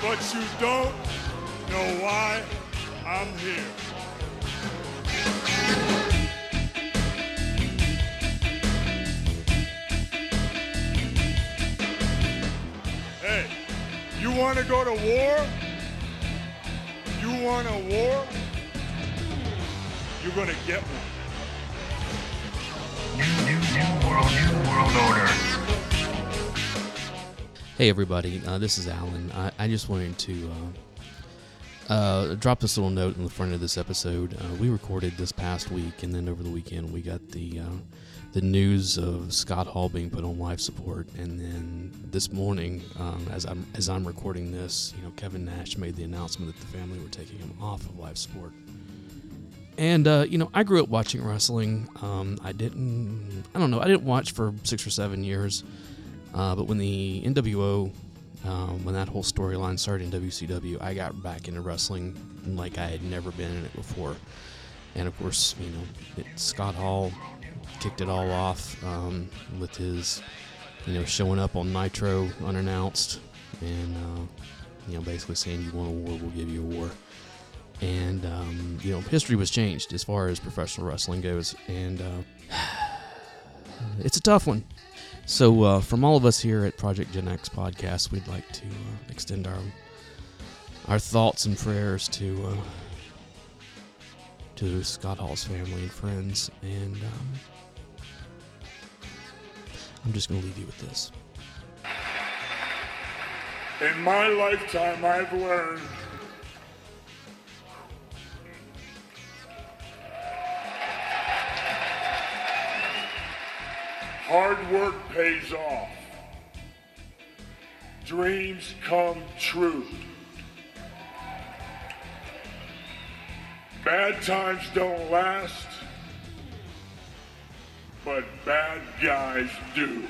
but you don't know why I'm here. Hey, you want to go to war? You want a war? You're going to get one. Hey everybody, uh, this is Alan. I, I just wanted to uh, uh, drop this little note in the front of this episode. Uh, we recorded this past week, and then over the weekend we got the uh, the news of Scott Hall being put on life support, and then this morning, um, as I'm as I'm recording this, you know Kevin Nash made the announcement that the family were taking him off of life support. And uh, you know, I grew up watching wrestling. Um, I didn't, I don't know, I didn't watch for six or seven years. Uh, but when the NWO, um, when that whole storyline started in WCW, I got back into wrestling like I had never been in it before. And of course, you know, it, Scott Hall kicked it all off um, with his, you know, showing up on Nitro unannounced and, uh, you know, basically saying, you want a war, we'll give you a war. And, um, you know, history was changed as far as professional wrestling goes. And uh, it's a tough one. So, uh, from all of us here at Project Gen X Podcast, we'd like to uh, extend our our thoughts and prayers to uh, to Scott Hall's family and friends. And um, I'm just going to leave you with this. In my lifetime, I've learned hard work pays off, dreams come true, bad times don't last, but bad guys do.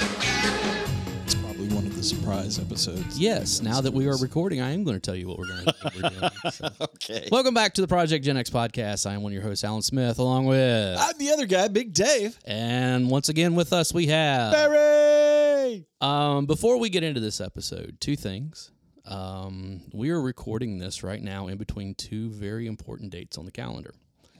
It's probably one of the surprise episodes. Yes, now that we are recording, I am going to tell you what we're going to do. So. Okay. Welcome back to the Project Gen X Podcast. I am one of your hosts, Alan Smith, along with. I'm the other guy, Big Dave. And once again, with us, we have. Barry. Um, before we get into this episode, two things. Um, we are recording this right now in between two very important dates on the calendar.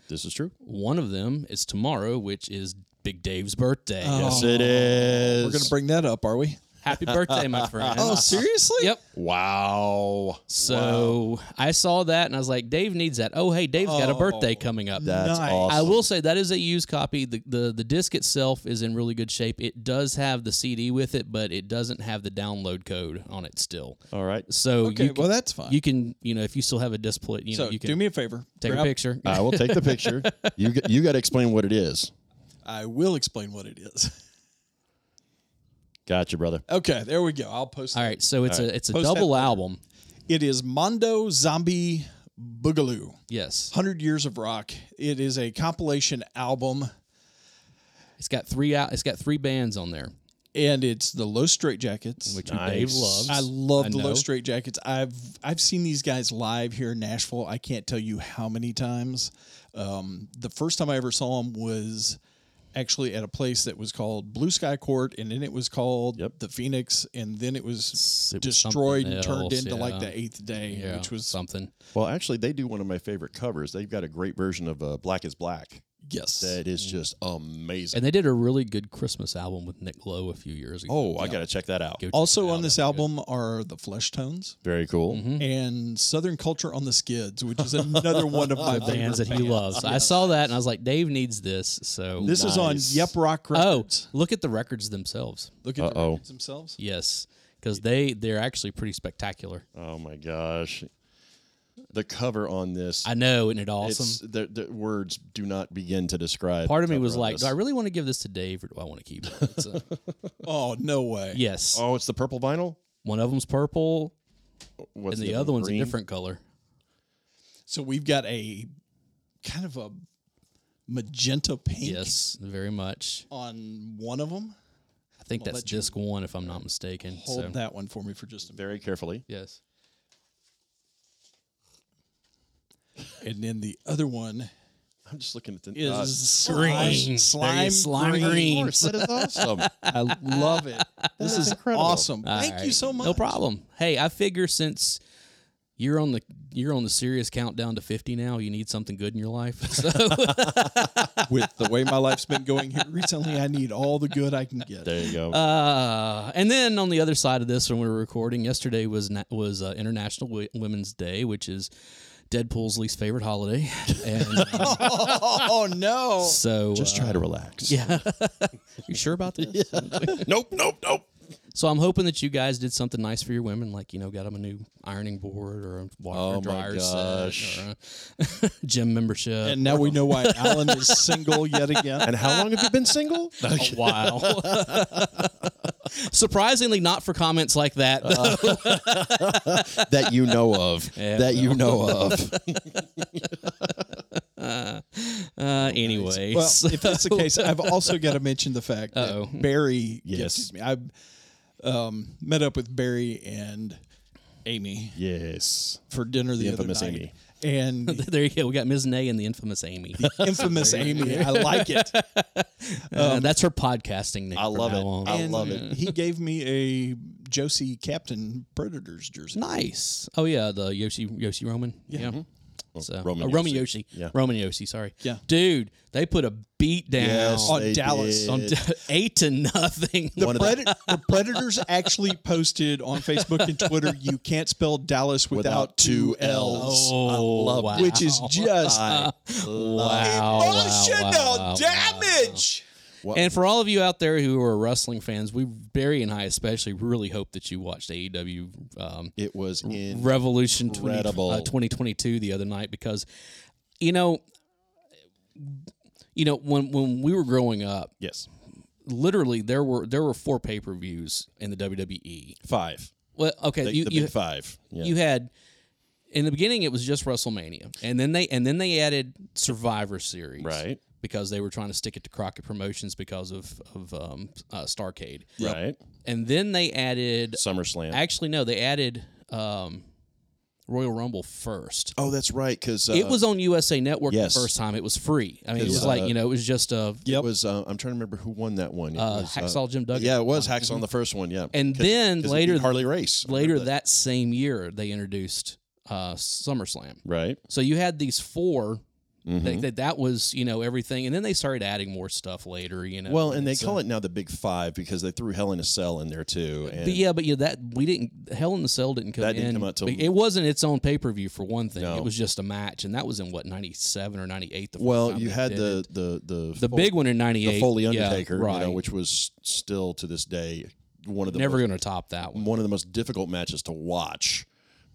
This is true. One of them is tomorrow, which is Big Dave's birthday. Yes, it is. We're gonna bring that up, are we? Happy birthday, my friend. Oh, seriously? Yep. Wow. So I saw that and I was like, Dave needs that. Oh, hey, Dave's got a birthday coming up. That's Nice. awesome. I will say that is a used copy. The, the The disc itself is in really good shape. It does have the CD with it, but it doesn't have the download code on it still. All right. So Oh. Okay, you can, well that's fine. you can you know if you still have a display you know so you can do me a favor. take Grab- a picture I will take the picture. You g- you got to explain what it is. I will explain what it is. Gotcha, brother. Okay, there we go. I'll post. all right so it's a it's a Post that double later. album It is Mondo Zombie Boogaloo. yes 100 Years of Rock. It is a compilation album, it's got three out it's got three bands on there and it's the Low Straight Jackets. which Nice. dave loves I love I the know. Low Straight Jackets. I've I've seen these guys live here in Nashville. I can't tell you how many times. Um, the first time I ever saw them was actually at a place that was called Blue Sky Court, and then it was called Yep. the Phoenix, and then it was it was destroyed something and turned else, into like yeah. the Eighth Day, yeah, which was something Well, actually, they do one of my favorite covers. They've got a great version of uh, "Black Is Black" yes, that is just Mm. amazing. and they did a really good christmas album with nick lowe a few years ago oh, I got to check that out. Go- Also Yeah, on this that'd be album are the Flesh Tones Very cool. Mm-hmm. and Southern Culture on the Skids, which is another one of my favorite bands that he bands. loves i saw that and i was like dave needs this so This is on Nice. Yep Rock oh Records. look at the records themselves Look at the Uh-oh. records themselves. yes because they they're actually pretty spectacular Oh my gosh, the cover on this. i know isn't it awesome It's, the, the words do not begin to describe. part of the me cover was on like this. do i really want to give this to dave or do i want to keep it It's a- Oh no way! yes "Oh, it's the purple vinyl." One of them's purple, What's and the other one's green? a different color. So we've got a kind of a magenta pink Yes, very much. on one of them. I think that's let you disc one, if I'm not mistaken. Hold so- that one for me for just a minute. Very carefully. Yes. and then the other one I'm just looking at the is uh, slime, slime, Slime green. green. Of course, that is awesome. I love it. this is incredible. awesome. All Thank you right. so much. No problem. Hey, I figure since you're on the you're on the serious countdown to 50 now, you need something good in your life. So With the way my life's been going here recently, I need all the good I can get. there you go. Uh, and then on the other side of this, when we were recording yesterday, was na- was uh, International Wo- Women's Day, which is Deadpool's least favorite holiday. And uh, Oh no! so, just uh, try to relax. yeah, you sure about this? Nope. Nope. Nope. So I'm hoping that you guys did something nice for your women, like you know, got them a new ironing board or a washer Oh my dryer gosh. set or a gym membership. And now we know why Alan is single yet again. And how long have you been single? a while. Surprisingly, not for comments like that. Uh, Oh, that you know of. Yeah, that you know of. uh, anyway, Well, so- if that's the case, I've also got to mention the fact Uh-oh. that Barry Yes. gifted me. I um, met up with Barry and Amy Yes. for dinner the, other infamous night, Amy. and there you go. We got Ms. Nay and the infamous Amy. infamous Amy. I like it. Uh, that's her podcasting name. Um, I from love now it. on. I And love it. He gave me a Josie Captain Predators jersey. nice. Oh yeah, the Yoshi Yoshi Roman. Yeah. So, Roman Roman, uh, Roman Yossi. Yoshi. Yeah. Roman Yoshi. Sorry. Yeah. Dude, they put a beat down Yes, on on they Dallas, did. on eight to nothing. The, Pred- the Predators actually posted on Facebook and Twitter, you can't spell Dallas without, two L's. Oh, wow. Which is just I wow, wow, Oh, wow, wow, damage. And for all of you out there who are wrestling fans, we Barry and I especially really hope that you watched AEW um, It was in Revolution 20, uh, Incredible. 2022 the other night because you know you know when when we were growing up yes literally there were there were four pay-per-views in the WWE. five. Well okay, The, you the you, big five. Yeah. you had in the beginning it was just WrestleMania and then they and then they added Survivor Series. Right. Because they were trying to stick it to Crockett Promotions because of of um, uh, Starcade. Right. And then they added SummerSlam. actually no, they added um, Royal Rumble first. oh, that's right. Because uh, it was on USA Network yes. the first time. It was free. I mean, it It was was, like uh, you know, it was just a It was. Uh, I'm trying to remember who won that one. It uh, was, uh, hacksaw Jim Duggan. yeah, it was Hacks on the first one. Yeah. And 'Cause- then 'cause it later- beat Harley Race. I Later remember that same year, they introduced uh, SummerSlam. Right. So you had these 4 Mhm. That, that that was you know everything, and then they started adding more stuff later. You know, Well, and they it's, call uh, it now the Big Five because they threw Hell in a Cell in there too. And But yeah, but yeah, that we didn't. Hell in the Cell didn't come That didn't in. come out till- but it wasn't its own pay per view for one thing. No. It was just a match, and that was in what ninety seven or ninety eight. Well, you had the the the the full- big one in ninety eight, the Foley Undertaker, yeah, right? you know, which was still to this day one of the Never most, going to top that one. one of the most difficult matches to watch,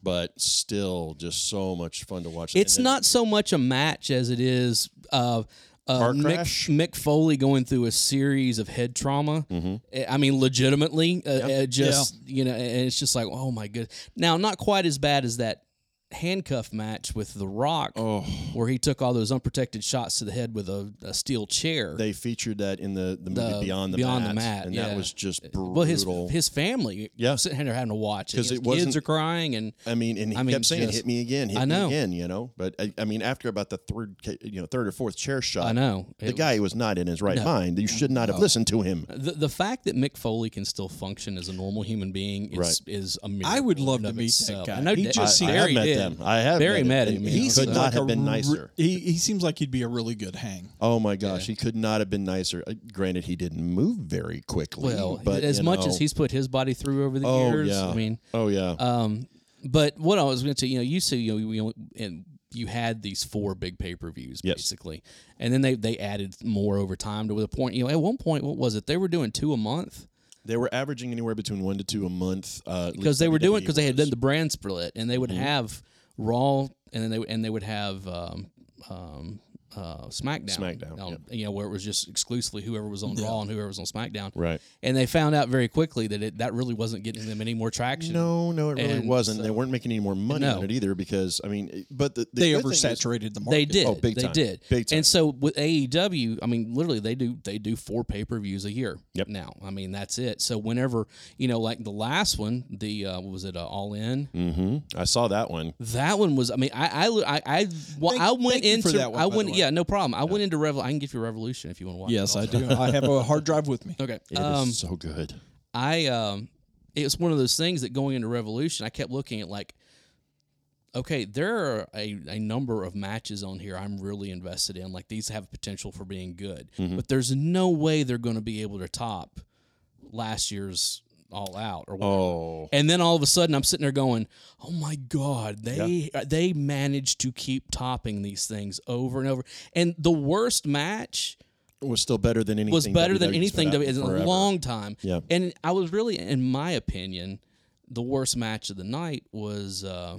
but still just so much fun to watch. It's And then- not so much a match as it is uh, uh, Car Mick, crash? Mick Foley going through a series of head trauma. Mm-hmm. Uh, I mean, legitimately, uh, uh, just you know, and it's just like, oh my good. Now, not quite as bad as that handcuff match with The Rock, Oh. where he took all those unprotected shots to the head with a, a steel chair. They featured that in the, the movie The- Beyond the Beyond the Mat, Mat, and yeah. that was just brutal. well, his his family, Yeah. sitting there having to watch 'Cause His it wasn't- kids are crying, and I mean, and he I mean, kept saying, just- "Hit me again, hit I know. me again," you know. But I, I mean, after about the third, ca- you know, third or fourth chair shot, I know the It- guy was not in his right mind. You should not have listened to him. The, the fact that Mick Foley can still function as a normal human being is, Right. is a miracle. I would love in to of meet itself. that guy. I know He Da- just I seemed- have Barry met did. them. I have Barry met met him, him. yeah. He He's could like not a have been re- nicer. He, he seems like he'd be a really good hang. Oh my gosh, he could not have been nicer. Uh, granted, he didn't move very quickly. Well, but as you much as know. he's put his body through over the oh years, yeah, I mean, oh yeah, um, but what I was going to say, you know, you said you know, you, you and you had these four big pay per views Yes. basically, and then they they added more over time to the point. You know, at one point, what was it? They were doing two a month they were averaging anywhere between one to two a month uh, at because least they were doing WWE because they had was. done Mm-hmm. the brand split, and they would have Raw, and then they and they would have um, um, uh, SmackDown. SmackDown, on- yeah. You know, where it was just exclusively whoever was on Raw and whoever was on SmackDown. Right. And they found out very quickly that it, that really wasn't getting them any more traction. No, no, it really And wasn't. they weren't making any more money No. on it either because I mean, it- but the, the They good thing is- oversaturated the market. They did. Oh, big they time. did. Big time. And so with AEW, I mean, literally, they do they do four pay per views a year. Yep. Now, I mean, that's it. So whenever you know, like the last one, the uh, what was it uh, All In? Mm-hmm. I saw that one. That one was. I mean, I I I I, well, Thank- I went thank you for into that one, I by the went. way. Yeah, no problem. I went into Revol. I can give you Revolution if you want to watch. it Yes, I also. do. I have a hard drive with me. Okay. It is um, so good. I um it was one of those things that going into Revolution, I kept looking at like okay, there are a, a number of matches on here I'm really invested in. Like these have potential for being good. But there's no way they're gonna be able to top last year's all out or whatever. Oh, And then all of a sudden, I'm sitting there going, "Oh my God, they they managed to keep topping these things over and over." And the worst match it was still better than anything. was better than WWE's put anything out in a forever. long time. Yeah. And I was really, in my opinion, the worst match of the night was uh,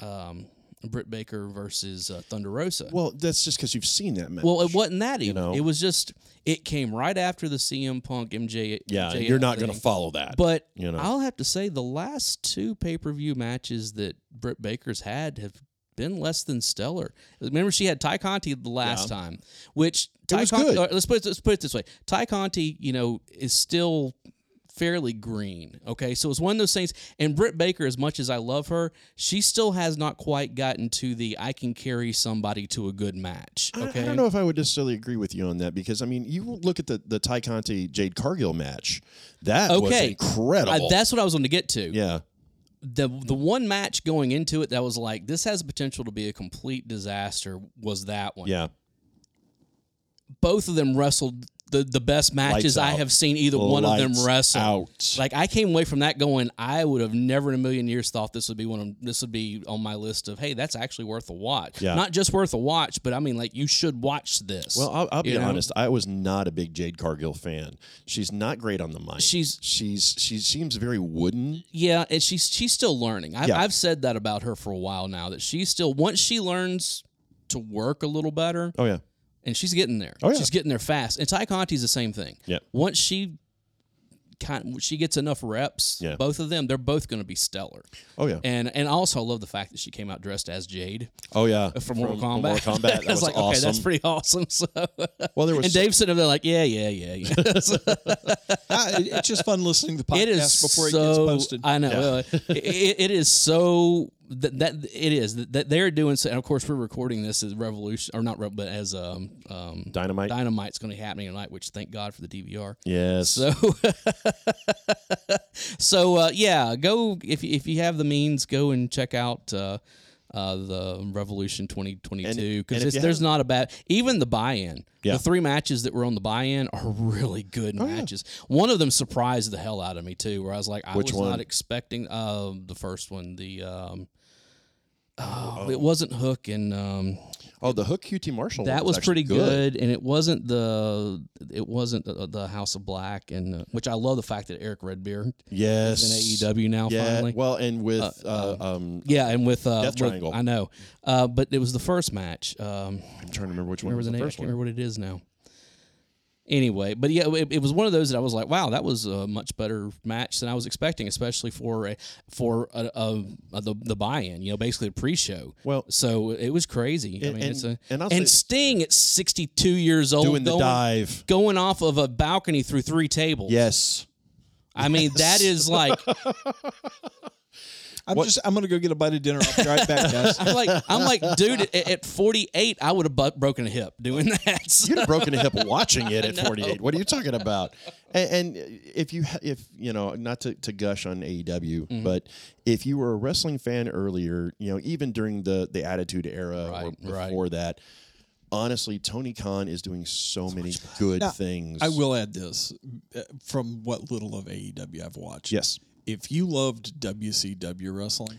um, Britt Baker versus uh, Thunder Rosa. Well, Well, that's just because you've seen that match. it wasn't that even. know. It was just it came right after the CM Punk MJ. yeah, MJF you're not going to thing. follow that. But you know. I'll have to say the last two pay per view matches that Britt Baker's had have been less than stellar. Remember, she had Ty Conti the last time, which Ty was Conti. good. or Let's put it, let's put it this way: Ty Conti, you know, is still fairly green. Okay, so it's one of those things. And Britt Baker, as much as I love her, she still has not quite gotten to the I can carry somebody to a good match. I- Okay, I don't know if I would necessarily agree with you on that because I mean, you look at the the Ty Conti Jade Cargill match. That Okay. was I- incredible. that's what I was going to get to. yeah, the the one match going into it that was like this has potential to be a complete disaster was that one. yeah. Both of them wrestled the the best matches Lights I out. have seen either one of them Lights wrestle. out. Like I came away from that going I would have never in a million years thought this would be one of this would be on my list of hey that's actually worth a watch. Yeah. Not just worth a watch but I mean like you should watch this. Well, I'll, I'll be You know? honest. I was not a big Jade Cargill fan. She's not great on the mic. She's- she's she seems very wooden. Yeah, and she's she's still learning. I've, Yeah. I've said that about her for a while now that she's still once she learns to work a little better Oh yeah, and she's getting there. Oh, yeah. She's getting there fast. And Ty Conti's the same thing. Yep. Once she kind she gets enough reps, Yeah. both of them, they're both going to be stellar. oh yeah, And and I also love the fact that she came out dressed as Jade oh yeah. from Mortal Kombat. Mortal Kombat. That I was, was like, okay, awesome. that's pretty awesome. So, well, there was and Dave sitting over there like, yeah, yeah, yeah, yeah. So I- it- it's just fun listening to the podcast it is before so, it gets posted. I know. Well, it, it- it is so that, that it is that- that they're doing so. And of course, we're recording this as Revolution or not, Rev- but as um, um Dynamite. Dynamite's going to be happening tonight, which thank God for the DVR. yes. So, so uh, yeah, go if if you have the means, go and check out. Uh, uh, the Revolution 2022 And- and if because you there's have- not a bad even the buy-in. Yeah. Oh, The three matches that were on the buy-in are really good matches. One of them surprised the hell out of me too, where I was like, I Which was not one? expecting um the first one. The um, oh, it wasn't Hook and um, oh, the Hook QT Marshall. one that was, actually pretty good. and it wasn't the it wasn't the, the House of Black, and uh, which I love the fact that Eric Redbeard Yes. is in AEW now Yeah. finally. Well, and with uh, um, yeah, and with uh, Death with- Triangle. I know, uh, but it was the first match. Um, I'm trying to remember which one remember was the the name? I first can't one. remember what it is now. Anyway, but yeah, it, it was one of those that I was like, "Wow, that was a much better match than I was expecting," especially for a for a, a, a- the the buy-in, you know, basically a pre-show. Well- so it was crazy. I And- mean, and- it's a and I'll say- Sting at sixty two years old Doing the going- dive. going off of a balcony through three tables. Yes. I mean that is like I'm just I'm gonna go get a bite of dinner. I'll be right back, guys. I'm like I'm like dude at, at 48 I would have bu- broken a hip doing that. So- You'd have broken a hip watching it at 48. What are you talking about? And, and if you ha- if you know not to, to gush on AEW, Mm-hmm. but if you were a wrestling fan earlier, you know even during the the Attitude Era Right, or right. before that, honestly, Tony Khan is doing so, many good Now, things. I will add this uh, from what little of AEW I've E watched. Yes. If you loved WCW wrestling,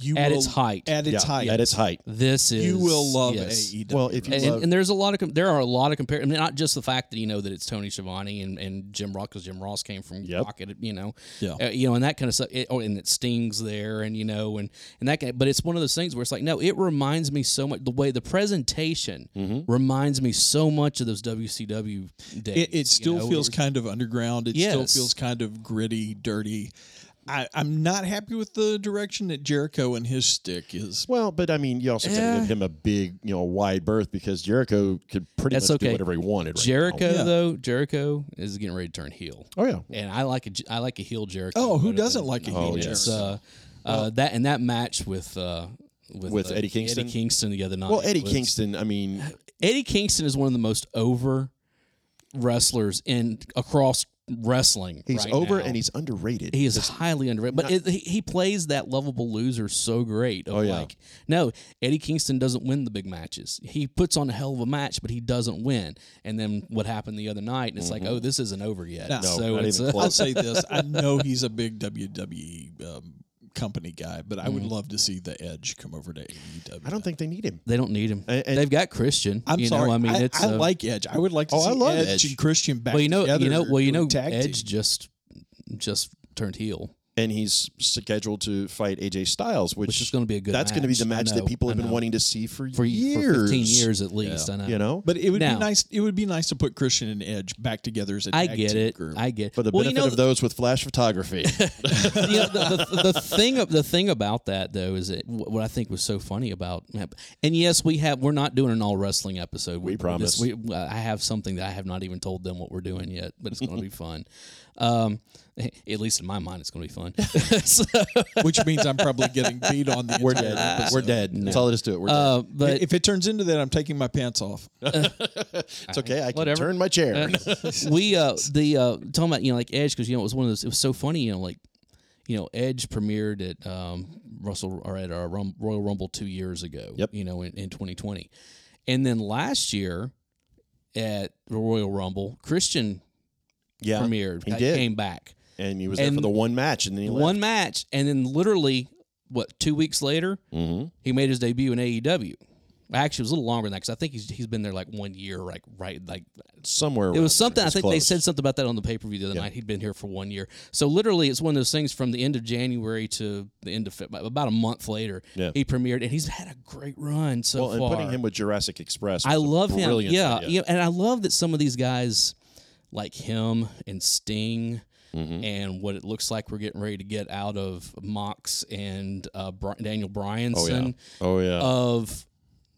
you At will- its height. At its Yeah, height. At its height. This is you will love E yes. AEW. Well, if you And, love, and there's a lot of com- there are a lot of compare. I mean, not just the fact that you know that it's Tony Schiavone and, and Jim Ross because Jim Ross came from Yep. Rocket, you know, Yeah. uh, you know, and that kind of stuff. It, oh, and it stings there, and you know, and and that. Kind but it's one of those things where it's like, no, it reminds me so much. The way the presentation reminds me so much of those WCW days. Mm-hmm. It, you it still know, feels was- kind of underground. It still Yes. feels kind of gritty, dirty. I, I'm not happy with the direction that Jericho and his stick is. well, but I mean, you also got to Eh. give him a big, you know, wide berth because Jericho could pretty That's much okay. do whatever he wanted. Right Jericho now. though, Jericho is getting ready to turn heel. Oh yeah. and I like a J- I like a heel Jericho. Oh, better who than- doesn't like a heel Oh, yes. Jericho? Uh, uh, that and that match with uh, with, With uh, Eddie Kingston? Eddie Kingston the other night. Well, Eddie was- Kingston. I mean, Eddie Kingston is one of the most over wrestlers in across wrestling. he's right over now. and he's underrated. He is highly underrated, but it, he, he plays that lovable loser so great. Of Oh, yeah. like, no, Eddie Kingston doesn't win the big matches. He puts on a hell of a match, but he doesn't win. And then what happened the other night? And it's like, oh, this isn't over yet. No, so Mm-hmm. not it's even uh, close. I'll say this: I know he's a big WWE um, company guy, but I would love to see the Edge come over to AEW. I don't think they need him. They Mm-hmm. don't need him. And- and- They've got Christian. I'm you sorry. Know, I mean, it's I uh, like Edge. I would like to Oh, see I love Edge, Edge. and Christian back Well, you know, together. you know, well, you know, doing tag Edge team. just just turned heel, And he's scheduled to fight AJ Styles, which, which is going to be a good. that's going to be the match I know, that people I have been know. wanting to see for, for, years. for fifteen years at least. I know. You know, But it would Now- be nice. It would be nice to put Christian and Edge back together as a I tag get team it. group. I get. for the well, benefit you know, of those with flash photography. you know, the, the, the thing the thing about that though is that wh- what I think was so funny about and yes we have we're not doing an all wrestling episode we promise. we, uh, I have something that I have not even told them what we're doing yet but it's going to be fun um, at least in my mind it's going to be fun so, which means I'm probably getting beat on the We're entire dead. episode. We're dead. That's all it is to it. We're dead. uh, but if it turns into that, I'm taking my pants off. It's okay. I can whatever. turn my chair. we uh the uh talking about you know like Edge because you know it was one of those it was so funny you know like you know Edge premiered at um Russell or at uh, Rum, Royal Rumble two years ago. Yep. You know in, in 2020, and then last year at the Royal Rumble Christian yeah, premiered. he that did. came back and he was there for And the one match, and then he left. one match and then literally what two weeks later Mm-hmm. he made his debut in AEW. Actually, it was a little longer than that because I think he's he's been there like one year, like right like somewhere. it around was there. something. I think they close. said something about that on the pay per view the other night. He'd been here for one year, so literally, it's one of those things from the end of January to the end of Fe- about a month later. Yeah. He premiered, and he's had a great run so Well, and far. putting him with Jurassic Express. I was a love him. brilliant Yeah, idea. yeah, and I love that some of these guys, like him and Sting, Mm-hmm. and what it looks like we're getting ready to get out of Mox and uh, Bri- Daniel Bryanson Oh yeah. Uh, of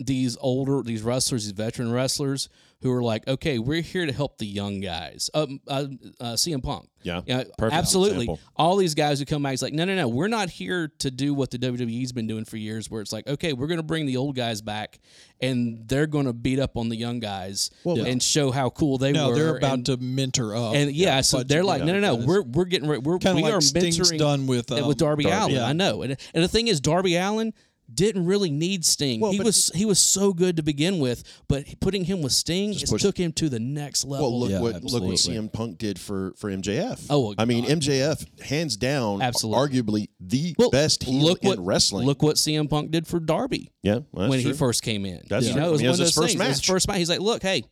these older these wrestlers these veteran wrestlers who are like okay we're here to help the young guys um uh, uh cm punk Yeah, perfect absolutely example. all these guys who come back it's like no no no we're not here to do what the wwe's been doing for years where it's like okay we're gonna bring the old guys back and they're gonna beat up on the young guys and show how cool they No, were they're about and, to mentor up. and yeah, so bunch they're of like, no, young no, no, guys. we're we're getting re- we're Kinda we like are Sting's mentoring done with, um, with Darby, Darby. Allen. Yeah. I know, and and the thing is, Darby Allen didn't really need Sting. he but- was he was so good to begin with, but putting him with Sting just push- took him to the next level. well, look Yeah, what look what absolutely. CM Punk did for for MJF. Oh, well, I mean MJF, hands down, Absolutely. arguably the Well, best heel look in what wrestling. Look what CM Punk did for Darby. yeah, well, that's when true. he first came in. That's you true. know, it was I mean, one it was of those his first things. It was His match. first match. He's like, look, hey,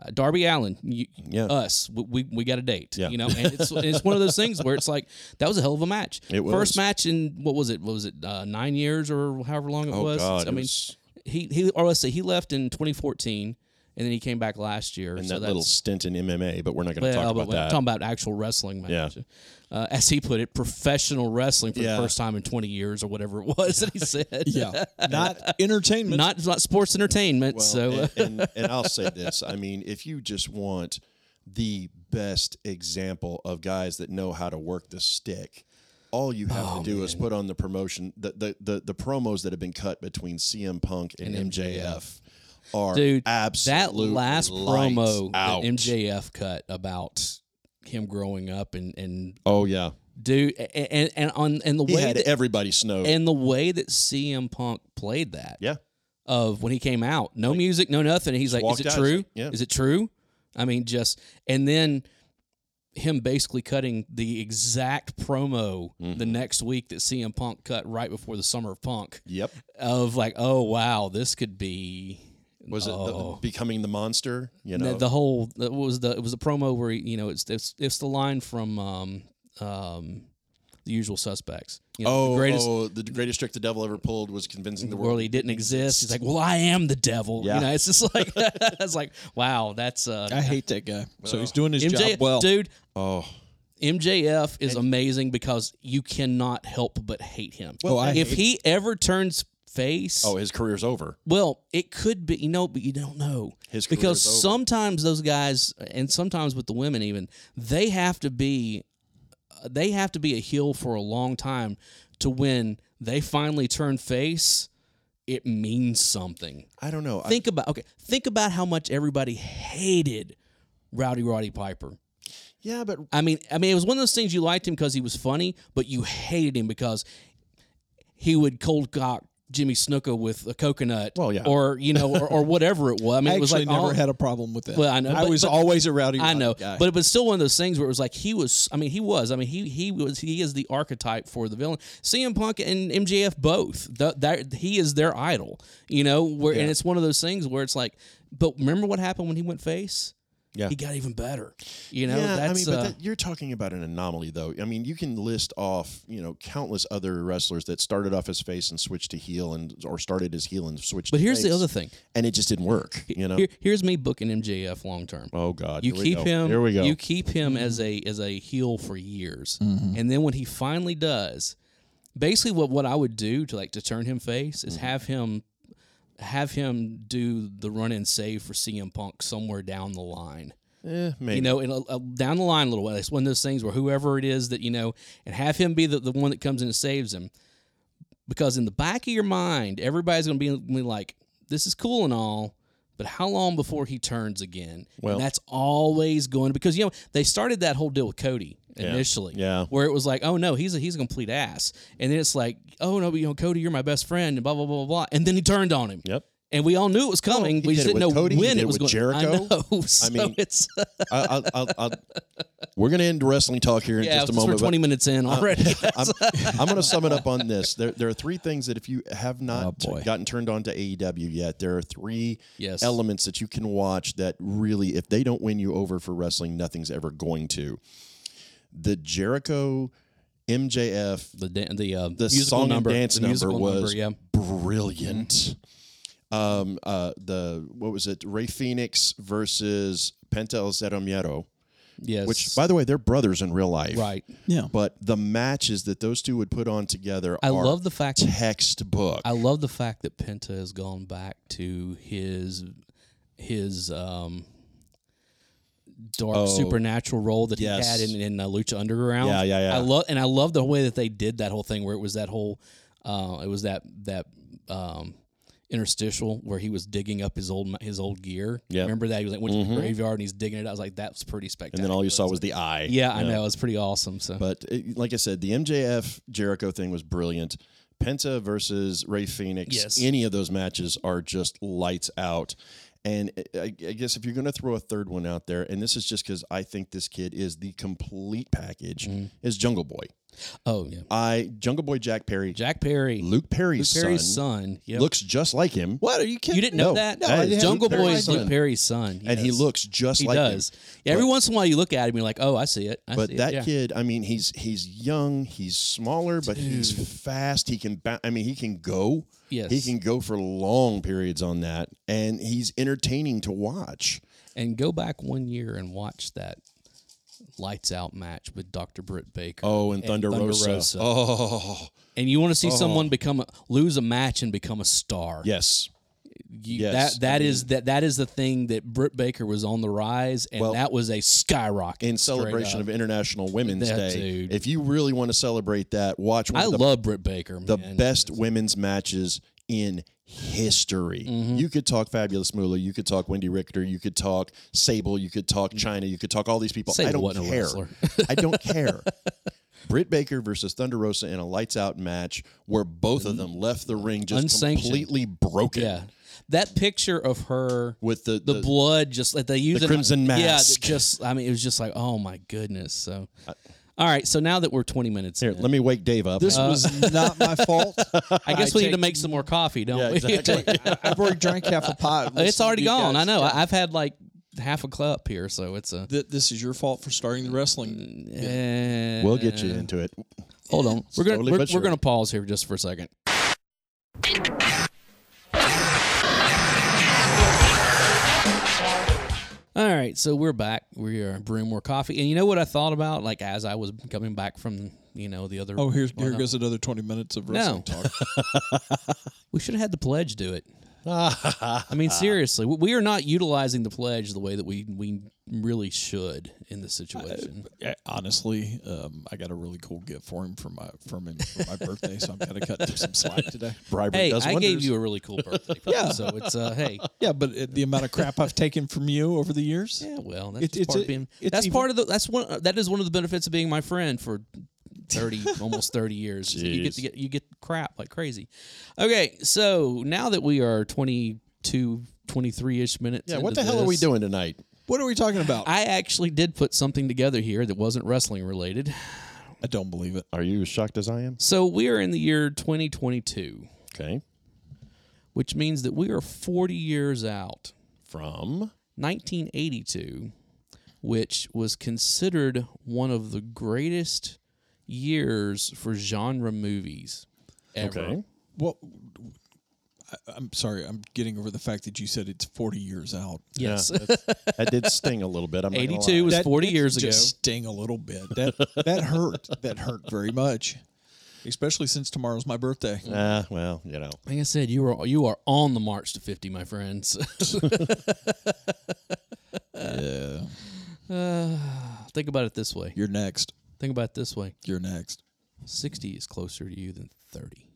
uh, Darby Allen, you, Yeah. us, we, we, we got a date. You know, and it's, it's one of those things where it's like that was a hell of a match. It was. first match in what was it? What was it uh, nine years or however long it Oh, was? God, I it mean, was- he he or let's say he left in 2014. And then he came back last year. and so that little that's- stint in MMA, but we're not going to well, talk but about we're that. talking about actual wrestling match. Yeah. Uh, as he put it, professional wrestling for Yeah. the first time in 20 years or whatever it was that he said. yeah, not entertainment. not, not sports entertainment. Well, so uh, and, and, and I'll say this: I mean, if you just want the best example of guys that know how to work the stick, all you have Oh, to do is put on the promotion, the, the the the promos that have been cut between CM Punk and, MJF. Are dude that absolutely last lights promo out. that mjf cut about him growing up and and Oh yeah, dude a- and and on and the he way had that, everybody snowed. and the way that cm punk played that yeah, of when he came out no music no nothing and he's like walked is it out, true it's like, yeah. is it true i mean just and then him basically cutting the exact promo the Mm-hmm. next week that CM Punk cut right before the Summer of Punk Yep. of like, oh wow, this could be Was it Oh. the, becoming the monster? You the, know, the whole that was the it was the promo where you know it's it's it's the line from um um the usual suspects. You know, oh, the greatest oh, the greatest trick the devil ever pulled was convincing the world. world he didn't exist. He's like, well, I am the devil. Yeah. You know, it's just like it's like wow, that's uh I hate that guy. So he's doing his MJ, job well. dude. Oh, MJF is amazing because you cannot help but hate him. Well, I if hate- he ever turns face, oh, his career's over. well, it could be you know, but you don't know His career because is over. sometimes those guys, and sometimes with the women even, they have to be, they have to be a heel for a long time to when they finally turn face. It means something. I don't know. I- Think about okay. Think about how much everybody hated Rowdy Roddy Piper. yeah, but I mean, I mean, it was one of those things you liked him because he was funny, but you hated him because he would cold cock Jimmy Snuka with a coconut, Well, yeah. or you know, or, or whatever it was. I mean, I it was actually like never all- had a problem with that. Well, I know, I but- was but- always a rowdy. I know, Roddy guy. but it was still one of those things where it was like he was. I mean, he was. I mean, he he was. He is the archetype for the villain. CM Punk and MJF both. Th that he is their idol. You know, where and it's one of those things where it's like, but remember what happened when he went face? Yeah. he got even better. You know, yeah, that's. I mean, but uh, that, you're talking about an anomaly, though. I mean, you can list off, you know, countless other wrestlers that started off as face and switched to heel, and or started as heel and switched. but to here's the face, other thing. and it just didn't work. You know, Here, here's me booking MJF long term. oh god, you here keep we go. him. Here we go. You keep him as a as a heel for years, and then when he finally does, basically what what I would do to like to turn him face Mm-hmm. is have him have him do the run and save for CM Punk somewhere down the line. Eh, maybe. You know, and uh, uh, down the line a little way. It's one of those things where whoever it is that you know, and have him be the, the one that comes in and saves him, because in the back of your mind, everybody's going to be like, "This is cool and all." But how long before he turns again? Well- and that's always going because you know they started that whole deal with Cody initially, Yeah. where it was like, oh no, he's a he's a complete ass, and then it's like, oh no, but you know, Cody, you're my best friend, and blah blah blah blah blah, and then he turned on him, Yep. and we all knew it was coming, we did just it didn't with know Cody, he when did it it was with going. I Jericho. know, so mean, it's I, I'll, I'll, I'll, we're going to end wrestling talk here in yeah, just a since moment. we're but uh, 20 minutes in already. I'm, I'm going to sum it up on this. There, there are three things that if you have not Oh, t- boy. gotten turned on to AEW yet, there are three Yes. elements that you can watch that really, if they don't win you over for wrestling, nothing's ever going to. The Jericho MJF the da- the uh, the musical song number, and dance the number musical was yeah. Mm-hmm. brilliant. Um, uh, the what was it? Ray Phoenix versus Penta El Zeromero, Yes. which, by the way, they're brothers in real life, right. yeah. But the matches that those two would put on together, I are love the fact textbook. I love the fact that Penta has gone back to his his um dark supernatural role that Oh, yes. he had in, in uh, Lucha Underground. Yeah, yeah, yeah. I love and I love the way that they did that whole thing where it was that whole uh it was that that um interstitial where he was digging up his old ma- his old gear. Yep. Mm-hmm. Remember that he was like went to the graveyard and he's digging it out. I was like that's pretty and spectacular. then all you saw was the eye. yeah, I know. It's pretty awesome. So But it, like I said, the MJF Jericho thing was brilliant. Penta versus Ray Phoenix. Yes. Any of those matches are just lights out. And uh, I, I guess if you're going to throw a third one out there, and this is just because I think this kid is the complete package, Mm-hmm. is Jungle Boy. oh yeah. I Jungle Boy Jack Perry, Jack Perry. Luke Perry's, Perry's son, son. Yep. looks just like him. What are you kidding? You didn't know that? I didn't. Jungle Luke Boy Perry's is Luke son. Perry's son. and he yes. looks just He like him. does. Yeah, every once in a while you look at him, you're like, oh, I see it. I But see that it. Yeah. kid, I mean, he's he's young, he's smaller, but he's fast. He can, ba- I mean, he can go. Yes. he can go for long periods on that, and he's entertaining to watch. And go back one year and watch that lights out match with Dr. Britt Baker. Oh, and Thunder, Thunder Rosa. Rosa. Oh, And you want to see someone become a, lose a match and become a star. yes. You- yes. That that is that that is the thing that Britt Baker was on the rise, and Well, that was a skyrocket In celebration of International Women's That Day, dude. if you really want to celebrate that, watch one I of the love Britt Baker. the man. best women's matches in history. Mm-hmm. You could talk Fabulous Moolah, you could talk Wendy Richter, you could talk Sable, you could talk China, you could talk all these people. I Mm. Sable don't wasn't a care. wrestler. I don't care. Britt Baker versus Thunder Rosa in a lights out match where both of them left the ring just Mm-hmm. Unsanctioned. completely broken. Yeah. that picture of her With the- the, the- blood just like they use the it- crimson Yeah, that mask. just I mean it was just like oh my goodness. So all right, so now that we're twenty minutes Here, in, let me wake Dave up. This uh, was not my fault. I guess we need to take- make some more coffee, don't Yeah, we? exactly. I've already drank half a pot. it's already gone. I know. I. I I've had like half a cup here, so it's a. Th- this is your fault for starting the Mm, wrestling. Eh, we'll get you into it. Hold on. We're gonna Slowly we're, but we're surely. gonna pause here just for a second. All right, so we're back. We are brewing more coffee, and you know what I thought about, like as I was coming back from you know the other. Oh, here's, here lineup? goes another 20 minutes of No, wrestling talk. we should have had the pledge do it. I mean, seriously, we- we are not utilizing the pledge the way that we we really should in this situation. Yeah, Honestly, um, I got a really cool gift for him for my from him for my birthday, so I'm gonna cut him some slack today. Bribery hey, does I wonders. gave you a really cool birthday. yeah. So it's uh, hey, Yeah, but uh, the amount of crap I've taken from you over the years, yeah. Well, that's It- just it's part a- of being. it's That's even- part of the. That's one. uh, That is one of the benefits of being my friend for thirty, almost thirty years. is that You get to Jeez. get you get crap like crazy. Okay, so now that we are 22, 23 ish minutes. yeah, what into the hell are we this, doing tonight? what are we talking about? I I, actually did put something together here that wasn't wrestling related. don't believe it. Are you as shocked as I am? So we are in the year 2022, Okay. which means that we are 40 years out. From 1982, which was considered one of the greatest years for genre movies ever. okay. Well, I, I'm sorry, I'm getting over the fact that you said it's 40 years out. Yes. That did sting a little bit. I'm not gonna 82 lie. was 40 that years just ago. sting a little bit. That that hurt. That hurt very much, especially since tomorrow's my birthday. Ah, well, you know. Like I said, you are you are on the march to 50, my friends. Yeah, Think about it this way. you're next. Think about it this way. You're next. 60 is closer to you than 30.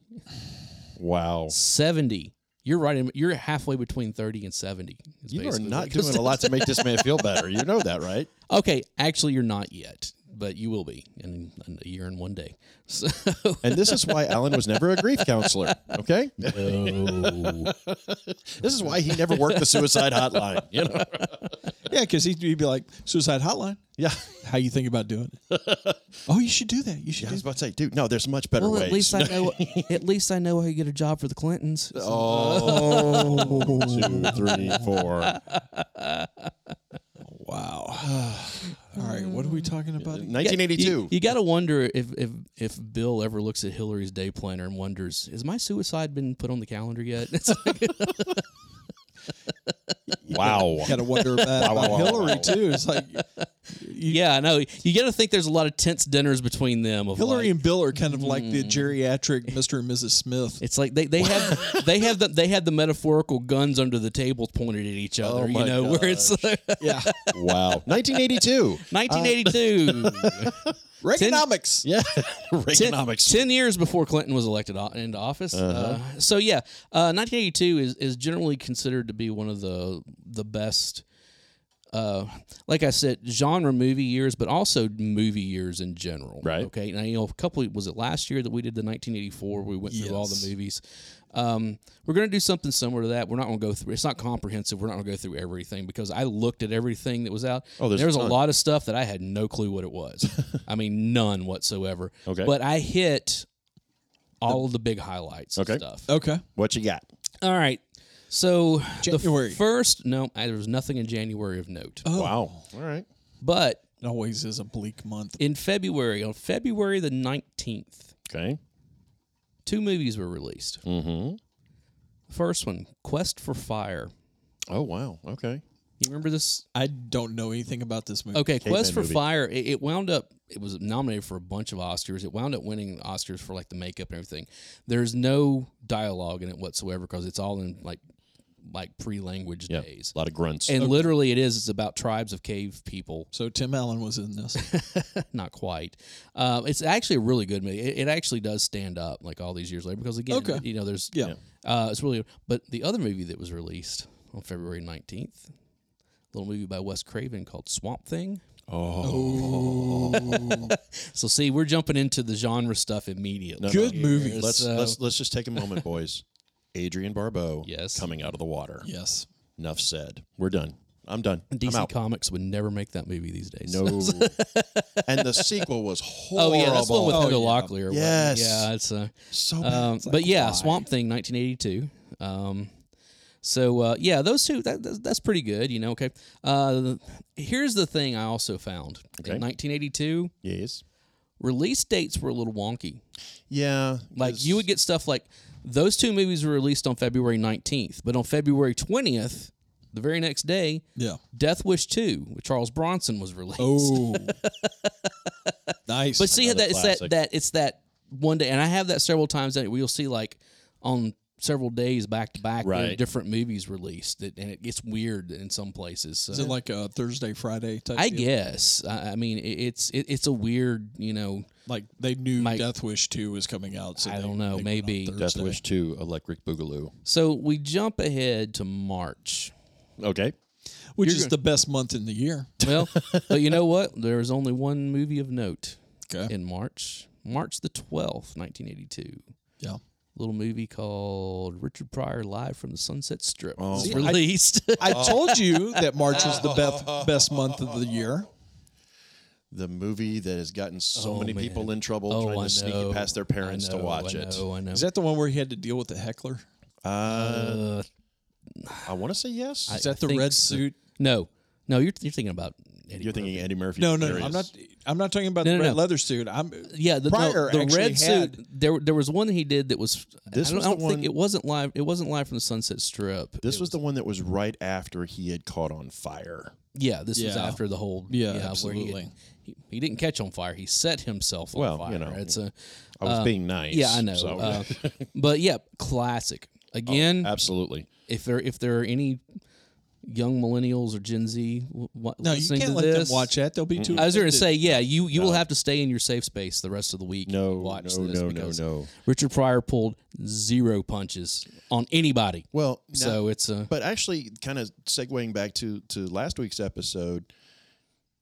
Wow. 70. You're right. In, you're halfway between 30 and 70. is You are basically not what it goes doing a lot to make this man feel better. You know that, right? Okay, actually, you're not yet, but you will be in, in a year and one day. So, And this is why Alan was never a grief counselor. Okay? this is why he never worked the suicide hotline. You know? Yeah, because he'd, he'd be like, "Suicide Hotline, Yeah. how you think about doing it? oh, you should do that. You should. I do was about to say, dude, no, there's much better well, ways. at least I know. at least I know how you get a job for the Clintons. oh, two, three, four. Wow. All right, what are we talking about? again? 1982. You, you got to wonder if, if if Bill ever looks at Hillary's day planner and wonders, has my suicide been put on the calendar yet? It's like, wow. Got to wonder about, Wow, wow, about wow, Hillary wow. too. It's like yeah, I know. You got to think there's a lot of tense dinners between them. Of Hillary like- and Bill are kind of like the geriatric Mr. and Mrs. Smith. it's like they, they have they have the they have the metaphorical guns under the table pointed at each other. my you know where it's like, Yeah, Wow. 1982. 1982. Reaganomics. Yeah. Ten- Reaganomics. Ten, years before Clinton was elected o- into office. Uh-huh. Uh, so yeah, uh, 1982 is is generally considered to be one of the the best. Uh, like I said, genre movie years, but also movie years in general. Right. Okay. Now you know a couple. Was it last year that we did the 1984? We went through all the Yes. movies. Um, we're gonna do something similar to that. We're not gonna go through. It's not comprehensive. We're not gonna go through everything because I looked at everything that was out. Oh, there's there was a a ton. lot of stuff that I had no clue what it was. I mean, none whatsoever. Okay. But I hit all of the big highlights Okay. and stuff. Okay. What you got? All right. So January. the first no, I- there was nothing in January of note. Wow. All right. But It always is a bleak month. in February, on February the nineteenth, Okay. two movies were released. Mm-hmm. First one, Quest for Fire. Oh, wow. Okay. You remember this? I don't know anything about this movie. Okay, Quest for movie. Fire. It, it wound up. It was nominated for a bunch of Oscars. It wound up winning Oscars for like the makeup and everything. There's no dialogue in it whatsoever because it's all in like like pre-language Yeah. days. A lot of grunts. And literally, it is. It's about tribes of cave people. So Tim Allen was in this. Not quite. Uh, it's actually a really good movie. It, it actually does stand up like all these years later because again, Okay. you know, there's Yeah. uh, it's really. But the other movie that was released on February 19th, little movie by Wes Craven called Swamp Thing. oh, Oh. so see, we're jumping into the genre stuff immediately. No, Good movie. Let's So- let's let's just take a moment, boys. Adrian Barbeau Yes. coming out of the water. Yes. Enough said. We're done. I'm done. I'm DC out. Comics would never make that movie these days. No. and the sequel was Oh horrible. yeah, that's the one with Heather Locklear. or whatnot. Yes. Yeah, it's a. so bad. Um, but yeah, Swamp Thing, 1982. Um, so uh, yeah, those two. That, that's, that's pretty good. You know. Okay. Uh, here's the thing I also found Okay. in 1982. yes. Release dates were a little wonky. Yeah. Like you would get stuff like those two movies were released on February 19th, but on February 20th, the very next day, Yeah. Death Wish 2 with Charles Bronson was released. Oh. nice. But see how that it's that classic. that it's that one day, and I have that several times that we'll see like on several days back to back, there are Right. different movies released, that- and it gets weird in some places. So. Is it like a Thursday, Friday type? I deal? guess. I, I mean, it, it's it, it's a weird, you know. Like they knew Mike- Death Wish 2 was coming out. So I they- don't know, they went maybe. on Death Thursday. Wish 2 Electric Boogaloo. So we jump ahead to March. Okay. Which is the best month in the year. Well, but you know what? There is only one movie of note Okay. in March, March the twelfth, nineteen eighty-two. Yeah. Little movie called Richard Pryor Live from the Sunset Strip Oh. was See, I- released. I told you that March is the best best month of the year. The movie that has gotten so Oh, many man. people in trouble trying to I sneak know. it past their parents I to know, watch I it. know, I know. Is that the one where he had to deal with the heckler? Uh, Uh, I want to say yes. I- Is that the think red so. suit? no, no, you're you're thinking about Eddie You're thinking Andy Murphy. No, no, no, There I'm is. not. I'm not talking about No, the no, red no. leather suit. I'm. Murphy. Yeah, the, no, Pryor the actually red had- suit. There, there was one he did that was. This I don't, I was don't the think one- it wasn't live. It wasn't live from the Sunset Strip. This It was the one that was right after he had caught on fire. Yeah, this was Yeah. after the whole. Yeah, where he- absolutely. he, he didn't catch on fire. He set himself on Well, fire. you know. it's a I was being nice. Um, yeah, I know. so- Oh, Uh, but yeah, classic. Again, absolutely. if there if there are any young millennials or Gen Z w- w- No, you listening can't to let this, them watch that. They'll be too. I was going to offended. say, yeah, you you will have to stay in your safe space the rest of the week. No, and watch no, this no, no, because no. Richard Pryor pulled zero punches on anybody. Well, so it's a But actually, kind of segueing back to to last week's episode,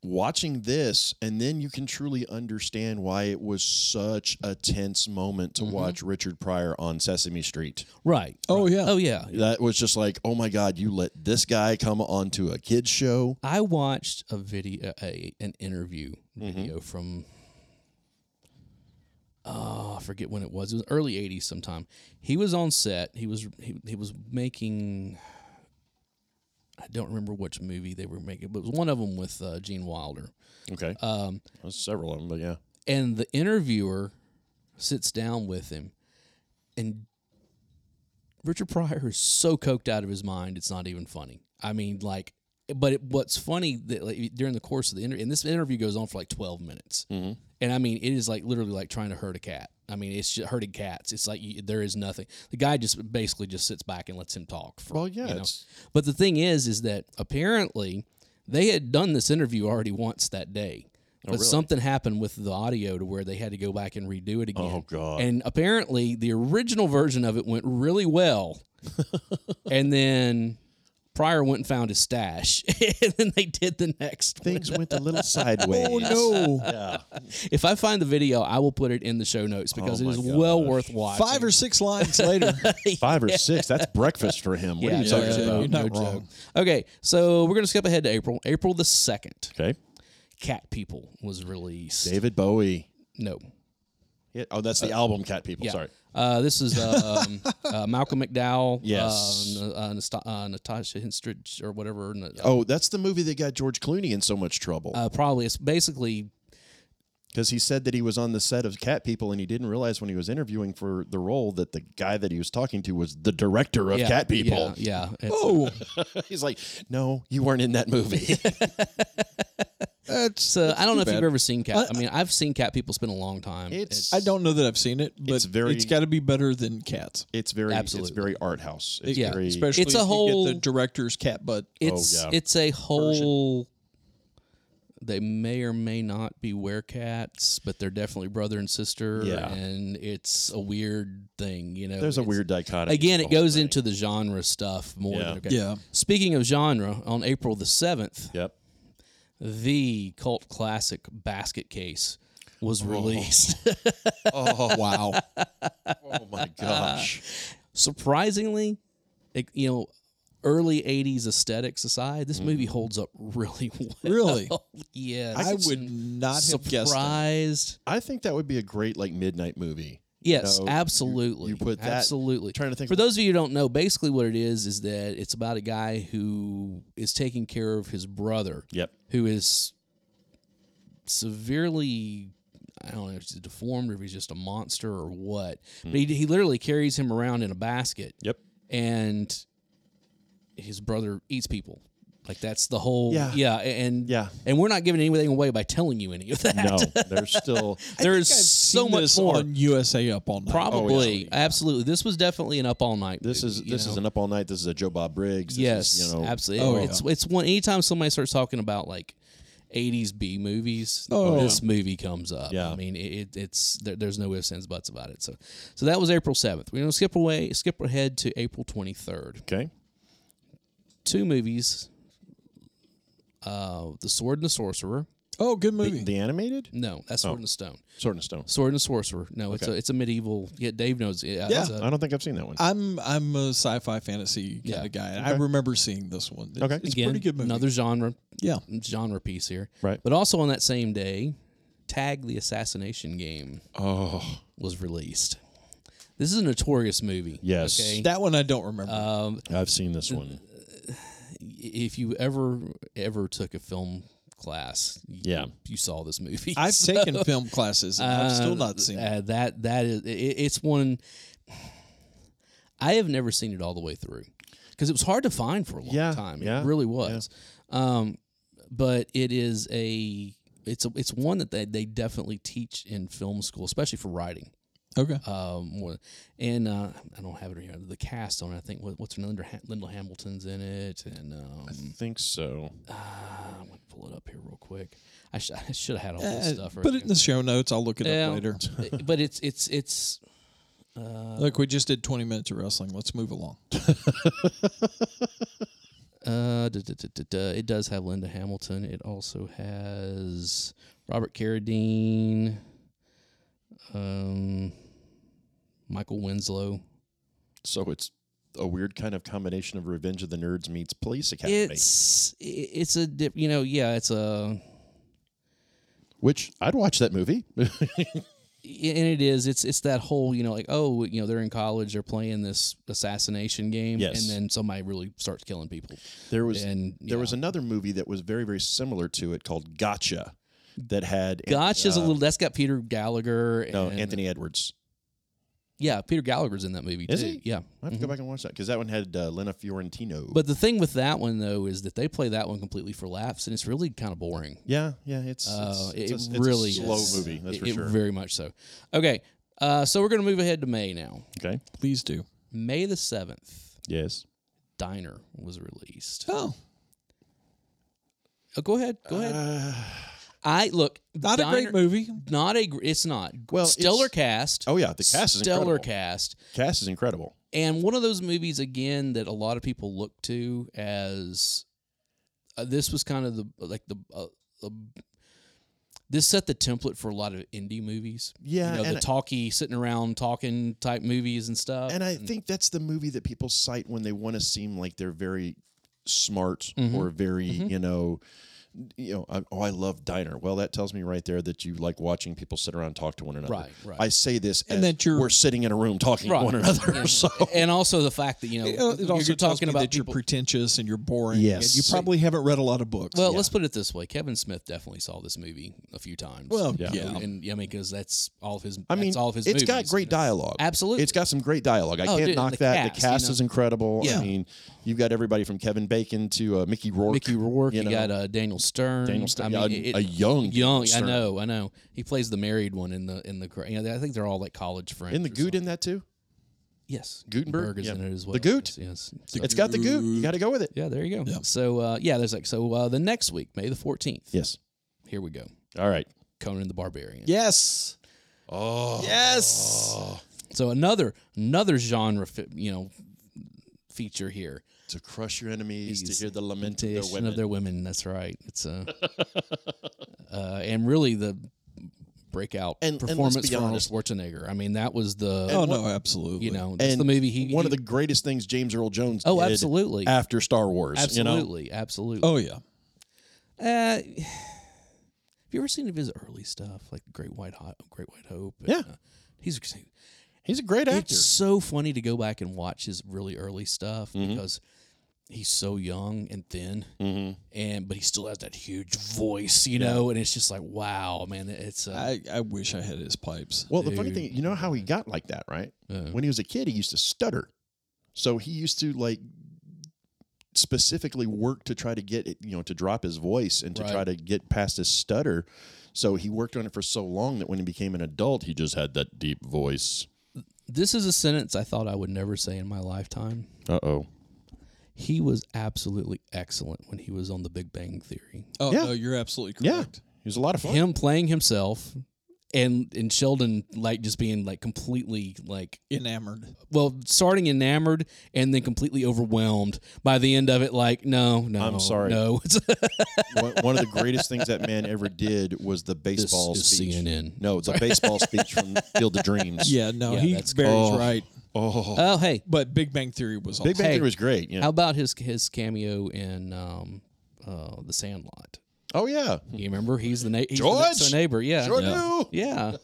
watching this, and then you can truly understand why it was such a tense moment Mm-hmm. to watch Richard Pryor on Sesame Street. right. Oh yeah. Oh yeah. That was just like, oh my God, you let this guy come onto a kids show. I watched a video, a, an interview video from, oh, I forget when it was. It was early '80s, sometime. He was on set. He was he, he was making. I don't remember which movie they were making, but it was one of them with uh, Gene Wilder. Okay, um, several of them, but yeah, And the interviewer sits down with him, and Richard Pryor is so coked out of his mind, it's not even funny. I mean, like, but it, what's funny that like, during the course of the interview, and this interview goes on for like twelve minutes, Mm-hmm. and I mean, it is like literally like trying to herd a cat. I mean, it's just herding cats. It's like you, there is nothing. The guy just basically just sits back and lets him talk. For, Well, yeah, you know? it's- But the thing is, is that apparently they had done this interview already once that day. Oh, But something happened with the audio to where they had to go back and redo it again. Oh, God. And apparently the original version of it went really well. and then Pryor went and found his stash. and then they did the next one. things went a little sideways. Oh no. If I find the video, I will put it in the show notes because Oh, it is my well gosh. worth watching. Five or six lines later. Five or six. That's breakfast for him. What Yeah, are you no talking yeah, joke, about? you're not no joke. wrong. Okay, so we're going to skip ahead to April. April the 2nd, Okay, Cat People was released. David Bowie. No. Yeah, Oh, that's the album Cat People. Yeah. Oh, Sorry. Uh, this is um, uh, Malcolm McDowell. Yes. Uh, N- uh, Nasta- uh, Natasha Hinstridge or whatever. n- Oh, that's the movie that got George Clooney in so much trouble Uh, probably. It's basically because he said that he was on the set of Cat People and he didn't realize when he was interviewing for the role that the guy that he was talking to was the director of yeah, Cat People. Yeah. yeah It's- uh, Oh, He's like, "No, you weren't in that movie." that's. So I don't know if you've bad. ever seen cat. I mean, I've seen cat people. It's been a long time. it's Oh, I don't know that I've seen it, but It's very- it's got to be better than cats. It's very Absolutely. it's very art house. It's Yeah, very Especially It's if a you get whole- the director's cat butt. it's yeah. it's a whole. They may or may not be cats, but they're definitely brother and sister. Yeah. and it's a weird thing. You know, there's a It's- weird dichotomy. Again, to it the whole goes thing. into the genre stuff more. Yeah. Than, okay. Yeah. Speaking of genre, on April the seventh, Yep. the cult classic Basket Case was released. Oh wow. Uh, Oh my gosh. surprisingly, it, you know, early '80s aesthetics aside, this movie holds up really well. Really? yes. I would not have guessed. that. surprised. I think that would be a great like midnight movie. Yes, know, you- absolutely. you put that- absolutely. trying to think For of- those of you who don't know, basically what it is is that it's about a guy who is taking care of his brother, Yep. who is severely. I don't know if he's deformed or if he's just a monster or what, but he, he literally carries him around in a basket, Yep. and his brother eats people. Like that's the whole Yeah. yeah and Yeah. and we're not giving anything away by telling you any of that. No, there's still There's I've so seen much this more. on USA Up All Night. Probably, absolutely. This was definitely an up all night. Oh, this is movie, this you is know? an up all night. This is a Joe Bob Briggs. This yes, is, you know, absolutely. Oh, it's it's one. Anytime somebody starts talking about like. 80s B movies. Oh, this movie comes up. Yeah. I mean, it, it, it's there, there's no ifs ands buts about it. So, so that was April 7th. We're gonna skip away, skip ahead to April 23rd. Okay. Two movies. Uh, The Sword and the Sorcerer. Oh, good movie. The, the animated No, that's Sword and the Stone. Sword and Stone. Sword and the Sorcerer. No, it's a it's a medieval. Yeah, Dave knows. Yeah, that's a- I don't think I've seen that one. I'm I'm a sci-fi fantasy kind Yeah. of guy. and I remember seeing this one. It's, Okay. it's again, a pretty good movie. Another genre. yeah. genre piece here. Right. But also on that same day, Tag the Assassination Game oh was released. This is a notorious movie. yes, Okay. That one I don't remember. Uh, I've seen this one. If you ever ever took a film class, you, Yeah. you saw this movie. I've So, taken film classes. and I've still not seen it. uh, that that is it, it's one I have never seen it all the way through because it was hard to find for a long Yeah, time. yeah, It really was. Um, but it is a it's a, it's one that they, they definitely teach in film school, especially for writing. Okay. Um, more- and uh, I don't have it here. The cast on it, I think what, what's her name? Linda, Ha- Linda Hamilton's in it, and um, I think so. ah, I'm gonna pull it up here real quick. I, sh- I should have had all this Uh, stuff. put it in the show notes. I'll look it Yeah. up later. but it's it's it's Look, we just did 20 minutes of wrestling. Let's move along. Uh, duh, duh, duh, duh, duh. it does have Linda Hamilton. It also has Robert Carradine, um, Michael Winslow. So it's a weird kind of combination of Revenge of the Nerds meets Police Academy, It's i- it's a dip, you know yeah it's a which I'd watch that movie. and it is it's it's that whole you know like oh you know they're in college they're playing this assassination game Yes. and then somebody really starts killing people there was and there was another movie that was very very similar to it called Gotcha, that had gotcha's a uh, little that's got Peter Gallagher and no Anthony Edwards. yeah Peter Gallagher's in that movie Is too he? yeah Mm-hmm. I have to go back and watch that because that one had uh, Lena Fiorentino. But the thing with that one though is that they play that one completely for laughs, and it's really kind of boring. yeah, yeah, it's, Uh, it's, it it's a, really it's a slow is. movie. That's It- for it sure. Very much so. Okay, uh, so we're gonna move ahead to May now. okay. Please do. May the seventh, Yes. Diner was released. Oh, Oh, go ahead, go ahead. Uh, I look not a Diner- great movie. Not a. gr- It's not. Well, Well, it's- stellar cast. Oh yeah, the cast is stellar incredible. cast. Cast is incredible. and one of those movies again that a lot of people look to as uh, this was kind of the like the uh, uh, this set the template for a lot of indie movies. Yeah, you know and the I- talky sitting around talking type movies and stuff. And I think that's the movie that people cite when they want to seem like they're very smart Mm-hmm. or very, you know, you know, I- oh, I love Diner. Well, that tells me right there that you like watching people sit around and talk to one another. Right, right. I say this, And as that you're- we're sitting in a room talking Right. to one another. Yeah. So and also the fact that you know It, uh, uh, it you're also tells talking me about that you're people- pretentious and you're boring. and Yes. you probably haven't read a lot of books. well, let's put it this way: Kevin Smith definitely saw this movie a few times. Well, Yeah. yeah. and I mean, because that's all of his. I mean, that's all of his. it's movies, got you great know? dialogue. Absolutely. it's got some great dialogue. I Oh, can't dude, knock the that. cast, the you cast know. is incredible. Yeah. I mean, you've got everybody from Kevin Bacon to uh, Mickey Rourke. Mickey Rourke. You, know. got uh, Daniel Stern. Daniel Stern. I mean, Yeah, it- a- a young Daniel young. I Stern. know. I know. He plays the married one in the in the. cra- You know, I think they're all like college friends. in or the Goot something. in that too. Yes, Gutenberg? Berg is Yeah. in it as The well. Goot? Yes. yes. So- It's got the Goot. You got to go with it. yeah, there you go. So uh, yeah, there's like so uh, the next week, May the fourteenth. Yes. Here we go. All right. Conan the Barbarian. yes. Oh. Yes. So another another genre, fi- you know, feature here. to crush your enemies, to These hear the lament of their Imitation women. of their women. That's right. It's uh, uh, and really the breakout And- and let's performance be for Arnold honest. Schwarzenegger. I mean, that was the oh no, absolutely. you know that's the movie he one of he- the greatest things James Earl Jones. Oh, did absolutely. After Star Wars, you know. absolutely absolutely. Oh yeah. Uh, have you ever seen of his early stuff like Great White Ho- Great White Hope? and, Yeah. uh, he's exciting. He's a great actor. It's so funny to go back and watch his really early stuff Mm-hmm. because he's so young and thin, and but he still has that huge voice, you know. And it's just like, wow, man, it's uh, I, I wish I had his pipes. Well, the funny thing, you know how he got like that, right? When he was a kid, he used to stutter. So he used to like specifically work to try to get it, you know, to drop his voice and to Right. try to get past his stutter. So he worked on it for so long that when he became an adult, he just had that deep voice. this is a sentence I thought I would never say in my lifetime. Uh oh. He was absolutely excellent when he was on The Big Bang Theory. Oh Yeah. no, you're absolutely Yeah. correct. He was a lot of fun. Him playing himself. And, and Sheldon like just being like completely like Enamored. well, starting enamored and then completely overwhelmed by the end of it. Like, no, no, I'm sorry. no. It's- one, one of the greatest things that man ever did was the baseball is speech. CNN. No, the baseball speech from Field of Dreams. Yeah, no, Yeah, he that's- Barry's Oh. right. Oh, oh, hey, But Big Bang Theory was awesome. Big Bang Hey. Theory was great. Yeah. how about his his cameo in um, uh, The Sandlot? oh yeah. You remember he's the, na- he's George? the next door neighbor. Yeah, Sure yeah. do. yeah.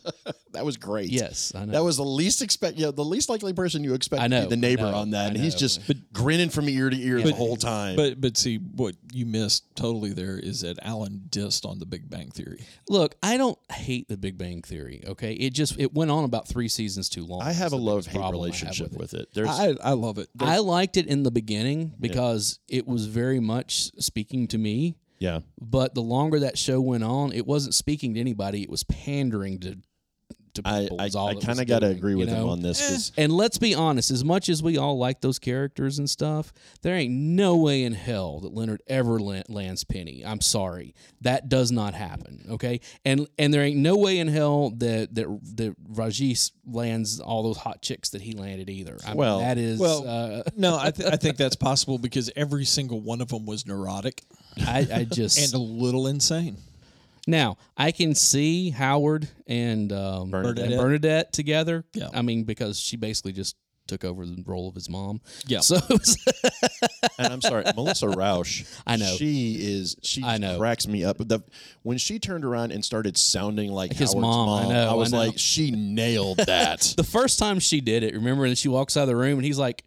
That was great. Yes, I know. That was the least expect, yeah, the least likely person you expect I to know, be the neighbor I know, on that, I and he's know. just grinning from ear to ear the whole time. But but see what you missed totally there is that Alan dissed on the Big Bang Theory. Look, I don't hate The Big Bang Theory. Okay, it just it went on about three seasons too long. I have a love hate problem I have relationship with it. with it. There's I, I love it. I liked it in the beginning because it was very much speaking to me. yeah, but the longer that show went on, it wasn't speaking to anybody. It was pandering to to I people. I, is all I it kind was of got to doing, agree you with him know? on this. 'cause- And let's be honest, as much as we all like those characters and stuff, there ain't no way in hell that Leonard ever la- lands Penny. I'm sorry, that does not happen. Okay, and and there ain't no way in hell that that that Rajesh lands all those hot chicks that he landed either. I mean, Well- that is Well- uh, No, I, th- I think that's possible because every single one of them was neurotic I, I just and a little insane. Now I can see Howard and um, Bernadette. and Bernadette together. Yeah. I mean because she basically just took over the role of his mom. Yeah. So it was- and I'm sorry, Melissa Rausch. I know. she is. She I know. cracks me up. The, when she turned around and started sounding like His Howard's mom, I know, I was know. like, she nailed that. the first time she did it, remember, and she walks out of the room and he's like,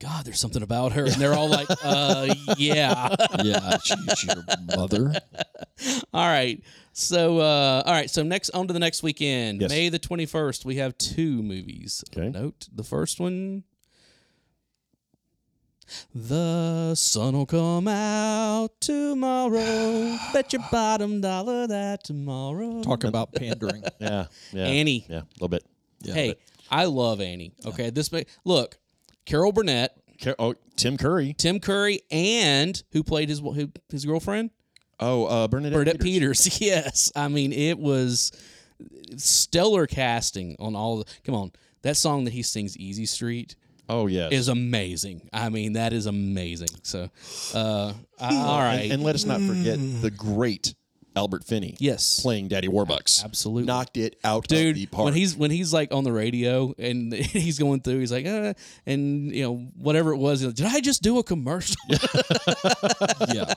"God, there's something about her," and they're all like, "Uh, yeah." Yeah, she's your mother. All right. So uh, all right. So next on to the next weekend, Yes. May the twenty first. We have two movies. of Okay. Note the first one. The sun'll come out tomorrow. Bet your bottom dollar that tomorrow. Talk about pandering. yeah, yeah, Annie. Yeah, a little bit. hey, I love Annie. Okay, this ma- look, Carol Burnett, Car- oh, Tim Curry. Tim Curry, and who played his who, his girlfriend. Oh, uh, Bernadette. Bernadette Peters. Peters. Yes, I mean it was stellar casting on all. The, come on, that song that he sings, "Easy Street," Oh yes. is amazing. I mean that is amazing. So, uh, all And- right, And, let us not forget the great Albert Finney. Mm. yes, Playing Daddy Warbucks. absolutely. Knocked it out of the Dude, park. when he's when he's like on the radio and he's going through, he's like, uh, and you know whatever it was. he's like, Did I just do a commercial? Yeah.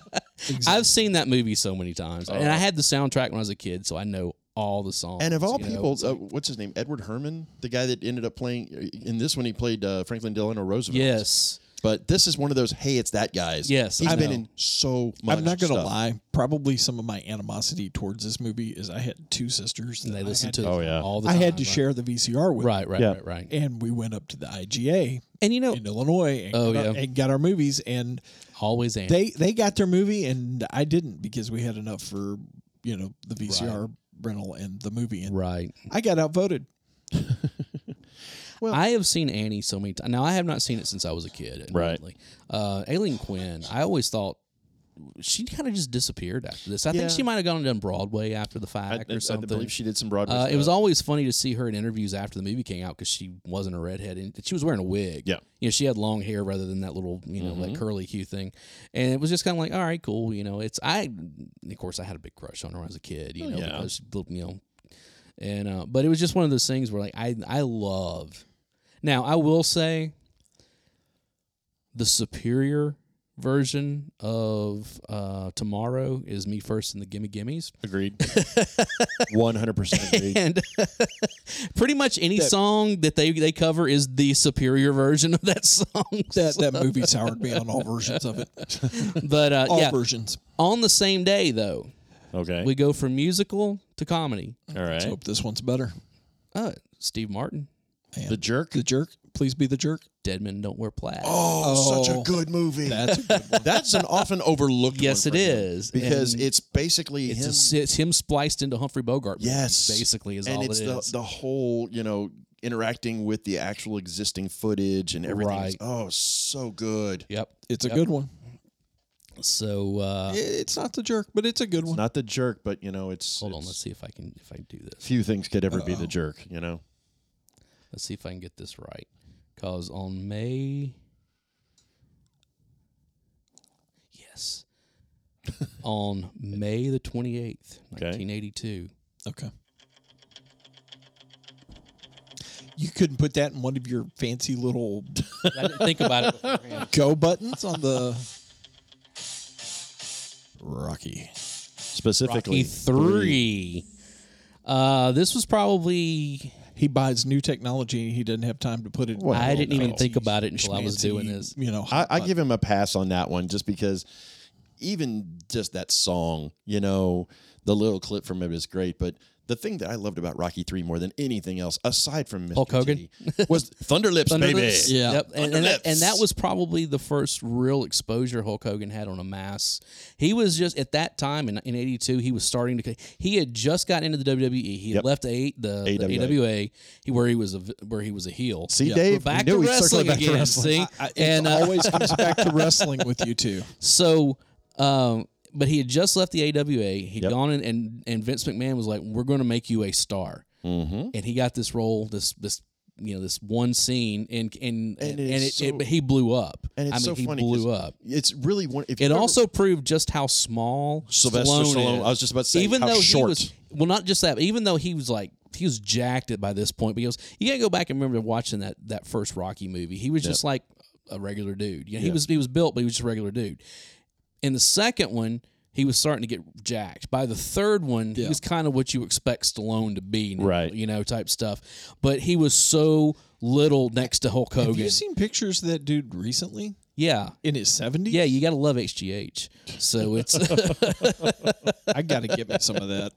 I've seen that movie so many times, and I had the soundtrack when I was a kid, so I know all the songs. and of all you know? people, uh, what's his name? Edward Herman, the guy that ended up playing in this one. He played uh, Franklin Delano Roosevelt. yes. but this is one of those. Hey, it's that guy's. Yes, he's I been know. in so much. I'm not going to stuff. lie. Probably some of my animosity towards this movie is I had two sisters that They I listen had to Oh, yeah. all the I time. had to right? share the VCR with. Right, right, Yeah. right, right. And we went up to the IGA And you know, in Illinois and, Oh, got, our, yeah. and got our movies. And always and they, they got their movie, and I didn't because we had enough for, you know, the VCR rental and the movie. And right. I got outvoted. I have seen Annie so many times. Now I have not seen it since I was a kid. Right. admittedly. Uh, Aileen Quinn. I always thought she kind of just disappeared after this. I Yeah. think she might have gone and done Broadway after the fact I, or I something. believe she did some Broadway. uh, it was stuff. always funny to see her in interviews after the movie came out because she wasn't a redhead and she was wearing a wig. Yeah. Mm-hmm. you know she had long hair rather than that little you know like curly Q thing, and it was just kind of like all right, cool. You know, it's I of course I had a big crush on her when I was a kid. You know, Oh, yeah. because she, you know And uh, but it was just one of those things where like I I loved. Now I will say, the superior version of uh, Tomorrow is me first in the Gimme Gimmies, Agreed. 100% agreed. and pretty much any song that they they cover is the superior version of that song. That that movie soured me on all versions of it. but uh, All yeah, versions. on the same day though, Okay. we go from musical to comedy. All right. Hope this one's better. Uh, Steve Martin, the jerk. The jerk. Please be the jerk. Dead Men Don't Wear Plaid. Oh, Oh. good movie. That's a good one. That's an often overlooked yes, one it for him is because And it's basically it's, him. a si- it's him spliced into Humphrey Bogart. movies, Yes. basically is and all it's it the is. the whole you know interacting with the actual existing footage and everything. is- Right. Oh, so good. yep. It's a Yep. good one. So uh, It's not the jerk, but it's a good It's one. not the jerk, but you know it's. hold on, it's- let's see if I can if I can do this. Few things could ever be the jerk, you know. Let's see if I can get this right. Because on May. Yes. on May the 28th, Okay. 1982. Okay. You couldn't put that in one of your fancy little I didn't think about it beforehand. go buttons on the Rocky. Specifically, Rocky 3. Uh, this was probably. He buys new technology and he doesn't have time to put it. Well, I didn't even no. think about it until I was doing this. You know, I, I give him a pass on that one just because even just that song, you know, the little clip from it is great, but the thing that I loved about Rocky 3 more than anything else, aside from Mr. Hulk Hogan? T, was Thunder Lips, baby. Thunderlips. Yeah. Yep. And, and, that, Thunderlips. and that was probably the first real exposure Hulk Hogan had on a mass. He was just at that time in, in '82. He was starting to. He had just got into the WWE. He had Yep. left the, the, the AWA. AWA, he, where he was a v- where he was a heel. See, Yeah, Dave, We're back we knew to he'd circle wrestling back to again. wrestling. See, and and uh, always comes back to wrestling with you two. so, um, but he had just left the AWA. He'd Yep. gone in, and and Vince McMahon was like, "We're going to make you a star," Mhm. and he got this role, this this you know this one scene, and and And and, it it, is it- so- he blew up. And I it's mean, so he funny 'cause blew up. It's really one. If you It ever- also proved just how small Sylvester Stallone, Stallone. is. I was just about to say even how though short. he was well, not just that, but even though he was like he was jacked at by this point, because you gotta go back and remember watching that that first Rocky movie. He was just like a regular dude. You know, he was he was built, but he was just a regular dude. In the second one, he was starting to get jacked. By the third one, he was kind of what you expect Stallone to be, now, Right. You know, type stuff. But he was so little next to Hulk Have Hogan. you seen pictures of that dude recently yeah. in his 70s? Yeah, you gotta love HGH. So it's I got to get me some of that.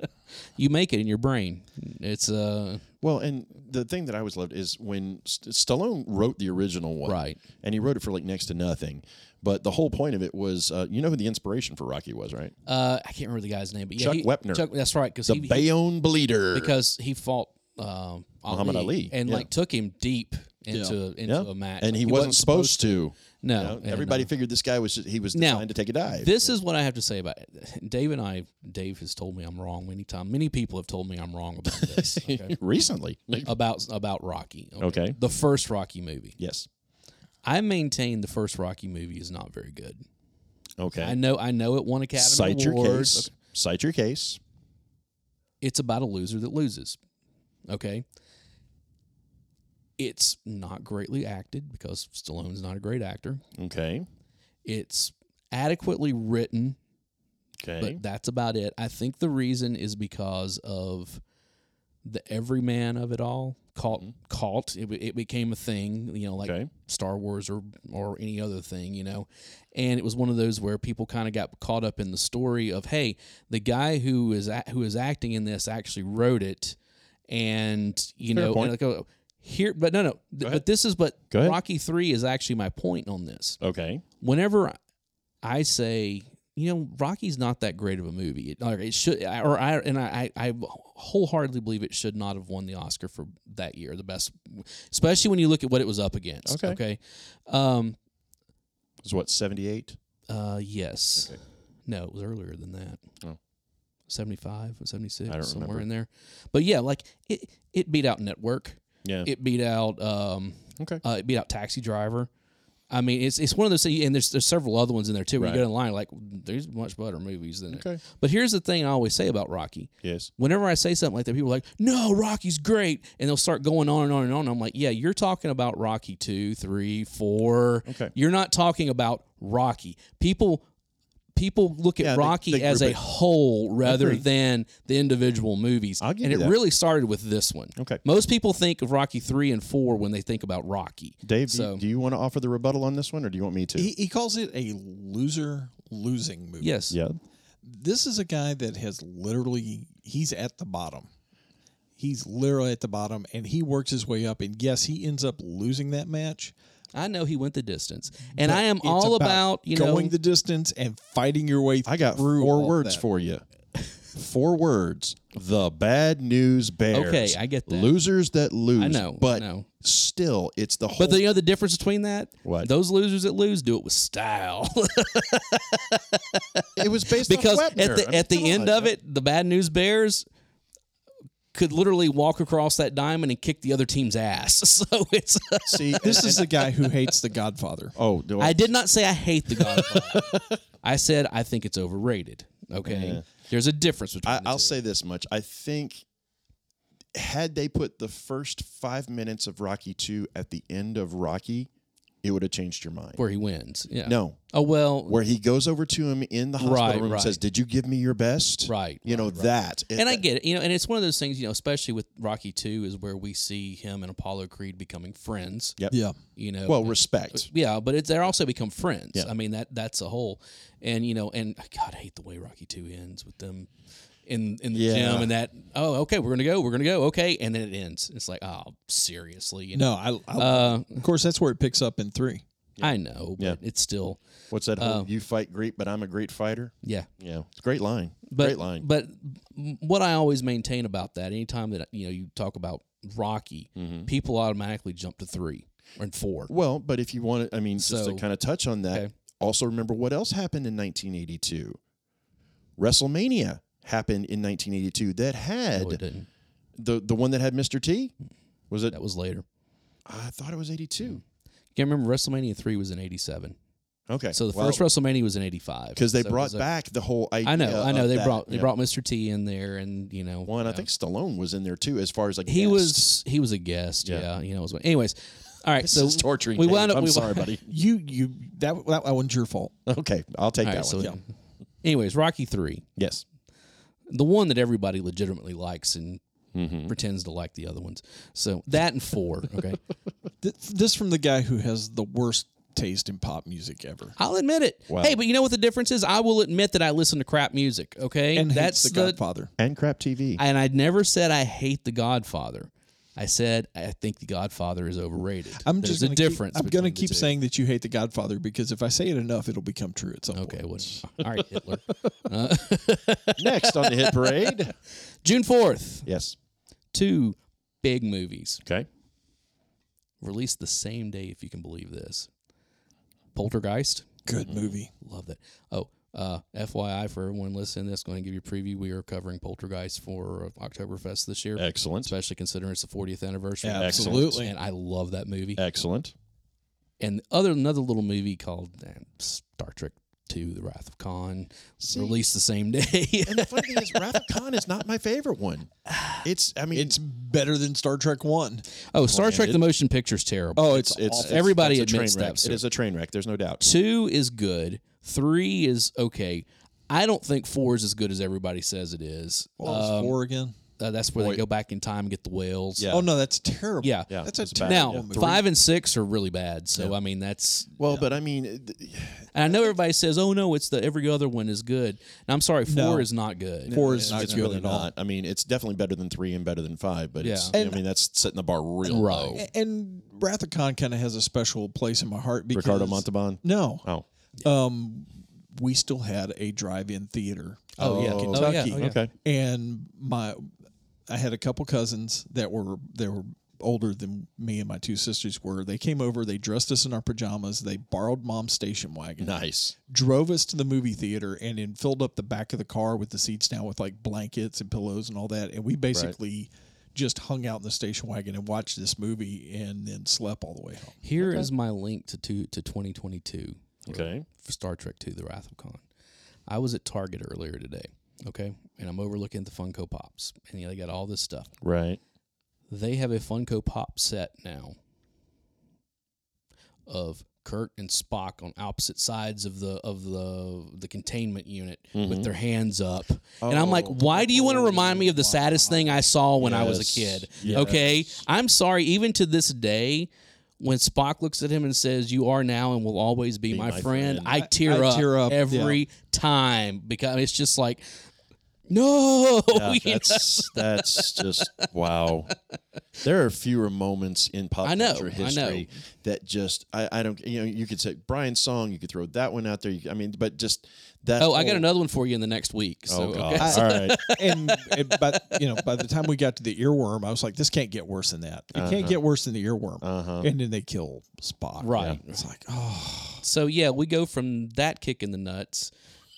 you make it in your brain. It's uh Well, and the thing that I always loved is when St- Stallone wrote the original one, Right. And he wrote it for like next to nothing. But the whole point of it was, uh, you know, who the inspiration for Rocky was, right? uh I can't remember the guy's name, but yeah, Chuck he- Wepner. Chuck, that's right, because the he, he- Bayonne Bleeder. because he fought um Muhammad Ali, and yeah. like took him deep into Yeah. uh, into a match, and Like, he, wasn't, supposed to. No, You know, yeah, everybody no. figured this guy was just, he was Now, designed to take a dive. This is what I have to say about it. Dave and I. Dave has told me I'm wrong many times. Many people have told me I'm wrong about this. Okay? recently. about about Rocky. Okay. the first Rocky movie. yes. I maintain the first Rocky movie is not very good. Okay. I know. I know it won Academy Cite your Awards. case. Cite your case. it's about a loser that loses. Okay. It's not greatly acted because Stallone's not a great actor. Okay. It's adequately written, Okay. but that's about it. I think the reason is because of the everyman of it all. Cult, cult. It, be- it became a thing, you know, like Mm-hmm. Okay. Star Wars or or any other thing, you know. And it was one of those where people kind of got caught up in the story of, hey, the guy who is a- who is acting in this actually wrote it, and you Fair know, point. and like, oh, here, but no, no, th- but this is, but Go ahead. Rocky Three is actually my point on this okay. whenever I say, you know, Rocky's not that great of a movie. It, or it should, I- or I, and I, I I wholeheartedly believe it should not have won the Oscar for that year, the best, especially when you look at what it was up against. Okay. Okay. Um. It was what, 78? Uh. Yes. Okay. No, it was earlier than that. Oh. 75, 76, I don't somewhere remember. in there. But yeah, like it, it beat out Network. Yeah. It beat out um, okay. uh, it beat out Taxi Driver. I mean, it's it's one of those things, and there's there's several other ones in there too. Where Right. you go online, like there's much better movies than okay. Okay. But here's the thing I always say about Rocky. Yes. Whenever I say something like that, people are like, "No, Rocky's great," and they'll start going on and on and on. I'm like, "Yeah, you're talking about Rocky two, three, four. Okay. You're not talking about Rocky. People." People look at Yeah, they- Rocky they as group a it. whole rather Agreed. than the individual movies, I'll give and you it that. really started with this one. Okay. most people think of Rocky three and four when they think about Rocky. Dave, do you- so do you want to offer the rebuttal on this one, or do you want me to? He, he calls it a loser losing movie. yes, yeah. This is a guy that has literally, he's at the bottom. He's literally at the bottom and he works his way up. And yes, he ends up losing that match. I know he went the distance, and but I am it's all about, you know going the distance and fighting your way I got through all four of words that. for you. Four words. The bad news bears. Okay, I get that. Losers that lose. I know, but I know. still, it's the whole. But the, you know the difference between that? What? Those losers that lose do it with style. it was based because off at Webner. the I mean, at come the end on. of it, the bad news bears could literally walk across that diamond and kick the other team's ass. So it's See, This is the guy who hates The Godfather. oh, do I, I did not say I hate the Godfather. I said I think it's overrated. Okay. There's a difference between I, the I'll two. say this much. I think had they put the first five minutes of Rocky Two at the end of Rocky, it would have changed your mind. where he wins. Yeah. no, Oh well where he goes over to him in the hospital Right, room right. and says, "Did you give me your best?" Right, You know that. and I get it, you know, and it's one of those things, you know, especially with Rocky Two, is where we see him and Apollo Creed becoming friends. Yep. Yeah. You know, Well, respect. Yeah, but it, they also become friends. I mean that that's a whole, and you know, and God, I hate the way Rocky Two ends with them in in the Yeah. gym and that. Oh, okay, we're gonna go, we're gonna go, okay, and then it ends. It's like, oh, seriously, you know. No, I, I Uh, of course that's where it picks up in three. I know, but Yeah. it's still What's that? um, Whole, you fight great, but I'm a great fighter. yeah. Yeah, it's a great line. But, great line. But m- what I always maintain about that, anytime that you know you talk about Rocky, Mm-hmm. people automatically jump to three and four. well, but if you want to, I mean, just So- to kind of touch on that, Okay. also remember what else happened in 1982. WrestleMania happened in 1982. That had No, it didn't. the the one that had Mr. T. Was it? That was later. I thought it was 82. Can't remember. WrestleMania three was in eighty seven. Okay. Mm. So the first WrestleMania was in '85 because they So it brought was a- back the whole idea. I know, I know. of They that. brought they Yeah. brought Mr. T in there, and you know, one. I yeah. think Stallone was in there too, as far as like he was he was a guest. Yeah, Yeah. you know. It was, anyways, all right. This so is torturing. We Dave. wound up. I'm we sorry, buddy. You you that that wasn't your fault. Okay, I'll take All that right. So, one. anyways, Rocky three, Yes. the one that everybody legitimately likes and pretends to like the other ones. So that and four. Okay, Th- this from the guy who has the worst taste in pop music ever. I'll admit it. Wow. Hey, but you know what the difference is? I will admit that I listen to crap music. Okay, And that's that's the Godfather. And crap TV. and I never said I hate The Godfather. I said I think The Godfather is overrated. I'm There's just a gonna difference. Keep, I'm going to between the keep two. saying that you hate the Godfather because if I say it enough, it'll become true at some Okay, point. what? All right, Hitler. Next on the hit parade. June fourth, Yes. two big movies Okay. released the same day, if you can believe this. Poltergeist, Good movie. love that. Oh, uh, FYI for everyone listening, that's going to give you a preview. We are covering Poltergeist for Oktoberfest this year, Excellent. especially considering it's the 40th anniversary. Absolutely. And I love that movie. Excellent. and other another little movie called eh, Star Trek Two: The Wrath of Khan released the same day. And the funny thing is, Wrath of Khan is not my favorite one. It's, I mean, It's better than Star Trek 1. oh, Star Trek: The Motion Picture's terrible. Oh, it's, it's, it's Everybody that's a admits train wreck. that, It is a train wreck. There's no doubt. Two is good. Three is okay. I don't think four is as good as everybody says it is. oh, it's Um, four again. uh, that's where they go back in time and get the whales. Yeah. Oh no, that's terrible. Yeah. Yeah, that's a it's bad. terrible Now movie. five and six are really bad. So I mean that's. Well, but I mean, th- And I know everybody says, "Oh no, it's the every other one is good." And I'm sorry, four No. is not good. Four is not it's good really at all. not. I mean, it's definitely better than three and better than five, but it's, Yeah. I mean, that's setting the bar real Right. low. A- And Wrath of Khan kind of has a special place in my heart because Ricardo Montalban. No, Oh, um, we still had a drive-in theater. Oh, yeah. in Oh, yeah. Kentucky. Oh, yeah. okay. And my, I had a couple cousins that were they were older than me and my two sisters were. They came over. They dressed us in our pajamas. They borrowed mom's station wagon. Nice. Drove us to the movie theater and then filled up the back of the car with the seats down with like blankets and pillows and all that. And we basically just hung out in the station wagon and watched this movie and then slept all the way home. Here is my link to two, to 2022 Okay. for Star Trek 2 The Wrath of Khan. I was at Target earlier today, okay? And I'm overlooking the Funko Pops. And you know, they got all this stuff. Right. They have a Funko Pop set now of Kurt and Spock on opposite sides of the of the the containment unit with their hands up. And I'm like, Mm-hmm. Oh. "Why do you want to remind me of the saddest thing I saw when I was a Yes. kid?" Yes. Okay? I'm sorry even to this day when Spock looks at him and says, "You are now and will always be, my, my friend," friend. I tear, I up, tear up, every time because it's just like, no, Yeah, you know? that's that's just wow. There are fewer moments in pop I know, culture I know. history that just I, I don't you know you could say Brian Song you could throw that one out there. You, I mean, but just that. Oh, I got whole- another one for you in the next week. So, Oh God! okay. All right, and, and but you know, by the time we got to the earworm, I was like, this can't get worse than that. It can't get worse than the earworm. And then they kill Spock. Right. It's like, oh, So yeah, we go from that kick in the nuts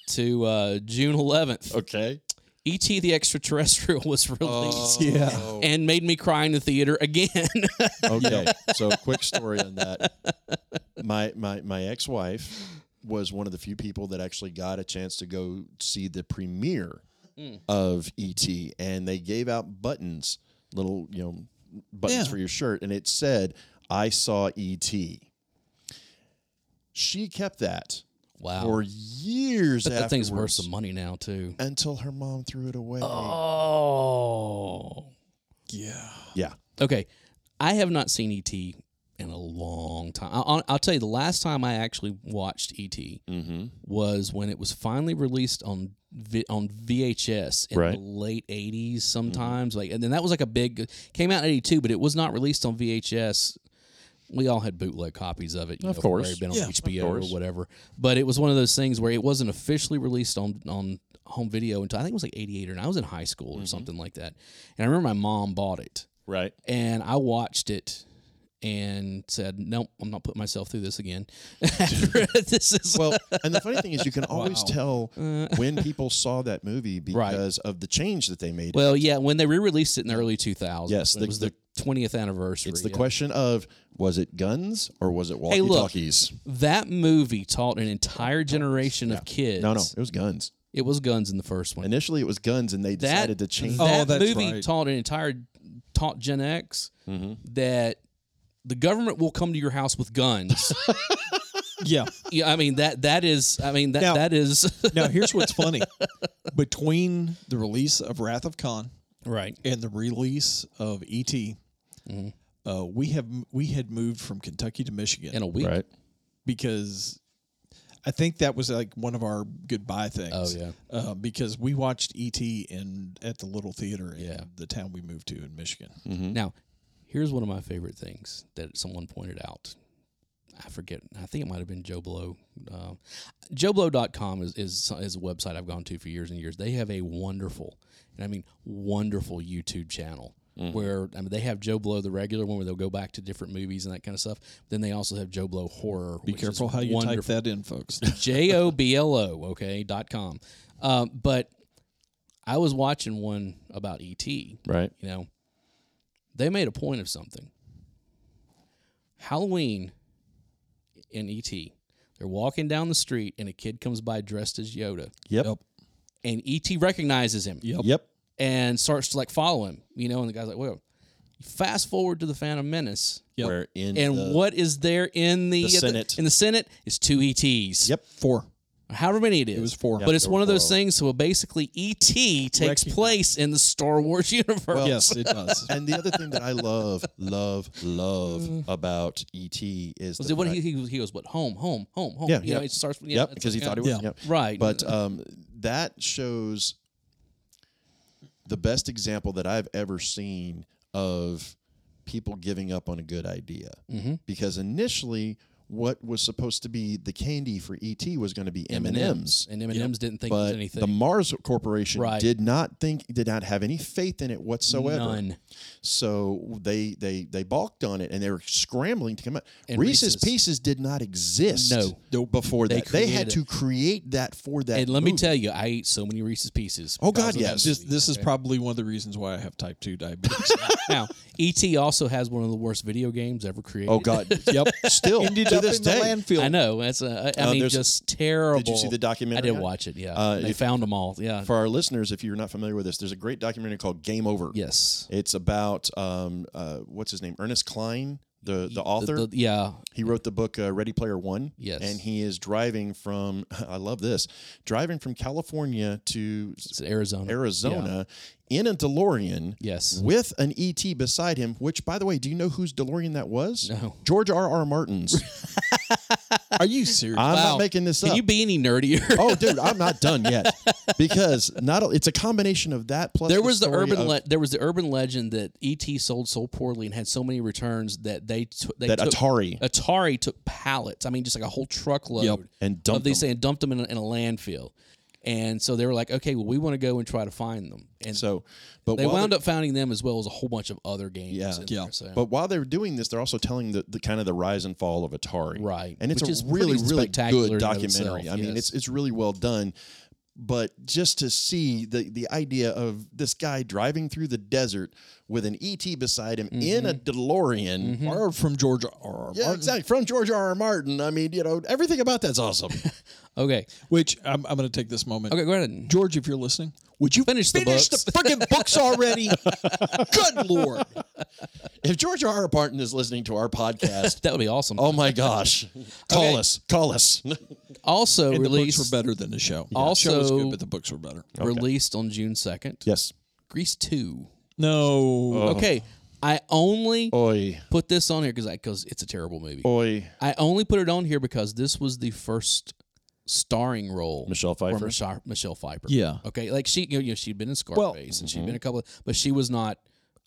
to uh, June 11th. okay. E.T. the Extraterrestrial was released yeah. and made me cry in the theater again. Okay. so quick story on that. My my my ex-wife was one of the few people that actually got a chance to go see the premiere Hmm. of ET and they gave out buttons, little, you know, buttons Yeah. for your shirt and it said I saw ET. She kept that wow. for years but that thing's worth afterwards some money now too. until her mom threw it away. Oh. Yeah. Yeah. Okay, I have not seen ET in a long time. I- I'll, I'll tell you, the last time I actually watched ET Mhm. was when it was finally released on v- on VHS in Right. Mm-hmm. the late '80s, sometimes like, and then that was like a big came out in '82, but it was not released on VHS. We all had bootleg copies of it, you Of know, from where course. it'd been on Yeah, of HBO or course. whatever. But it was one of those things where it wasn't officially released on on home video until I think it was like '88, or I was in high school or Mm-hmm. something like that. And I remember my mom bought it, Right. and I watched it and said, "Nope, I'm not putting myself through this again." this is Well, and the funny thing is, you can always tell when people saw that movie Right. because of the change that they made. well, yeah. When they re-released it in the early 2000s, Yes, when the- it was the 20th anniversary. it's the yeah. question of was it guns or was it walkie look. talkies? That movie taught an entire generation of kids. No, no, it was guns. it was guns in the first one. Initially, it was guns, and they that decided to change. Oh, that that's movie right. taught an entire taught Gen X Mm-hmm. that the government will come to your house with guns. Yeah. yeah, I mean that that is. I mean that Now- that is Now here's what's funny. Between the release of Wrath of Khan right. and the release of ET, Mm-hmm. uh, we have we had moved from Kentucky to Michigan In a week, Right. because I think that was like one of our goodbye things. Oh, yeah. uh, because we watched ET in at the little theater in Yeah. Hmm. the town we moved to in Michigan. Now, here's one of my favorite things that someone pointed out. I forget. I think it might have been Joe Blow. Um, JoeBlow.com is, is is a website I've gone to for years and years. They have a wonderful, and I mean wonderful YouTube channel Mm-hmm. where I mean they have Joe Blow the regular one where they'll go back to different movies and that kind of stuff. Then they also have Joe Blow horror. Be careful how you wonderful. type that in, folks. J O B L O, okay, dot com. Um, but I was watching one about E ET. Right. You know, they made a point of something. Halloween in ET, they're walking down the street and a kid comes by dressed as Yoda, Yep. Yep. and ET recognizes him Yep. and starts to like follow him. You know, and the guy's like, "Whoa!" Fast forward to the Phantom Menace, Yep. Where in and the- what is there in the, the Senate. in the Senate is two ETs. Yep. Four. However many it is. It was four. But it's there one were of those four of things. So basically, ET takes Recognize. place in the Star Wars universe. yes, it does. And the other thing that I love, love, love about ET is Was the it what fact- he, he he goes? What home, home, home, home? Yeah, you know, yeah. it starts. with- Yeah, Yep, it's because he like, thought it yeah. was Yeah. yep. Right. But um, that shows the best example that I've ever seen of people giving up on a good idea. Because initially, what was supposed to be the candy for ET was going to be M and M's. and M and M's didn't think it was But anything. the Mars Corporation Right. did not think, did not have any faith in it whatsoever. None. So they they they balked on it, and they were scrambling to come out. And Reese's. Reese's, Pieces did not exist. No. before They that, they had created- to create that for that. And let me movie. tell you, I ate so many Reese's Pieces. Oh, because God, of that yes. movie. This, this is probably one of the reasons why I have type 2 diabetes. now, ET also has one of the worst video games ever created. Oh God! yep. Still Ended to up this in day. the landfill. I know. That's a, I I Uh, mean, there's- just terrible. Did you see the documentary I did on it? watch it. Yeah, Uh, they if- found them all. Yeah. For our listeners, if you're not familiar with this, there's a great documentary called Game Over. yes. It's about um, uh, what's his name, Ernest Klein, the the The- author. the- yeah. he wrote the book uh, Ready Player One. Yes. and he is driving from. I love this. Driving from California to It's Arizona. Arizona in a DeLorean. Yes. With an ET beside him, which, by the way, do you know whose DeLorean that was? No. George R. R. Martin's. Are you serious? I'm Wow. not making this up. Can you be any nerdier? oh, dude, I'm not done yet because not o- it's a combination of that plus there was the story urban of- le- there was the urban legend that ET sold so poorly and had so many returns that they t- they that took, Atari Atari took pallets. I mean, just like a whole truckload and of dumped these them. and dumped them in a, in a landfill. And so they were like, okay, well, we want to go and try to find them. And So, but they while wound they're- up finding them as well as a whole bunch of other games. Yeah. in Yeah. there, so- But while they were doing this, they're also telling the, the kind of the rise and fall of Atari, Right. And it's Which a is pretty really really spectacular in good and of documentary. itself, I mean, yes. it's it's really well done. But just to see the the idea of this guy driving through the desert with an ET beside him in a Mm-hmm. DeLorean, Borrowed from George R. R. yeah, Martin, exactly from George R. R. Martin. I mean, you know, everything about that's awesome. okay, which I'm, I'm going to take this moment. okay, go ahead. and George, if you're listening, would you Finish the finish books. the friggin' books already? Good lord! if George R. R. Martin is listening to our podcast, That would be awesome. oh my gosh, call us, call us. also And the books released were better than the show. the show was Also- good, but the books were better. released on June second. yes, Grease two. No, Okay, I only oi, put this on here because because it's a terrible movie. oi, I only put it on here because this was the first starring role Michelle for Pfeiffer. Michelle, Michelle Pfeiffer. Yeah. Okay. Like she, you know, she'd been in Scarface and Mm-hmm. she'd been a couple, of, but she was not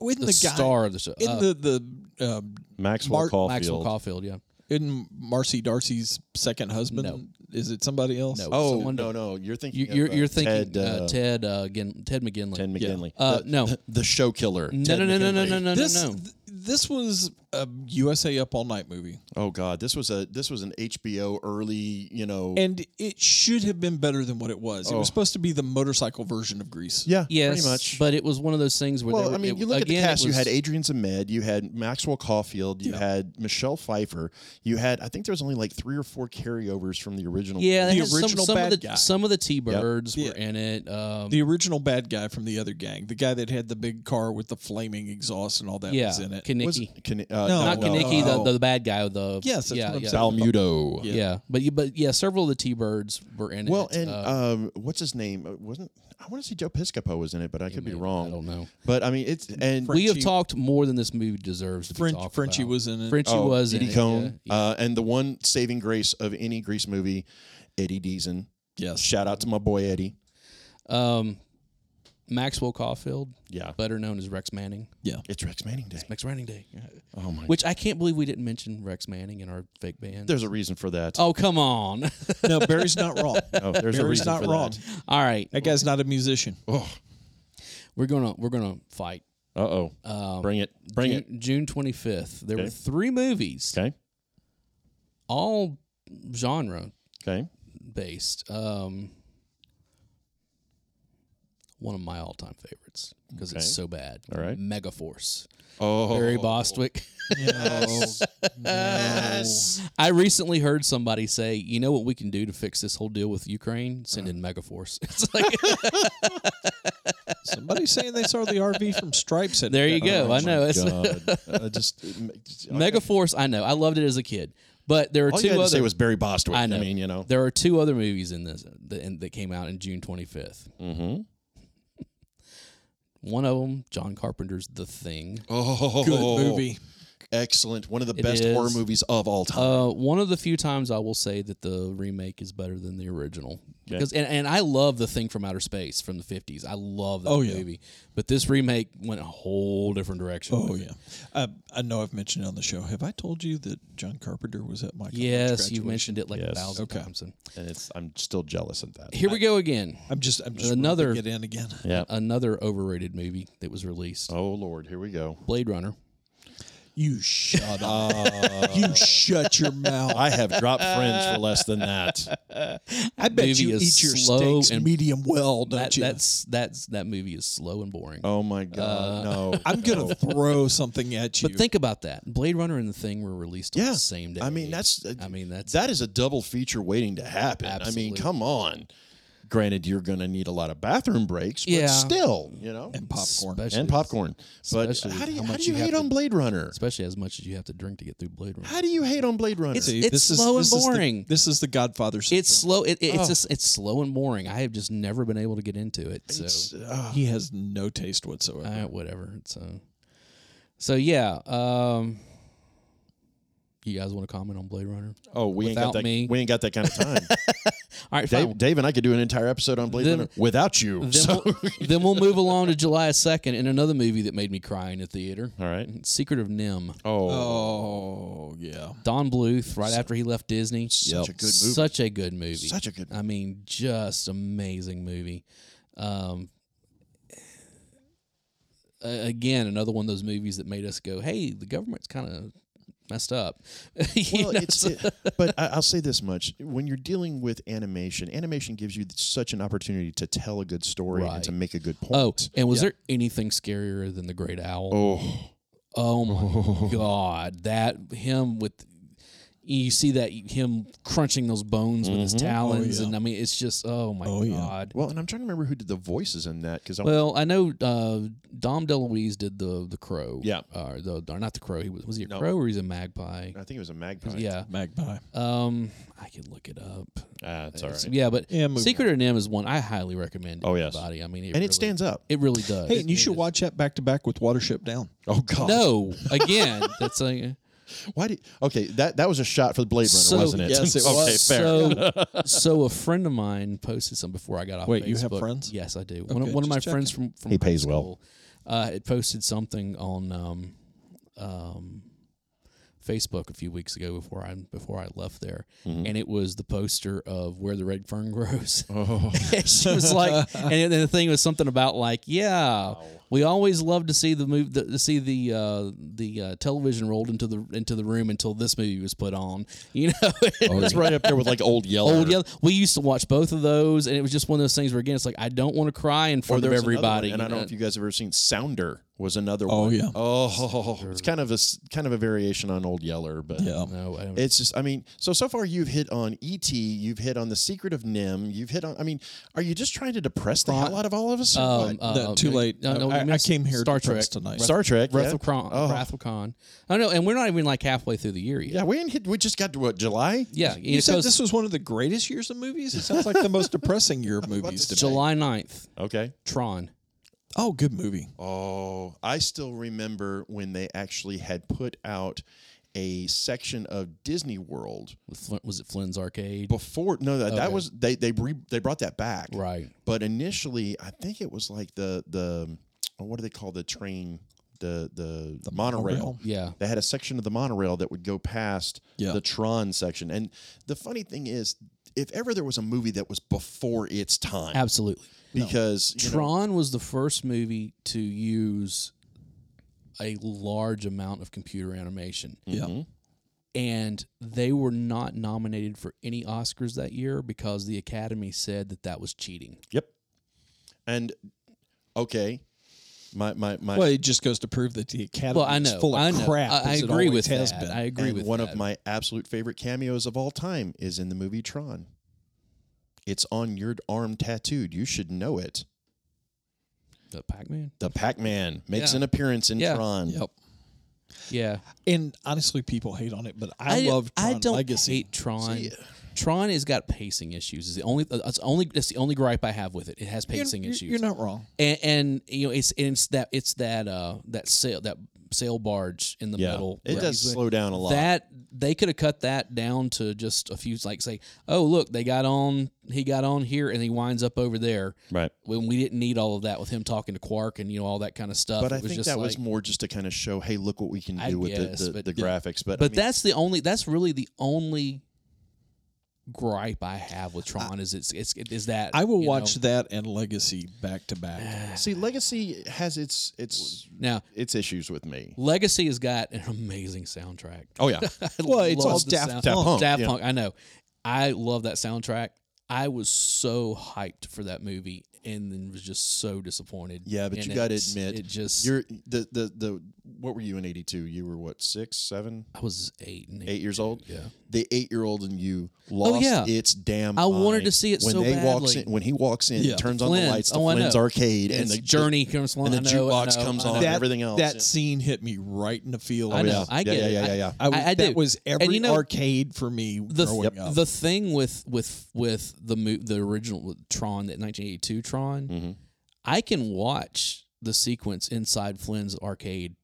in the, the, guy, star of the show. in Uh, the the um, Maxwell Mar- Caulfield. Maxwell Caulfield. Yeah. in Marcy Darcy's second husband, No. is it somebody else? No. Oh Someone- no, no, you're thinking. You, you're of, uh, you're thinking Ted, uh, uh, Ted uh, again Ted McGinley. Ted McGinley, Uh, the, no. the show killer. No, Ted no, no, no, no, McGinley. no, no, This no, no. th- this was a USA Up All Night movie, Oh God, this was a this was an HBO early, you know. and it should have been better than what it was. Oh. It was supposed to be the motorcycle version of Grease. yeah, Yes, pretty much. but it was one of those things where. there well, were- I mean, it- you look again, at the cast. It You was, had Adrian Zemed, you had Maxwell Caulfield, you had Michelle Pfeiffer, you had I think there was only like three or four carryovers from the original. yeah, they the had some- original some, bad of the guy. some of the T Birds Yeah. were in it. Um, The original bad guy from the other gang, the guy that had the big car with the flaming exhaust and all that yeah, was in it. was Kanicki. it Kan- uh, No, Not no, Kanicki, no. the, the bad guy. with The Yes, that's yeah, what I'm yeah. saying. Balmudo. Yeah. but you, but yeah, several of the T Birds were in Well, it. and Uh, um, what's his name? Uh, Wasn't I want to say Joe Piscopo was in it, but I could be wrong. I don't know. But I mean, it's and we have Frenchie- talked more than this movie deserves to be French, talked Frenchie about. was in it. Frenchie Oh, was in Eddie it, Cohn, yeah. uh, and the one saving grace of any Grease movie, Eddie Deason. Yes. Shout out to my boy Eddie. Um, Maxwell Caulfield, Yeah, better known as Rex Manning, it's Rex Manning Day. Rex Manning Day. Oh my! Which I can't believe we didn't mention Rex Manning in our fake band. There's a reason for that. oh come on! No, Barry's not wrong. Oh, there's a Barry's reason not for wrong. that. All right, That guy's not a musician. we're gonna we're gonna fight. Uh oh. Um, Bring it. Bring it. June, June 25th. There were Okay. three movies, Okay. all genre Okay. based. Um, one of my all-time favorites because Okay. it's so bad. All right. Megaforce. Oh. Barry Bostwick. Oh, Yes. I recently heard somebody say, "You know what we can do to fix this whole deal with Ukraine? Send in Megaforce." It's like Somebody's saying they saw the RV from Stripes. At there you at go. I Orange. know it's Oh God. I just Megaforce. I know. I loved it as a kid, but there are All two you had other. to say was Barry Bostwick. I I, know. mean, you know. there are two other movies in this that, in, that came out in June 25th. Mm-hmm. One of them, John Carpenter's The Thing. Oh, Good movie. Excellent. One of the It best horror is. movies of all time. Uh, one of the few times I will say that the remake is better than the original because and, and I love the thing from outer space from the fifties. I love that Oh, yeah. movie, but this remake went a whole different direction. Oh with it. yeah, I, I know I've mentioned it on the show. Have I told you that John Carpenter was at my college yes, you graduation? mentioned it like a Yes. thousand Okay. times. And and it's I'm still jealous of that. here we go again, I'm just I'm just Another- another get in again. Yeah. another overrated movie that was released, Oh Lord, here we go. Blade Runner. You shut up. you shut your mouth. I have dropped friends for less than that. I bet movie you is eat your slow steaks and- medium well, don't That, you? that's that's that movie is slow and boring. Oh my God, Uh, no. I'm gonna throw something at you. But think about that. Blade Runner and the Thing were released on Yeah. the same day. I mean, that's uh, I mean that's that is a double feature waiting to happen. I mean, Absolutely. come on. Granted, you're going to need a lot of bathroom breaks, but Yeah. still, you know, and, popcorn. especially- popcorn. But especially how do you, how how much do you, you have hate to- on Blade Runner? especially as much as you have to drink to get through Blade Runner. How do you hate on Blade Runner? It's- it's slow and boring. Is the, this is the Godfather. Syndrome. It's slow. It, it- it's oh. just it's slow and boring. I have just never been able to get into it. So he has no taste whatsoever. uh, whatever. So so yeah. Um, you guys want to comment on Blade Runner? oh, we ain't without got that. me. We ain't got that kind of time. All right, fine. Dave, Dave and I could do an entire episode on Blade Then- Runner without you. Then, so- we'll, then we'll move along to July second in another movie that made me cry in the theater. all right. Secret of Nim. Oh, Oh yeah. Don Bluth, right after he left Disney. such a good movie. Such a good movie. Such a good I mean, just amazing movie. Um, a- again, another one of those movies that made us go, "Hey, the government's kind of messed up." You Well, know, it's, so- it- but I, I'll say this much: when you're dealing with animation, animation gives you such an opportunity to tell a good story Right. and to make a good oh, point. and was there anything scarier than the Great Owl? Oh, Oh my god, that him with you see that him crunching those bones with his Mm-hmm. Oh, talons, and I mean, it's just oh my god. well, and I'm trying to remember who did the voices in that because Well, I know uh, Dom DeLuise did the the crow. Yeah. or the or not the crow. He was was he a crow or he's a magpie? I think it was a magpie. Yeah. Magpie. Um, I can look it up. ah, it's all It's- right. Yeah, but Yeah, move Secret of Nim is one I highly recommend. to Oh, yes. everybody. I mean, it and really, it stands up. It really does. Hey, and you should watch that back to back with Watership Down. oh God, No, again, that's a Why did? Okay, that that was a shot for the Blade Runner, So- wasn't it? Yes, it okay, was. fair. So, so a friend of mine posted some before I got off. Wait, you have Facebook. friends? Yes, I do. one of, Okay, one of my just friends from, from He high pays well. school, Uh, had posted something on um, um, Facebook a few weeks ago before I before I left there, Mm-hmm. and it was the poster of where the red fern grows. Oh. And she was like, and then the thing was something about like, yeah, we always love to see the move, the, to see the uh, the uh, television rolled into the into the room until this movie was put on. You know, it's right up there with like Old Yeller. Old Yeller. We used to watch both of those, and it was just one of those things where again, it's like I don't want to cry in Or front there of was another everybody. one, and I don't know if you guys have ever seen Sounder was another Oh, one. yeah. Oh, it's kind of a s- kind of a variation on Old Yeller, but Yeah. No, I don't. It's just, I mean, so so far you've hit on ET, you've hit on the Secret of Nim, you've hit on. I mean, are you just trying to depress the hell out of all of us? or um, what? uh, No, too late. no, no, I- we I missed came here Star Trek depressed tonight. Star Trek, Wrath yeah. of Khan. Oh. Wrath of Khan. I don't know, and we're not even like halfway through the year yet. yeah, we didn't hit. We just got to what July? Yeah, You it said goes this was one of the greatest years of movies. It sounds like the most depressing year of movies to me. July 9th, Okay. Tron. Oh, good movie. Oh, I still remember when they actually had put out a section of Disney World With Flint, was it Flynn's Arcade? before. No, that, that was they they re, they brought that back. Right. But initially, I think it was like the the oh, what do they call the train the the, the monorail. Yeah. They had a section of the monorail that would go past Yeah. the Tron section. And the funny thing is, if ever there was a movie that was before its time, Absolutely. because you know, Tron was the first movie to use a large amount of computer animation. Mm-hmm. Yeah. and they were not nominated for any Oscars that year because the Academy said that that was cheating. yep. And okay, my my my. Well, it just goes to prove that the Academy Well, I know, is full of I know, crap. I, I as it agree with always has that. been. I agree and with one that. of my absolute favorite cameos of all time is in the movie Tron. It's on your arm tattooed. You should know it. the Pac-Man. The Pac-Man makes Yeah. an appearance in Yeah. Tron. Yep. Yeah, And honestly, people hate on it, but I, love Tron I don't Legacy. hate Tron. Tron has got pacing issues. Is the only that's only that's the only gripe I have with it. It has You're- pacing you're, issues. You're not wrong. and, and you know it's and it's that it's that uh that sale that sail barge in the Yeah. middle. It Right. does He's like- slow down a lot. That they could have cut that down to just a few, like say, oh look, they got on, he got on here, and he winds up over there. right. When we didn't need all of that with him talking to Quark and you know all that kind of stuff. But It I think just that like- was more just to kind of show, hey, look what we can do I with guess, the, the, but- the graphics. But, I But mean, that's the only. That's really the only gripe I have with Tron is it's it's it is that I will you watch know. that and Legacy back to back. see, Legacy has its its now. its issues with me. Legacy has got an amazing soundtrack. Oh yeah, I Well, it's love all the Daft sound- Punk, Daft yeah. Punk. I know. I love that soundtrack. I was so hyped for that movie, and then was just so disappointed. yeah. But And you got to it's- admit, it just. you're the the the what were you in '82? You were what six, seven, I was eight. And eight years old. Yeah. Oh, The eight-year-old in you lost yeah. its damn. I wanted mind to see it when so they walks badly. in. When he walks in, Yeah. turns on the Flint's. lights. The Oh, I know. Flint's arcade and the journey comes on, and the I know, I jukebox know, comes I on know. and everything else. That yeah. Oh, scene hit me right in the feels. I know. yeah. I Yeah, get yeah, it. yeah, I- yeah, yeah. I, I- I that do. was And every you know- arcade for me the growing th- up. the thing with with with the mo- the original with Tron that 1982 Tron, Mm-hmm. I can watch the sequence inside Flynn's arcade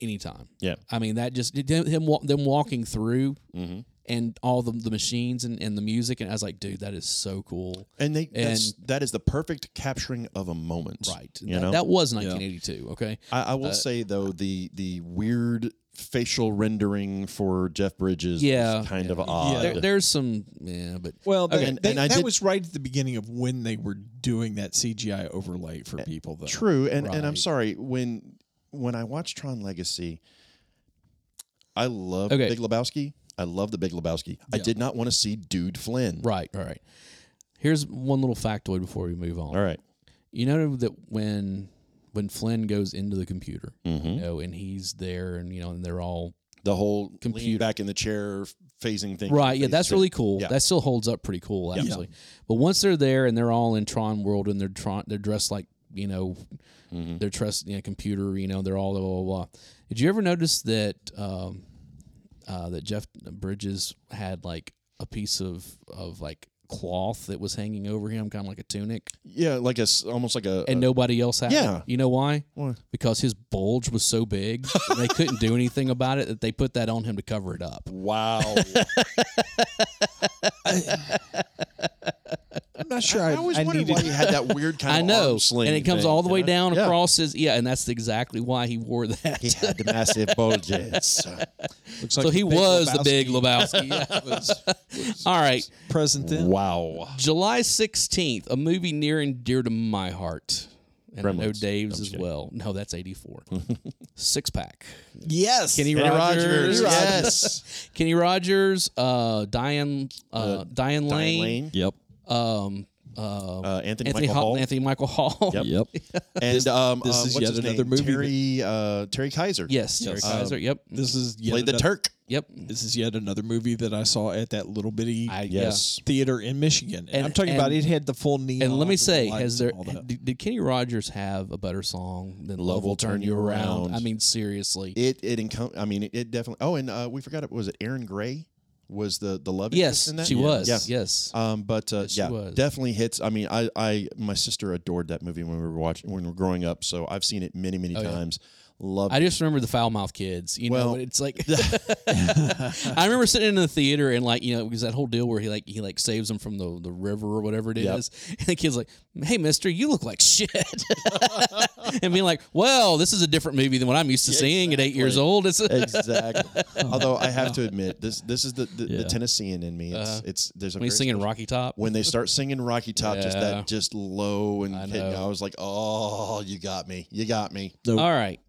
anytime. Yeah. I mean that just him him wa- them walking through hmm and all the the machines and, and the music and I was like, dude, that is so cool. And they that's, And- that is the perfect capturing of a moment. Right. Uh, You that, know? that was 1982. Okay. I, I will say though the the weird facial rendering for Jeff Bridges Yeah. is kind of odd. There, there's some yeah, but well, they, and- they- and I that did- was right at the beginning of when they were doing that CGI overlay for people, though. Eh, True, and and I'm Right. sorry when when I watched Tron Legacy, I love Okay. Big Lebowski. I love the Big Lebowski. I did not want to see Dude Flynn. right, all right. Here's one little factoid before we move on. All right. you know that when when Flynn goes into the computer, Mhm. you know, and he's there, and you know, and they're all The whole lean Computer. back in the chair phasing thing. right. Yeah, phase that's two. really cool. Yeah. That still holds up pretty cool, actually. But once they're there and they're all in Tron world and they're Tron, they're dressed like you know, they're dressed you know, computer. You know, they're all blah blah blah. Did you ever notice that um, uh, that Jeff Bridges had like a piece of of like cloth that was hanging over him, kind of like a tunic, yeah, like a s- almost like a, and nobody else had. it? Uh, yeah. you know why? a because his bulge was so big and they couldn't do anything about it that they put that on him to cover it up. wow. I'm not sure. I always wondered why he had that weird kind I of know, arm sling and it comes thing, all the you way know? down Yeah. across his yeah, and that's exactly why he wore that. He had the massive bulges. Looks So like he the Big was the Lebowski big Lebowski. Yeah. was All right, present then. wow. July sixteenth, a movie near and dear to my heart, and I know Gremlins. Dave's as well. No, that's eighty four. Six pack. Yes. Kenny, Kenny Rogers. Rogers. Yes. Kenny Rogers. Uh, Diane. Uh, Diane Lane. Diane Lane. Yep. Um. Uh, Uh, Anthony, Anthony Michael Hall, Hall. Anthony Michael Hall. Yep. And um, this uh, is what's yet his another name? movie Terry uh, Terry Kaiser. Yes, Terry Yes. Kaiser. yep, This is yet played the another, Turk. yep. This is yet another movie that I saw at that little bitty I, Yes. theater in Michigan. And, And- I'm talking about and- it had the full neon. yeah. And let me say, lights has there and all that. did, did Kenny Rogers have a better song than "Love Will Turn You Around"? I mean, seriously. It it encom- I mean it, it definitely. Oh, and uh, we forgot it was it Aaron Gray was the the love interest yes, in that? she was. Yeah. Yes, Um, but uh, Yes, she yeah, was. definitely hits. I mean, I, I, my sister adored that movie when we were watching when we were growing up. So I've seen it many, many Oh, yeah. times. Loved I just remember the foul mouth kids. You know, Well- it's like I remember sitting in the theater and like you know because that whole deal where he like he like saves them from the the river or whatever it is, Yep. and the kid's like, "Hey, Mister, you look like shit," and being like, "Well, this is a different movie than what I'm used to seeing at eight years old." It's exactly. Although I have to admit, this this is the the, the Yeah. Uh-huh. Tennesseean in me. It's it's there's a when he's very singing special- Rocky Top. when they start singing Rocky Top, just Yeah. that just low and I I, know. I was like, oh, you got me, you got me. Nope. All right.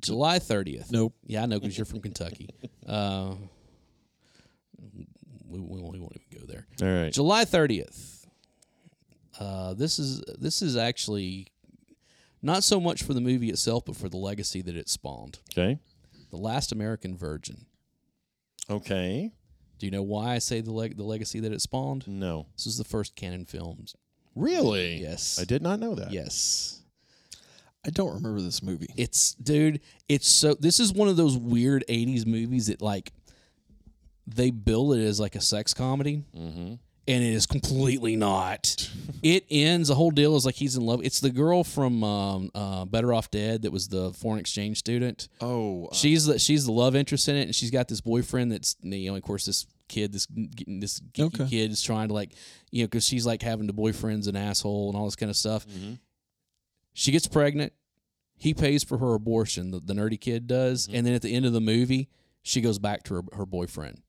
July 30th. Nope. Yeah, I know because you're from Kentucky. Uh, we, we, won't, we won't even go there. All right, July 30th. Uh, this is this is actually not so much for the movie itself, but for the legacy that it spawned. okay, The Last American Virgin. okay. Do you know why I say the leg the legacy that it spawned? No, This is the first canon films. really? Yes. I did not know that. Yes. I don't remember this movie. It's dude, it's so this is one of those weird 80s movies that like they bill it as like a sex comedy and it is completely not. it ends. The whole deal is like he's in love. It's the girl from um, uh, Better Off Dead that was the foreign exchange student. Oh, uh, She's the she's the love interest in it, and she's got this boyfriend that's you know, of course, this kid, this this geeky Okay. kid is trying to like, you know, because she's like having the boyfriend's an asshole and all this kind of stuff. Mm-hmm. She gets pregnant. He pays for her abortion. The, the nerdy kid does, Mm-hmm. and then at the end of the movie, she goes back to her, her boyfriend.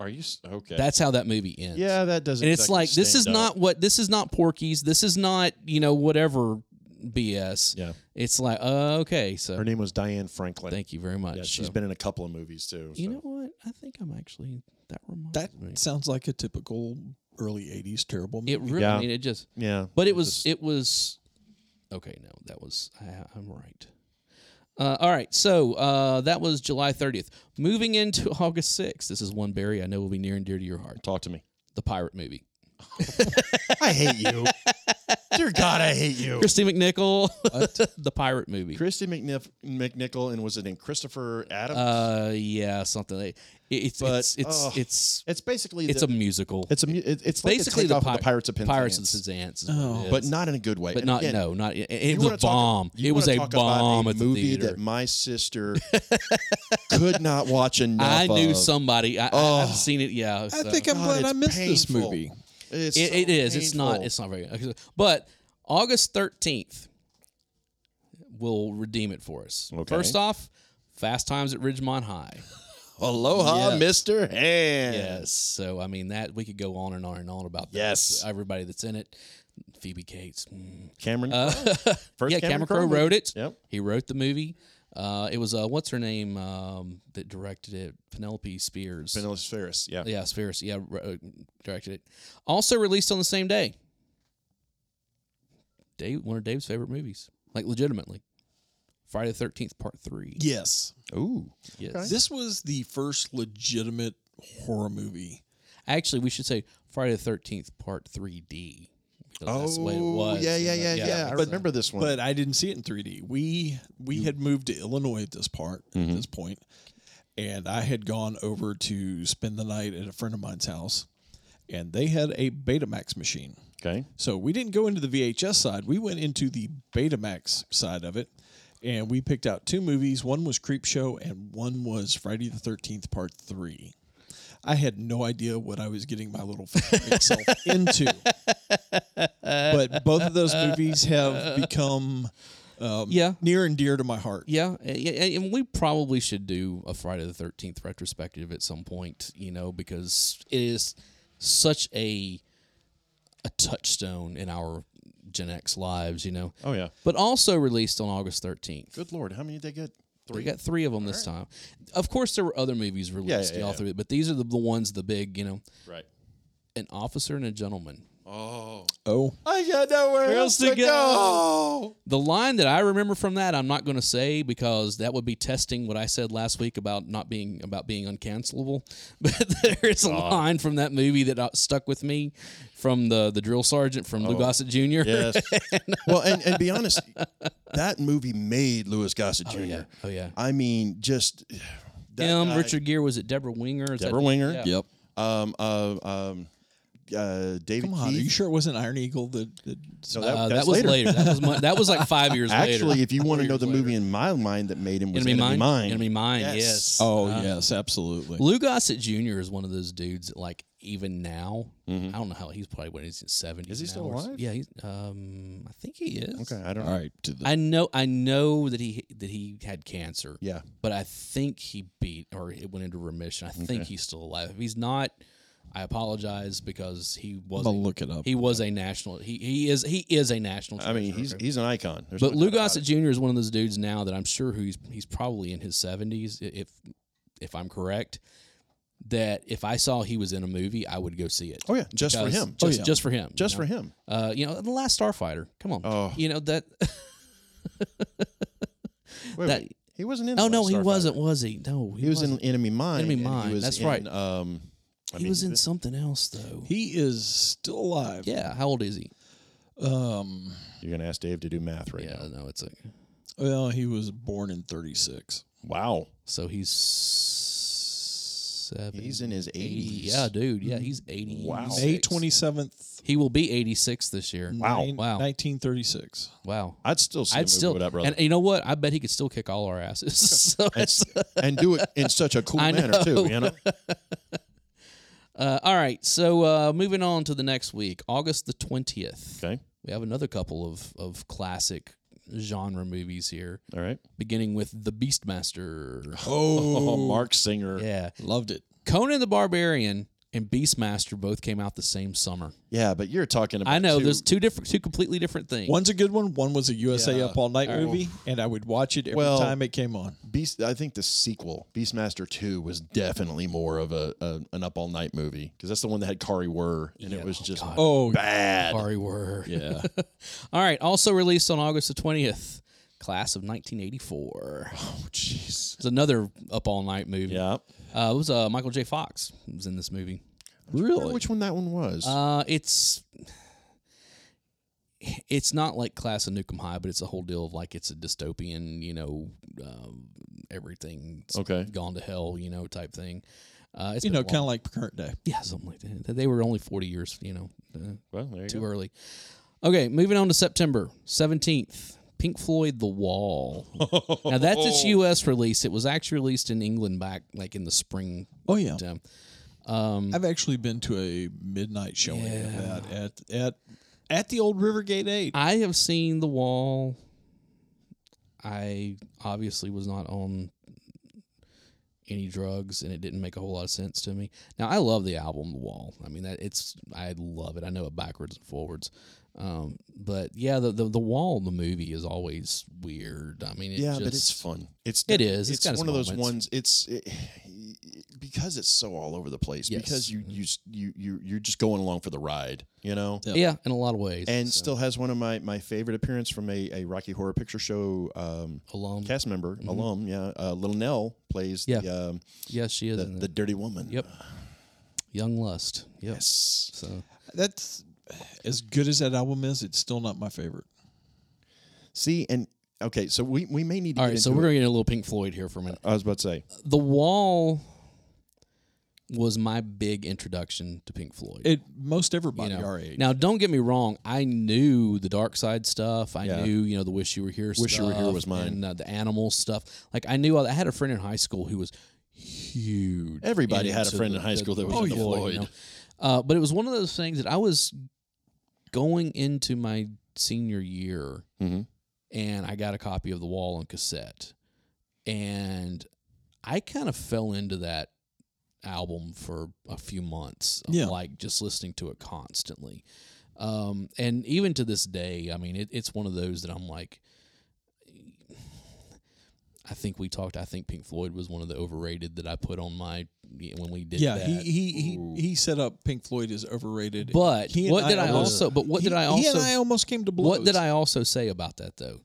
are you s- okay? That's how that movie ends. yeah, that doesn't. and it's exactly like this stand is up. not what this is not Porky's. This is not you know whatever BS. Yeah, It's like uh, okay, so her name was Diane Franklin. thank you very much. yeah, She's she's been in a couple of movies too. You so. know what? I think I'm actually that reminds That me. sounds like a typical early '80s terrible movie. It really, Yeah. I mean, it just, yeah, but it was, just- it was, okay. No, that was, I, I'm right. Uh, all right, so uh, that was July 30th. Moving into August 6th, this is one Barry I know will be near and dear to your heart: talk to me. the pirate movie. I hate you. Dear God, I hate you. Christy McNichol, the pirate movie. Christy McNiff, McNichol, and was it in Christopher Adams? Uh, yeah, something. Like, it, it's, But, it's, it's, oh, it's, it's basically it's the, a musical. it's a mu- it- it's basically like the, a takeoff pi- of the Pirates of Penzance, Pirates of Penzance. is what Oh. it is. but not in a good way. But And not again, no, not it, you it was wanna a talk- bomb. you it was wanna a talk about bomb at the movie theater. that my sister could not watch enough. I knew of. somebody. I, I uh, Oh. have seen it. Yeah, I so. think I'm God, glad I it's missed this painful. movie. It's it, so it is. It's not. painful. It's not very good. But August thirteenth will redeem it for us. Okay. First off, Fast Times at Ridgemont High. Aloha, Yeah. Mister Hand. Yes. So I mean that we could go on and on and on about that. Yes. Everybody that's in it. Phoebe Cates. mm. Cameron. Uh, First yeah, Cameron Cameron Crowe Crowe movie. wrote it. Yep. He wrote the movie. Uh, it was uh, what's her name um, that directed it? Penelope Spears. Penelope Ferris. Yeah. Yeah, Spheres. Yeah, r- uh, directed it. Also released on the same day. Dave, one of Dave's favorite movies, like legitimately, Friday the Thirteenth Part Three. Yes, Ooh. Yes. this was the first legitimate horror movie. Actually, we should say Friday the Thirteenth Part Three D. Oh. That's the way it was. Yeah, yeah, in the- yeah, yeah. I so- remember this one. But I didn't see it in 3D. We we had moved to Illinois at this part at this point, and I had gone over to spend the night at a friend of mine's house, and they had a Betamax machine. okay. So we didn't go into the VHS side. We went into the Betamax side of it, and we picked out two movies. One was Creepshow, and one was Friday the Thirteenth Part Three. I had no idea what I was getting my little fucking self into, but both of those movies have become Yeah. near and dear to my heart. Yeah, and- and and we probably should do a Friday the Thirteenth retrospective at some point, you know, because it is such a a touchstone in our Gen X lives, you know. Oh yeah. But also released on August thirteenth. Good lord, how many did they get? We got three of them this time. Of course, there were other movies released, yeah, y'all yeah. through it, but these are the, the ones, the big, you know, Right. an officer and a gentleman. Oh. Oh, I got nowhere else to go. The line that I remember from that, I'm not going to say because that would be testing what I said last week about not being about being uncancelable. But there is a line from that movie that uh, stuck with me from the the drill sergeant from Oh. Lou Gossett Jr. Yes. well, and, and be honest, that movie made Louis Gossett Jr. yeah. Oh yeah. I mean, just that Him, guy- Richard Gere was it Deborah Winger? Is that- Deborah Winger. Yeah. yep. Um. Uh, um. Uh. David. Come on, are you Keith. sure it wasn't Iron Eagle? That, that No, Uh, that that's was later. That was mu- that was like five years later. Actually, if you want to Four know years the later. movie in my mind that made him was Enemy, Mine. Mine. Enemy Mine. Yes. Yes. oh yes, absolutely. Lou Gossett Jr. is one of those dudes that, like, even now, I don't know how he's probably when he's in seventies. Is he still alive? Yeah, he's, um, I think he is. Okay, I don't. All right, to the I know, I know that he that he had cancer. Yeah. but I think he beat or it went into remission. I think he's still alive. If he's not, I apologize because he was. I'm gonna a- look it up. He was a national. He he is he is a national. I mean, treasure. he's he's an icon. There's But no Lou doubt about Gossett Jr. is one of those dudes now that I'm sure who's he's probably in his 70s i- if if I'm correct. That if I saw he was in a movie, I would go see it. it. Oh yeah, just for Because- him. Just, yeah. just for him. Just for him. Uh, you know, the Last Starfighter. Come on. Oh. You know that. Wait, That- wait, he wasn't in. Oh The no, Last he Starfighter. wasn't, was he? No, he, He was wasn't. in Enemy Mine. Enemy and he Mine, was that's in, right. Um, I he mean, was in something else though. he is still alive. yeah. How old is he? Um. You're gonna ask Dave to do math right Yeah. now. No, it's like Well, he was born in 36. Wow. so he's seven. He's in his 80s. Yeah, dude. Yeah, he's eighty. Wow. May 27th, He will be eighty six this year. Wow. nine- Wow. 1936. Wow. I'd still see a I'd movie still. with that brother. And you know what? I bet he could still kick all our asses. so and, and do it in such a cool I manner too. You know, Uh, all right, so uh, moving on to the next week, August the twentieth. okay, We have another couple of of classic genre movies here, all right. beginning with The Beastmaster. Oh, Mark Singer. Yeah. Yeah, Loved it. Conan the Barbarian and Beastmaster both came out the same summer. but you're talking about. I know two- there's two different, two completely different things. One's a good one. One was a USA Yeah. Up All Night movie, and I would watch it every Well- time it came on. Beast. I think the sequel, Beastmaster Two, was definitely more of a, a an up all night movie because that's the one that had Kari Wurr, and it was just Oh, bad. Sorry, were. Yeah, All right, also released on August the twentieth, class of 1984. oh jeez. It's another up all night movie. Yeah, Uh, it was uh, Michael J. Fox was in this movie. really. which one that one was? Uh, it's it's not like Class of Nukem High, but it's a whole deal of like it's a dystopian, you know, um, everything Okay. gone to hell, you know, type thing. Uh, it's you been know, a kind of long- like current day. yeah, something like that. They were only forty years, you know, uh, well, there you too go. early. Okay, moving on to September seventeenth. Pink Floyd, The Wall. now that's Oh. its U.S. release. It was actually released in England back like in the spring. Oh yeah, um, I've actually been to a midnight showing of that at at at the old Rivergate Eight. I have seen The Wall. I obviously was not on any drugs, and it didn't make a whole lot of sense to me. Now I love the album The Wall. I mean that it's I love it. I know it backwards and forwards. Um, but yeah, the, the the wall in the movie is always weird. I mean, it yeah, just, but it's fun. It's It is. It's It's, got its one of those moments. ones. It's it, because it's so all over the place. Yes. Mm-hmm. Because you you s- you you you're just going along for the ride. You know. yeah, in a lot of ways. and so, still has one of my, my favorite appearance from a, a Rocky Horror Picture Show um, alone, cast member alum. Yeah, uh, Little Nell plays Mm-hmm. Yeah. the, um, yes, she is the in the it. dirty woman. Yep. Young Lust. Yep. Yes. So That's as good as that album is. It's still not my favorite. See and okay, so we, we may need to. all get right, so into we're it. gonna get a little Pink Floyd here for a minute. I was about to say. The Wall was my big introduction to Pink Floyd. It most you everybody know. our age. Now, don't get me wrong. I knew the Dark Side stuff. I Yeah. knew, you know, the Wish You Were Here Wish You stuff. Were Here was mine. And uh, the Animal stuff. Like, I knew all that. I had a friend in high school who was huge. Everybody had a into friend the- in high the- school that was the into Floyd. you know. Uh, but it was one of those things that I was going into my senior year Mhm. and I got a copy of The Wall on cassette. And I kind of fell into that album for a few months, of, Yeah. like just listening to it constantly. Um, and even to this day, I mean, it, it's one of those that I'm like, I think we talked. I think Pink Floyd was one of the overrated that I put on my when we did. yeah, that. he he, he he set up Pink Floyd as overrated. But He and what did I almost- also? But what he- did I He also? and I almost came to blows. what did I also say about that though?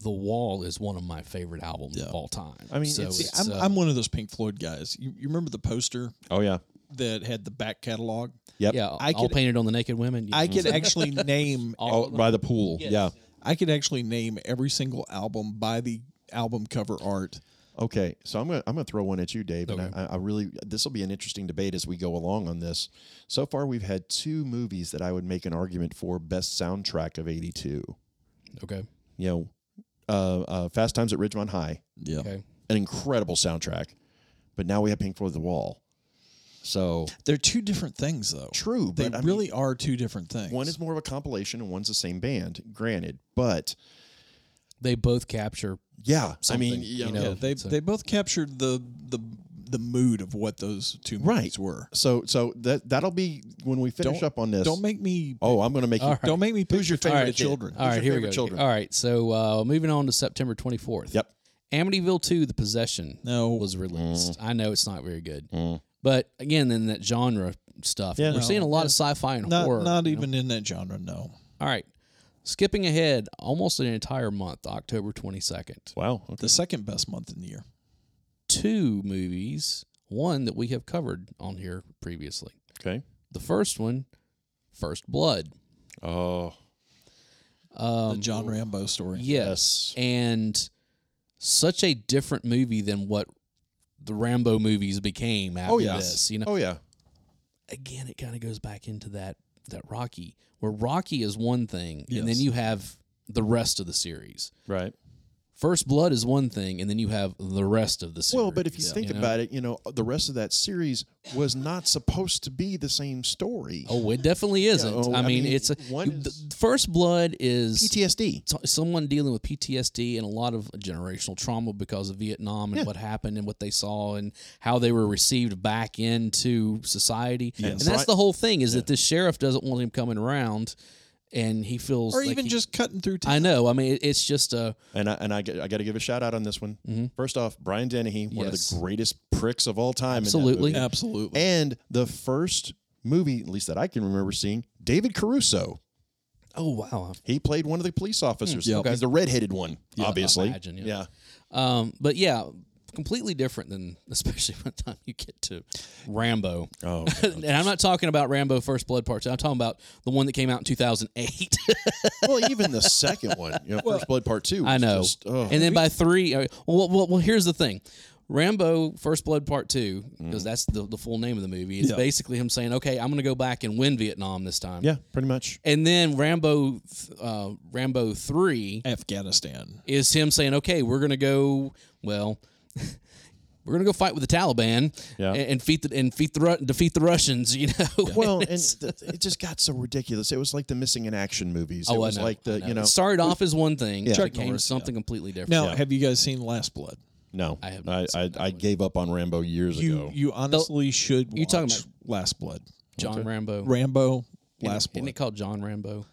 The Wall is one of my favorite albums of all time. I mean, so it's- it's, See, I'm, uh, I'm one of those Pink Floyd guys. You, you remember the poster Oh yeah. that had the back catalog? Yep. yeah, I all could- painted on the naked women. Yeah. I could actually name All Oh, of them. by the pool. Yeah. I could actually name every single album by the album cover art. Okay, so I'm gonna I'm gonna throw one at you, Dave, and I, I really this will be an interesting debate as we go along on this. So far, we've had two movies that I would make an argument for best soundtrack of '82. okay, You know, uh, uh, Fast Times at Ridgemont High, Yeah. okay. an incredible soundtrack, but now we have Pink Floyd The Wall. So They're two different things though. true, They but I mean, really are two different things. one is more of a compilation and one's the same band. Granted, but They both capture. yeah, I Something, mean, you you know, know. yeah, they so- they both captured the the the mood of what those two Right. movies were. so so that that'll be when we finish Don't- up on this. Don't make me oh, I'm gonna make you. don't make me who's your favorite right, children. All right, your here we favorite go. children? All right, so uh, moving on to September 24th. Yep. Amityville 2: The Possession No. Mm. was released. I know it's not very good, but again, then that genre stuff. Yeah. We're seeing a lot of sci-fi and Not horror. not even in that genre, no. All right, skipping ahead almost an entire month, October 22nd. Wow. Okay. The second best month in the year. Two movies, one that we have covered on here previously. Okay. The first one, First Blood. Oh. the Um, John Rambo story. Yes. And such a different movie than what the Rambo movies became after Oh yeah. this. You know, Oh yeah. again, it kind of goes back into that that Rocky, where Rocky is one thing, and then Yes. you have the rest of the series. Right. First Blood is one thing, and then you have the rest of the series. Well, but if you think know? about it, you know, the rest of that series was not supposed to be the same story. oh, it definitely isn't. oh, I, I mean, mean, it's a, one the- is- First Blood is PTSD. so- someone dealing with PTSD and a lot of generational trauma because of Vietnam and what happened and what they saw and how they were received back into society. And so that's I- the whole thing is that this sheriff doesn't want him coming around and he feels or like even he- just cutting through time. I know. I mean, it, it's just a And I and I, got to give a shout out on this one. First off, Brian Dennehy, one Mm-hmm. Yes. of the greatest pricks of all time. in that Absolutely. movie. Absolutely. And the first movie, at least that I can remember seeing, David Caruso. oh wow. He played one of the police officers. yeah. He's the redheaded one, obviously. imagine, Mm, yeah. yeah. Um, but yeah, completely different than especially by the time you get to Rambo. Uh, Oh, and I'm not talking about Rambo First Blood Part Two. I'm talking about the one that came out in 2008. well, even the second one, you know, First Blood Part Two. I was know. just, oh. and then by three, uh, well, well, well, here's the thing. Rambo First Blood Part 2 Mm. because that's the, the full name of the movie. It's Yeah. basically him saying, "Okay, I'm going to go back and win Vietnam this time." yeah, pretty much. And then Rambo, th- uh, Rambo Three Afghanistan. is him saying, "Okay, we're going to go. Well, we're going to go fight with the Taliban Yeah. and, and defeat the and defeat the, Ru- defeat the Russians." You know. Well, and th- it just got so ridiculous. It was like the missing in action movies. Oh, I it was know, like I the know. you know it started off as one thing, Yeah. yeah. Chuck became something completely different. Now, have you guys seen Last Blood? no. I have I, not I, gave up on Rambo years You ago. you honestly should. Watch you talking Last Blood? John Rambo, Rambo. Last Isn't Blood. it called John Rambo?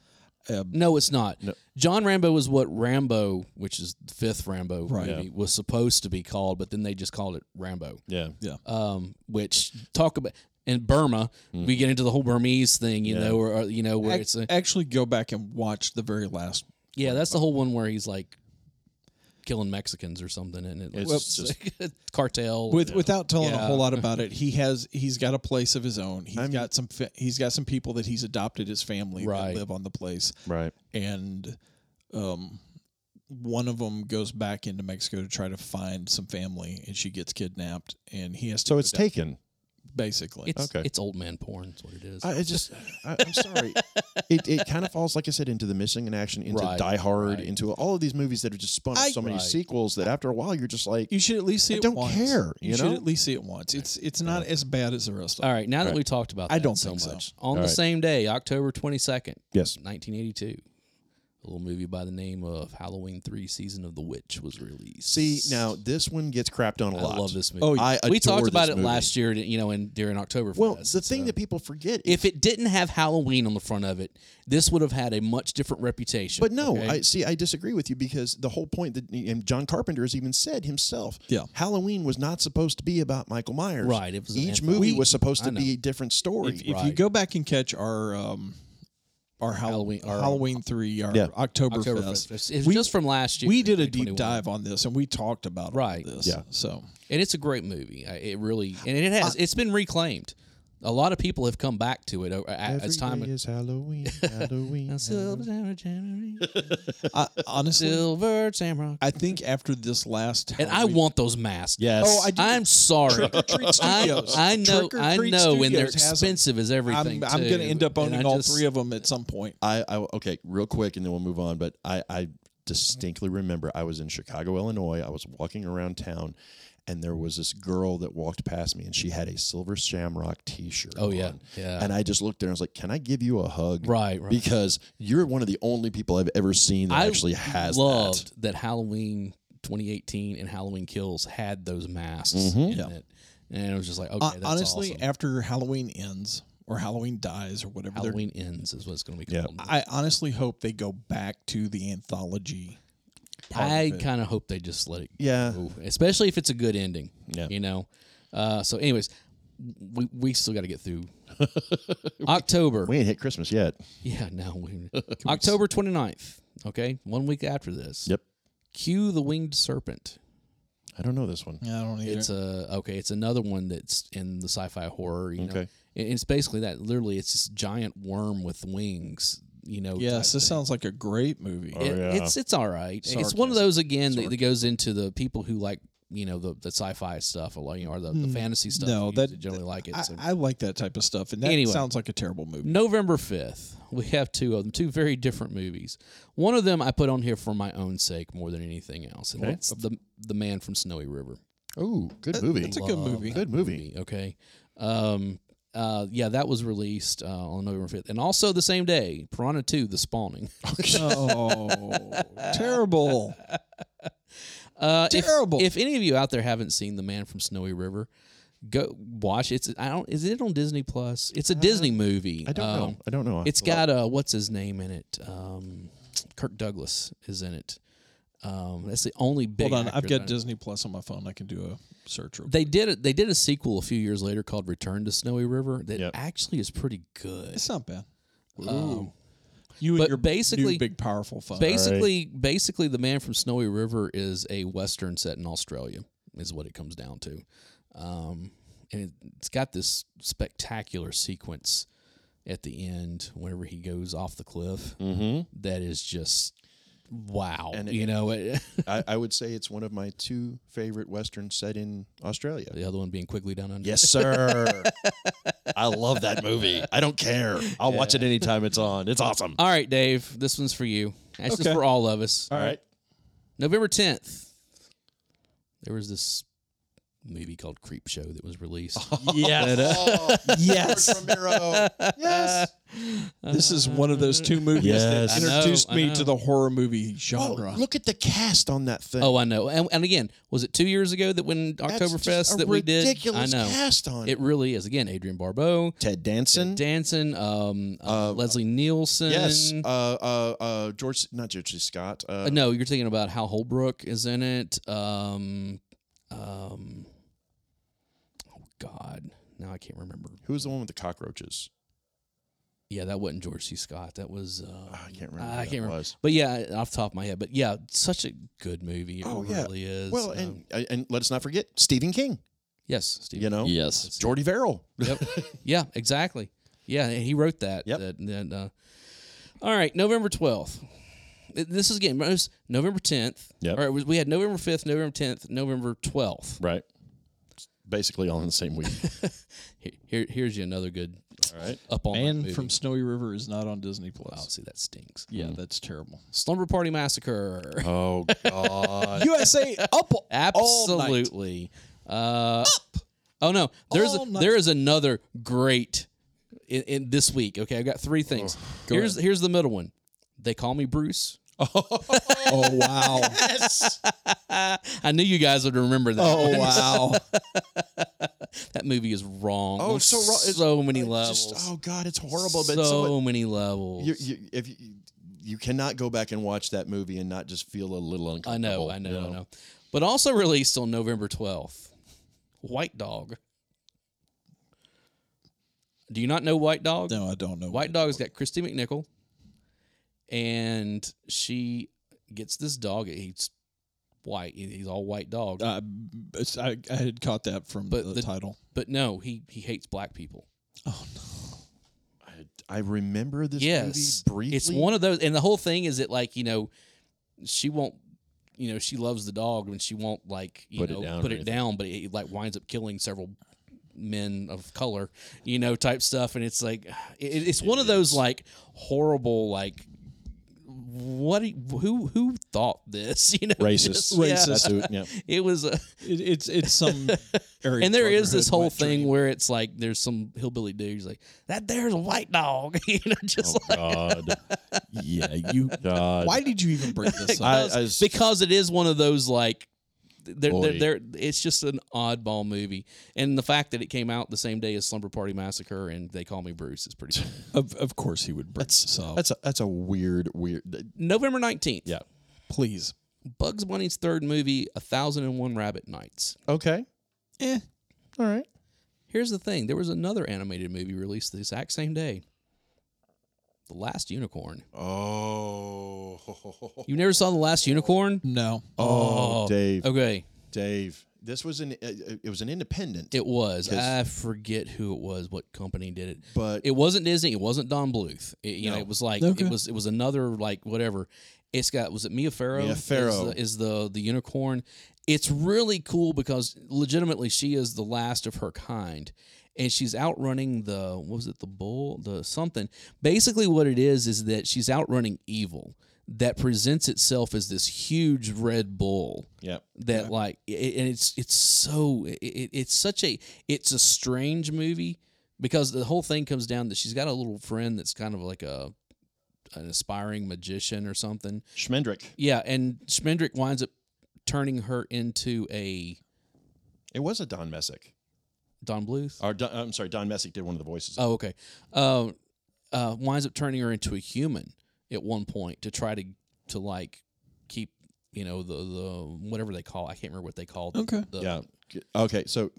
Um, no, it's not. John Rambo was what Rambo, which is the fifth Rambo movie, was supposed to be called, but then they just called it Rambo. yeah. yeah. Um, which talk about in Burma, we get into the whole Burmese thing, you know, or, or, you know, where Ac- it's a, actually, go back and watch the very last. yeah, that's the whole one where he's like killing Mexicans or something, and it? It's Like, cartel. With, Without telling Yeah. a whole lot about it, he has he's got a place of his own. He's I'm- got some fa- he's got some people that he's adopted as family Right. that live on the place, Right. and um, one of them goes back into Mexico to try to find some family, and she gets kidnapped, and he has to So go it's down- taken. basically it's Okay. it's old man porn. That's what it is. I it just, I, I'm sorry. It, it kind of falls, like I said, into the missing in action, into Right, Die Hard, right. into all of these movies that are just spun off I- so many Right. sequels that after a while you're just like, you should at least see I it. don't once. care, You, you should know? at least see it once. It's it's not as bad as the rest. of All them. right, now that we talked about, I that don't so think so. much. On the right. same day, October twenty second, yes, 1982. A little movie by the name of Halloween 3 Season of the Witch was released. See, now this one gets crapped on a I lot. love this movie. Oh, I we adore talked about this it movie. last year, you know, in during Oktoberfest. Well, the thing that people forget is, uh, if it didn't have Halloween on the front of it, this would have had a much different reputation. but no, okay? I see. I disagree with you because the whole point that and John Carpenter has even said himself, Yeah. Halloween was not supposed to be about Michael Myers. Right, it was an Each anthology. movie was supposed I to know. be a different story. If, if you go back and catch our um, our Halloween Halloween- our- Halloween three, our Yeah. Oktoberfest, Oktoberfest. It's- It's we- just from last year. we did a deep 2021. dive on this and we talked about all Right. this. Yeah. So and it's a great movie. I- It really and it has it's been reclaimed. A lot of people have come back to it over, a- as time. is Halloween. Halloween. Silver Shamrock, Jamboree, I, honestly, Silver Shamrock. I think after this last And I Halloween- want those masks. yes. Oh, I do. I'm sorry. I, Studios. I know, Trick or I Treat know, and they're Studios has 'em. expensive as everything. I'm, I'm too, going to end up and owning I all just- three of them at some point. I, I okay, real quick, and then we'll move on. But I, I distinctly remember I was in Chicago, Illinois. I was walking around town, and there was this girl that walked past me, and she had a silver shamrock T-shirt. Oh, yeah. on. Yeah. And I just looked there, and I was like, "Can I give you a hug?" Right, right. Because you're one of the only people I've ever seen that I actually has loved that. Halloween 2018 and Halloween Kills had those masks Mm-hmm. in it, and it was just like, okay, Uh, that's honestly, awesome. after Halloween ends or Halloween dies or whatever, they're Halloween ends is what it's going to be Yeah. called. I honestly hope they go back to the anthology. I, kind of hope they just let it. Yeah. go, especially if it's a good ending. Yeah. you know. Uh, so, anyways, we we still got to get through October. that. We ain't hit Christmas yet. Yeah, no. We, October 29th, okay? One week after this. Yep. Cue the Winged Serpent. I don't know this one. I don't either. It's a okay, it's another one that's in the sci-fi horror, you know. Okay. And it's basically that literally it's this giant worm with wings, you know. yes, type this sounds like a great movie. thing. It- yeah. It's it's all right. It's one of those again that, that goes into the people who like you know the the sci-fi stuff or you know or the, the fantasy stuff. No, You that- generally like it. I, so. I like that type of stuff, and that Anyway. sounds like a terrible movie. November 5th, we have two of them, two very different movies. One of them I put on here for my own sake more than anything else, and that's the the man from Snowy River. Oh, good movie. That's a good movie. Good movie. movie, Okay. Um, uh, yeah, that was released uh, on November 5th. And also the same day, Piranha 2, The Spawning. Oh, terrible! Uh, if- Terrible. If, any of you out there haven't seen The Man from Snowy River, go watch it. I don't, is it on Disney Plus? It's a Disney movie. Uh, I don't know. Um, I don't know. It's got uh, what's his name in it? Um, Kirk Douglas is in it. Um, that's the only big. Hold on, I've actor got that- Disney Plus on my phone. I can do a search. real They did it. They did a sequel a few years later called Return to Snowy River that Yep. actually is pretty good. It's not bad. Um, You But and your basically- new big powerful phone. basically, basically, the man from Snowy River is a western set in Australia. Is what it comes down to, um, and it, it's got this spectacular sequence at the end whenever he goes off the cliff. hmm That is just wow. And you know, it, I, I would say it's one of my two favorite westerns set in Australia. The other one being quickly down under. Yes, sir. I love that movie. I don't care. I'll watch it anytime it's on. It's awesome. All right, Dave. This one's for you. This is Okay. for all of us. All right. November tenth. There was this movie called Creep Show that was released. Oh, Yes. yes, Ramiro. yes. This is one of those two movies Yes. that I know, introduced I me know. to the horror movie Oh, genre. look at the cast on that thing. oh, I know. And, and again, was it two years ago that when That's just Oktoberfest a that we did? Ridiculous I know. cast on It really is. Again, Adrian Barbeau, Ted Danson. Danson, um, uh, Uh, Leslie Nielsen. yes. Uh, uh, uh, George, not George C. Scott. Uh, Uh, no, you're thinking about Hal Holbrook is in it. Um, um, oh God, now I can't remember. Who was the one with the cockroaches? Yeah, that wasn't George C. Scott. That was uh, Ah, I can't remember. who I that can't remember. was. But yeah, off the top of my head. But yeah, such a good movie. It Oh, yeah. really is. Well, Um, and uh, and let's not forget Stephen King. yes, Steve. You know, Yes. Jordy Verrill. Yep. yeah, exactly. Yeah, and he wrote that. Yep. that- that, uh, all right, November 12th. Th- This is again, most November 10th. Yep. All right, we- we had November 5th, November 10th, November 12th. Right. Basically all in the same week. He- Here, here's you another good All right. up on Man movie. from Snowy River is not on Disney Oh, Plus. see, that stinks. Yeah, that's terrible. Slumber Party Massacre. Oh Uh, God. USA up. Absolutely. Uh, Oh no, there's All night. there is another great in, in this week. Okay, I've got three Oh, things. here's here's the middle one. They call me Bruce. Oh wow. I knew you guys would remember that. Oh wow. That movie is wrong. Oh, on it's so wrong. It's- So many levels. Just, oh God, it's horrible. But so, so, many levels. you, you, if you, you cannot go back and watch that movie and not just feel a little I know, uncomfortable. I know, you I know. But also released on November twelfth, White Dog. Do you not know White Dog? No, I don't know. White Dog's got Christy McNichol, and she gets this dog. He's white. He- He's all white dog. Uh, it's- I, I had caught that from But the, the- title. but no, he he hates black people. I remember this yes, movie briefly. it's one of those. And the whole thing is that like you know, she won't. You know, she loves the dog, and she won't like you Put it know down put or it down, but it like winds up killing several men of color, you know, type stuff. And it's like it, it's one of those like horrible like. What? Who? Who thought this? You know, just- racist. yeah. That's who- yeah. it was a, It, it's it's some area. and there is this brotherhood whole white thing dream. where it's like there's some hillbilly dude who's like that there's a white dog you know Oh, just like God. yeah, you. God. Why did you even bring this up? I- because, I was- because it is one of those like they're, Boy. they're, they're, it's just an oddball movie and the fact that it came out the same day as slumber party massacre and they call me bruce is pretty of, of course he would bring this up. That's a that's a weird weird. november 19th Yeah. Please. bugs bunny's third movie a thousand and one rabbit nights Okay. Eh. All right. here's the thing there was another animated movie released the exact same day the last unicorn Oh. you never saw the last unicorn No. Oh, Dave. Okay, Dave. This was an uh, it was an independent, it was. 'Cause- I forget who it was, what company did it. but It wasn't Disney. It wasn't Don Bluth. It, you know, No. it was like Okay. it was it was another like whatever. It's got was it Mia Farrow? Mia is Farrow. the- is the, the unicorn, it's really cool because legitimately she is the last of her kind and she's outrunning the what was it the bull the something basically what it is is that she's outrunning evil that presents itself as this huge red bull Yep. that like i- and it's it's so it, it- it's such a it's a strange movie because the whole thing comes down that she's got a little friend that's kind of like a an aspiring magician or something Schmendrick. yeah and Schmendrick winds up turning her into a It was a Don Messick. Don Bluth Or Don, I'm sorry, Don Messick did one of the voices. Oh, okay. Uh, uh, winds up turning her into a human at one point to try to to like keep you know the the whatever they call I can't remember what they call the, Okay. the- yeah. Okay, so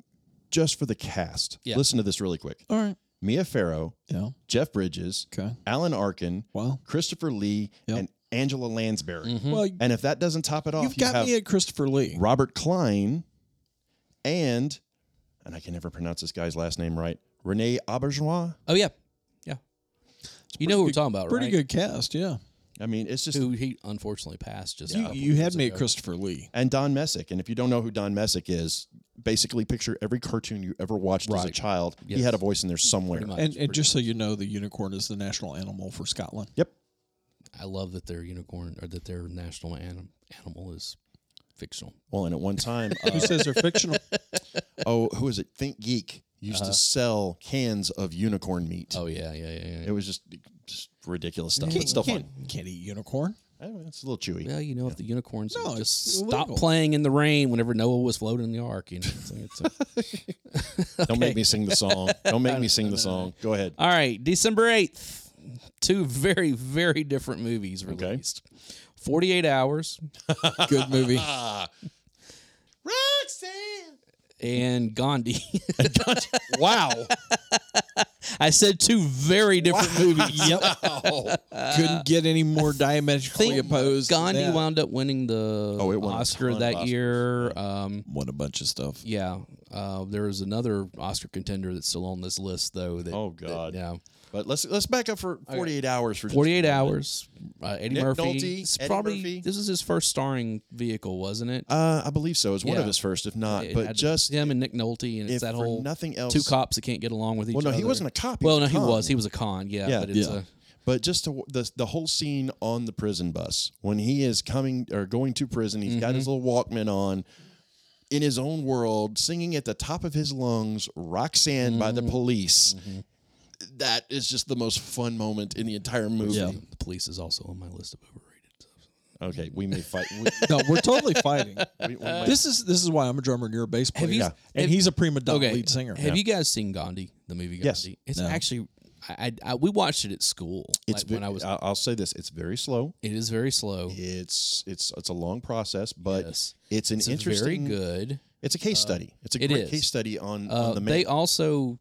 just for the cast, Yeah. listen to this really quick. All right. Mia Farrow, Yeah. Jeff Bridges, Okay. Alan Arkin, Wow. Christopher Lee, Yep. and Angela Lansbury. Mhm. Well, And if that doesn't top it Oh, off, you've you got have me at Christopher Lee. Robert Klein and and I can never pronounce this guy's last name right. Renee Auberjonois. Oh yeah, yeah. You know who we're good- talking about, Pretty right? good cast. Yeah. I mean, it's just Who he unfortunately passed just a couple you you had years me ago. at Christopher Lee. and Don Messick. And if you don't know who Don Messick is, basically picture every cartoon you ever watched as a Right. child. He Yes. had a voice in there somewhere. Pretty much. And, and just so you know, the unicorn is the national animal for Scotland. Yep. I love that their unicorn or that their national anim- animal is fictional. Well, and at one time, uh, Who says they're fictional? oh, who is it? Think Geek used to sell cans of unicorn meat. Uh-huh. Oh yeah, yeah, yeah, yeah. It was just, just ridiculous stuff. It's still fun. can't, can't eat unicorn. I don't know, It's a little chewy. Well, you know, if the unicorns No, would it's just illegal. stop playing in the rain whenever Noah was floating in the ark, you know. It's, it's a- Don't make me sing the song. Don't make me sing the song. Go ahead. All right, December 8th. Two very, very different movies released. 48 Hours Good movie. and Gandhi. Wow. I said two very different movies. Yep. Couldn't get any more diametrically opposed. than Gandhi that. wound up winning the Oh, it won a Oscar ton of that Oscars. year. Um, won a bunch of stuff. yeah. Uh, there is another Oscar contender that's still on this list, though. That, Oh, God. That, yeah. But let's let's back up for 48 hours for just a 48 minute. Hours. Uh, Eddie Nick Murphy. Nolte, It's Eddie probably, Murphy. This is his first starring vehicle, wasn't it? Uh, I believe so. It's one of Yeah. his first, if not. It but had just him and Nick Nolte, and if it's that for whole nothing else. two cops that can't get along with each Well, other. no, he wasn't a cop. Well, no, was a he con. was. He was a con. Yeah, Yeah. but it's Yeah. a But just to, the the whole scene on the prison bus when he is coming or going to prison, he's got his little Mm-hmm. Walkman on, in his own world, singing at the top of his lungs, "Roxanne" by Mm-hmm. the Police. That is just the most fun moment in the entire movie. the police is also on my list of overrated. Okay, we may fight. We, No, we're totally fighting. we- we might- This is this is why I'm a drummer and you're a bass player. you- Yeah. and have- he's a prima donna Okay, lead singer. Have you guys seen Gandhi, the movie? Gandhi? Yes. it's actually I, I, I we watched it at school. it's uh, like when I was. I- I'll say this: it's very slow. it is very slow. It's it's it's a long process, but Yes. it's an It's very interesting. good. Uh, It's a case study. It's a it great is. case study on, Uh, on the man. they also,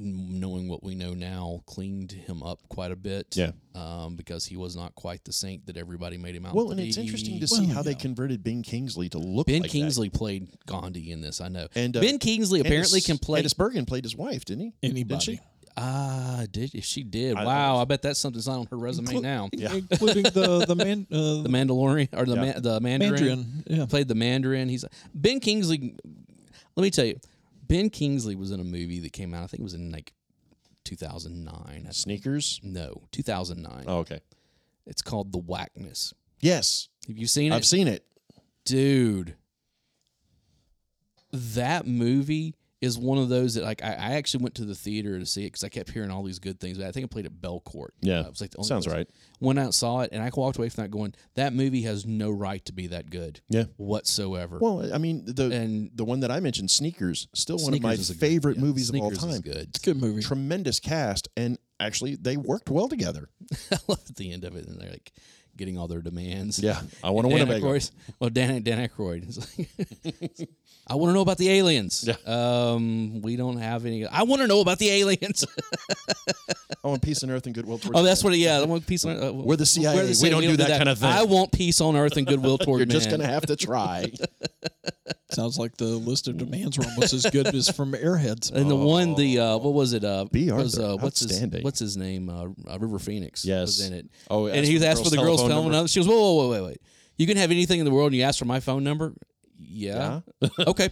knowing what we know now, cleaned him up quite a bit. Yeah. Um, because he was not quite the saint that everybody made him out. well, to and it's be. interesting to see how they converted Ben Kingsley to look Ben like Kingsley played Gandhi in this. I know. And, uh, ben Kingsley that. apparently Ennis- can play. Ennis Bergen played his wife, didn't he? Didn't Anybody, she? Ah, did if she did? I- wow, I bet that's something that's not on her resume now. including the the man, uh, The Mandalorian or the ma- the Mandarin. Mandarin, yeah. played the Mandarin. He's Ben Kingsley. Let me tell you, Ben Kingsley was in a movie that came out. I think it was in like 2009. I- Sneakers. No, 2009. Oh, okay. It's called The Whackness. Yes, Have you seen it? I've seen it. dude that movie is one of those that like I, I actually went to the theater to see it because I kept hearing all these good things. But I think I played at Belcourt. Yeah. Uh, it was like the only Sounds place. right. Went out and saw it, and I walked away from that going, that movie has no right to be that good. Yeah. whatsoever. Well, I mean the And- the one that I mentioned, Sneakers, still one of my Sneakers is a good- favorite yeah, movies of all Sneakers is time. good. good movie. Tremendous cast, and actually they worked well together. I love at the end of it, and they're like getting all their demands. I want to win Dan a bagel. Aykroyd's- Well, Dan Dan Aykroyd. is like, I want to know about the aliens. Yeah. Um, we don't have any. I want to know about the aliens. Oh, and peace and earth and goodwill towards. Oh, that's what. Yeah, I want peace on. Uh, We're the CIA. We don't do that kind of thing. I want peace on earth and goodwill toward You're men. just gonna have to try. Sounds like the list of demands were almost as good as from Airheads. and the one, the uh, what was it? Uh, Oh. B. was, Arthur. uh, what's his Outstanding. What's his name? Uh, uh, River Phoenix. Yes. was in it. Oh, and asked he for was the asked for girl's the girl's telephone phone number. number. She was whoa, whoa, wait, wait, wait. You can have anything in the world and you ask for my phone number. Yeah. okay.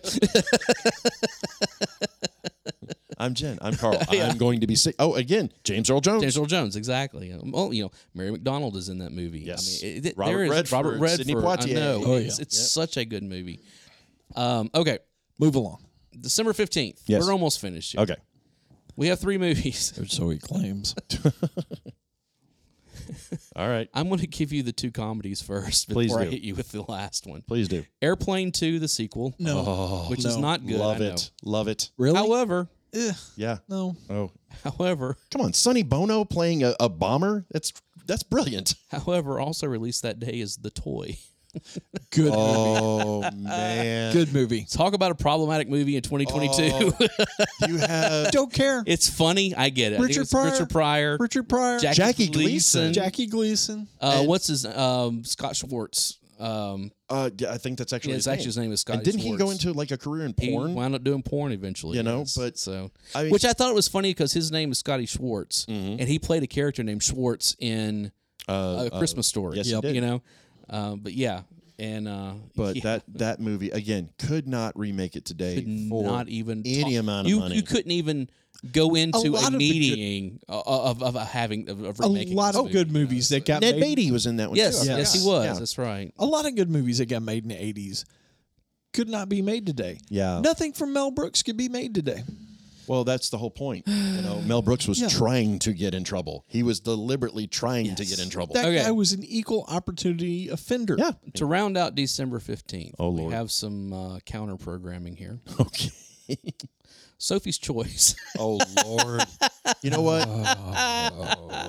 I'm Jen. I'm Carl. I'm going to be sick. Oh, again, James Earl Jones. James Earl Jones, exactly. Well, you know, Mary McDonald is in that movie. Yes. I mean, it, it, Robert there is Redford, Robert Redford. Sidney I Poitier. know. Oh, It's, it's such a good movie. Um, okay. Move along. December 15th. Yes. We're almost finished. Here. Okay. We have three movies. Or so he claims. All right. I'm going to give you the two comedies first Please before I do. hit you with the last one. Please do. Airplane 2, the sequel, no. which is no. not good. Oh, Love I it. Love it. know. Oh. Really? However, Eh, Yeah. no. Oh, however, come on, Sonny Bono playing a, a bomber. That's that's brilliant. however, also released that day is The Toy. Good movie. Oh man, Good movie. Talk about a problematic movie in 2022. Oh. you have Don't care. it's funny. I get it. I think Richard it's Pryor. Richard Pryor. Richard Pryor. Jackie, Jackie Gleason. Gleason. Jackie Gleason. uh, what's his um, Scott Schwartz? Um, Uh, yeah, I think that's actually his his actually name. his name is Scott. And didn't he go Schwartz. into like a career in He porn? wound up doing porn eventually, You know, yes. but- so I mean- Mm-hmm. which I thought it was funny because his name is Scotty Schwartz, and he played a character named Schwartz in Uh, a Christmas Story. yes, he Yep. did. you know, um, but yeah, and uh, but yeah, that that movie again could not remake it today. could for not even any talk- amount of you, money. You couldn't even go into a, lot of the good- needing o- of, of, of having of, of A remaking lot this of good movie, you know, movies so- that got Ned made. Beatty was in that one. Yes, too, I yes, forgot. he was. Yeah. That's right. A lot of good movies that got made in the 80s could not be made today. Yeah. Nothing from Mel Brooks could be made today. Well, that's the whole point. You know, Mel Brooks was Yeah. trying to get in trouble. He was deliberately trying to get in trouble. That Okay. guy was an equal opportunity offender. yeah. To round out December 15th, Oh, we Lord. have some uh, counter programming here. Okay. Sophie's Choice. Oh Lord. you know what? I,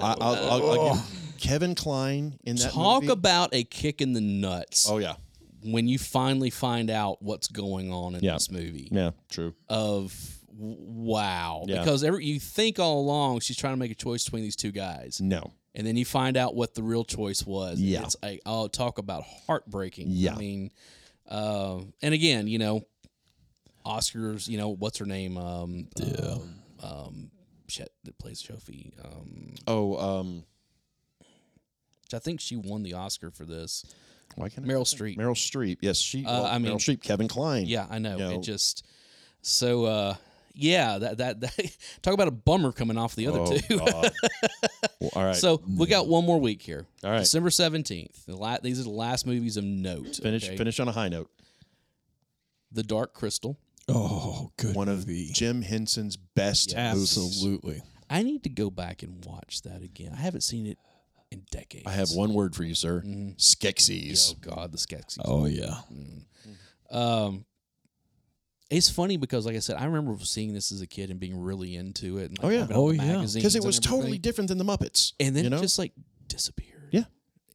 I'll, I'll, I'll give Kevin Klein in that Oh. Talk movie. about a kick in the nuts Oh yeah. when you finally find out what's going on in Yeah. this movie. Yeah. True. Of w- wow, Yeah. because every you think all along she's trying to make a choice between these two guys, No. and then you find out what the real choice was. Yeah. it's a, oh, talk about heartbreaking. Yeah. I mean, uh, and again, you know, Oscars. You know, what's her name? Um, yeah. um, shit, that plays Sophie. Um, Oh. Um. which I think she won the Oscar for this. Why can't I- Meryl Streep. Meryl Streep. Yes, she. Uh, well, I mean- Meryl Streep. Kevin Klein. Yeah, I know. You know. It just so uh yeah, that that, that talk about a bummer coming off the other Oh, two. God. Well, all right. So we got one more week here. All right. December seventeenth. The la- these are the last movies of note. finish. okay? Finish on a high note. The Dark Crystal. Oh, good One of movie. Jim Henson's best. movies. Absolutely. I need to go back and watch that again. I haven't seen it in decades. I have one word for you, sir. Mm-hmm. Skeksis. Oh God, the Skeksis. Oh, yeah. Uh, Um, it's funny because, like I said, I remember seeing this as a kid and being really into it. And, like, Oh, yeah. grabbing all Oh, the yeah. 'Cause it magazines Because it and was totally everything. different than the Muppets. and then you know? it just like disappeared. Yeah.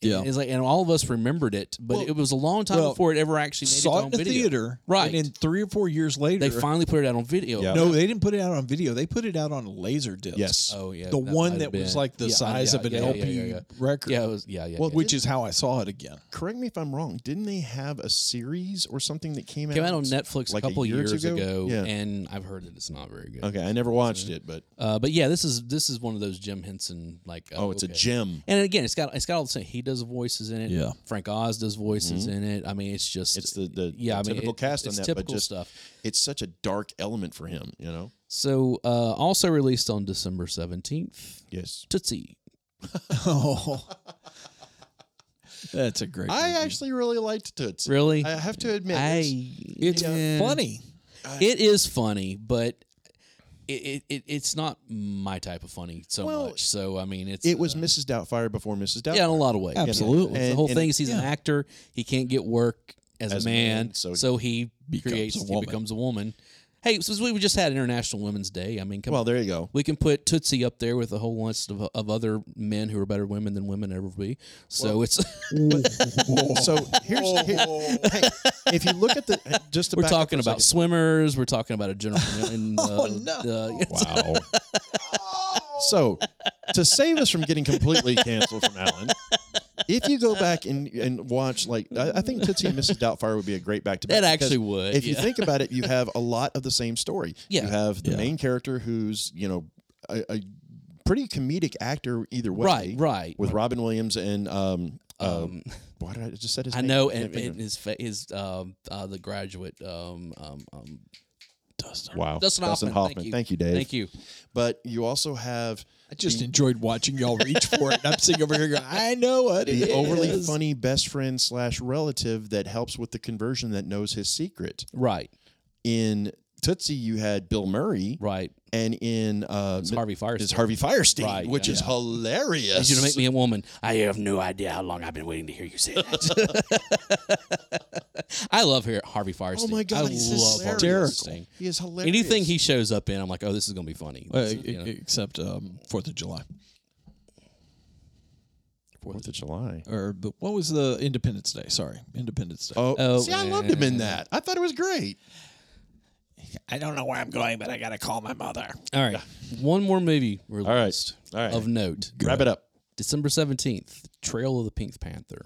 Yeah. And it's like, and all of us remembered it, but Well- it was a long time well, before it ever actually made it Saw it on in the video. theater. Right. And then three or four years later, They finally put it out on video. Yeah. no, they didn't put it out on video. They put it out on laser disc. Yes. Oh yeah. The one might that have was been- like the yeah, size yeah, of an yeah, yeah, LP yeah, yeah. record. Yeah, it was. Yeah, yeah. Well, yeah. Which is how I saw it again. correct me if I'm wrong. Didn't they have a series or something that came, came out on Netflix like a a couple year or two years ago, ago? Yeah. and I've heard that it's not very good. Okay, I never watched it, but Uh, but yeah, this is this is one of those Jim Henson like. oh, it's okay. a gem. And again, it's got it's got all the same. He does voices in it. Yeah. Frank Oz does voices in it. I mean, it's just Mm-hmm. It's the the, yeah. the I mean, typical it- cast it's on that, typical but just stuff. it's such a dark element for him. You know. So, uh, also released on December 17th, Yes. Tootsie. Oh. That's a great I actually really liked Toots. Really? I have to admit. it's- I, It's yeah. funny. It is funny, but it, it, it it's not my type of funny so Well, much. So, I mean, it's. It was uh, Mrs. Doubtfire before Mrs. Doubtfire. yeah, in a lot of ways. Absolutely. the And- whole and thing it- is he's an actor. He can't get work as, a man, so, he becomes creates, a he woman. becomes a woman. Hey, since we just had International Women's Day, I mean, come Well, on. there you go. We can put Tootsie up there with a whole list of, of other men who are better women than women ever be. So it's So here's here- hey, if you look at the just to We're back up talking for a about second. swimmers. We're talking about a general. and, uh, Oh, no. uh, wow. so to save us from getting completely canceled from Alan, if you go back and and watch like I, I think Tootsie and Mrs. Doubtfire would be a great back to back. That actually would, If you yeah. think about it, you have a lot of the same story. Yeah. You have the main character who's you know a. a Pretty comedic actor, either way. Right, right. With Robin Williams and um, Um, why did I I just said his I name? know, Can't and, think and of- his fa- his um, uh, the graduate um, um, um, Dustin. Wow, Dustin Dustin Hoffman. Hoffman. Thank you, Thank you, Dave. Thank you. But you also have I just enjoyed watching y'all reach for it. I'm sitting over here going, I know what it the overly is." funny best friend slash relative that helps with the conversion that knows his secret. Right, In Tootsie, you had Bill Murray, right. and in uh, It's Harvey is Firestein. Harvey Firestein, Right, which yeah. is hilarious. He's gonna make me a woman. I have no idea how long I've been waiting to hear you say that. I love her, Harvey Firestein. Oh my god, I he's love Harvey hysterical. Firestein. He is hilarious. Anything he shows up in, I'm like, oh, this is gonna be funny. Uh, This is, you know, e- except um, Fourth of July, Fourth of July. or but what was the Independence Day? Sorry, Independence Day. Oh, Oh, see, I loved him in that. I thought it was great. I don't know where I'm going, but I gotta call my mother. All right, one more movie released All right. of note. Wrap it up. December 17th, Trail of the Pink Panther,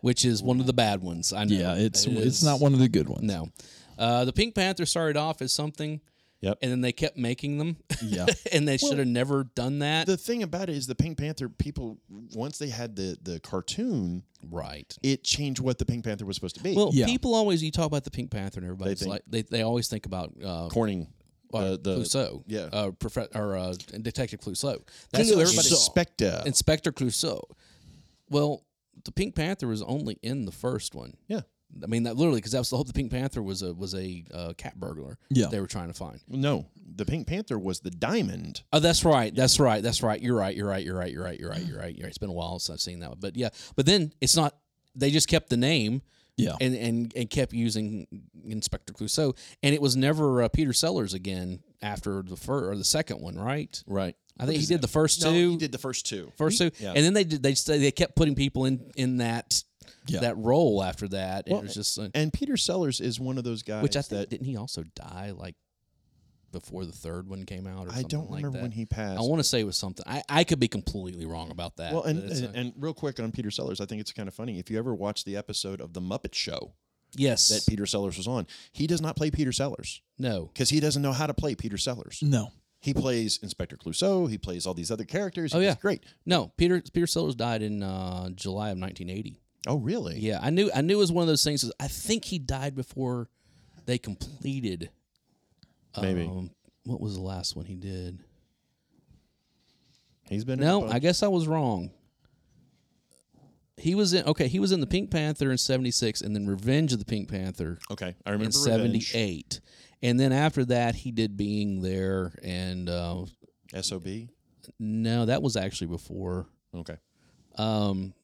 which is one of the bad ones. I know. Yeah, it's It it's is- not one of the good ones. No. Uh, the Pink Panther started off as something, Yep. and then they kept making them, Yeah. and they should have never done that. the thing about it is the Pink Panther people once they had the the cartoon, right. it changed what the Pink Panther was supposed to be. Well, Yeah. people always, you talk about the Pink Panther, and everybody's think- like, they, they always think about uh, Corning, uh, the Clouseau. yeah. Uh, prof- or uh, Detective Clouseau. That's who Clouseau. everybody Inspector. Inspector Clouseau. Well, the Pink Panther was only in the first one. yeah. I mean, that literally because that was the whole. The Pink Panther was a was a uh, cat burglar. Yeah. they were trying to find. No, the Pink Panther was the diamond. Oh, that's right. That's right. That's right. You're right. You're right. You're right. You're right. You're right. You're right. You're right. It's been a while since I've seen that one, but yeah. But then it's not. They just kept the name. Yeah. Oh. and and and kept using Inspector Clouseau, and it was never uh, Peter Sellers again after the first or the second one, right? Right. I think he did the first No, two. he did the first two. first two, Yeah. and then they did. They st- they kept putting people in in that Yeah. that role after that. and it was just. uh, And Peter Sellers is one of those guys which I think that didn't he also die like before the third one came out? Or I something don't like remember that? when he passed. I want to say it was something. I, I could be completely wrong about that. well, and, but it's, and, uh, and real quick on Peter Sellers, I think it's kind of funny. If you ever watch the episode of The Muppet Show yes, that Peter Sellers was on, he does not play Peter Sellers no, because he doesn't know how to play Peter Sellers. No. He plays Inspector Clouseau. He plays all these other characters. Oh, He's yeah. great. no. Peter Peter Sellers died in uh, July of 1980. Oh, really? Yeah, I knew I knew it was one of those things. is I think he died before they completed. Maybe. Um, what was the last one he did? He's been in No, a I bunch. guess I was wrong. He was in okay. He was in the Pink Panther in '76, and then Revenge of the Pink Panther okay. I remember in Revenge, '78, and then after that he did Being There, and uh, Sob. no, that was actually before. Okay. Um,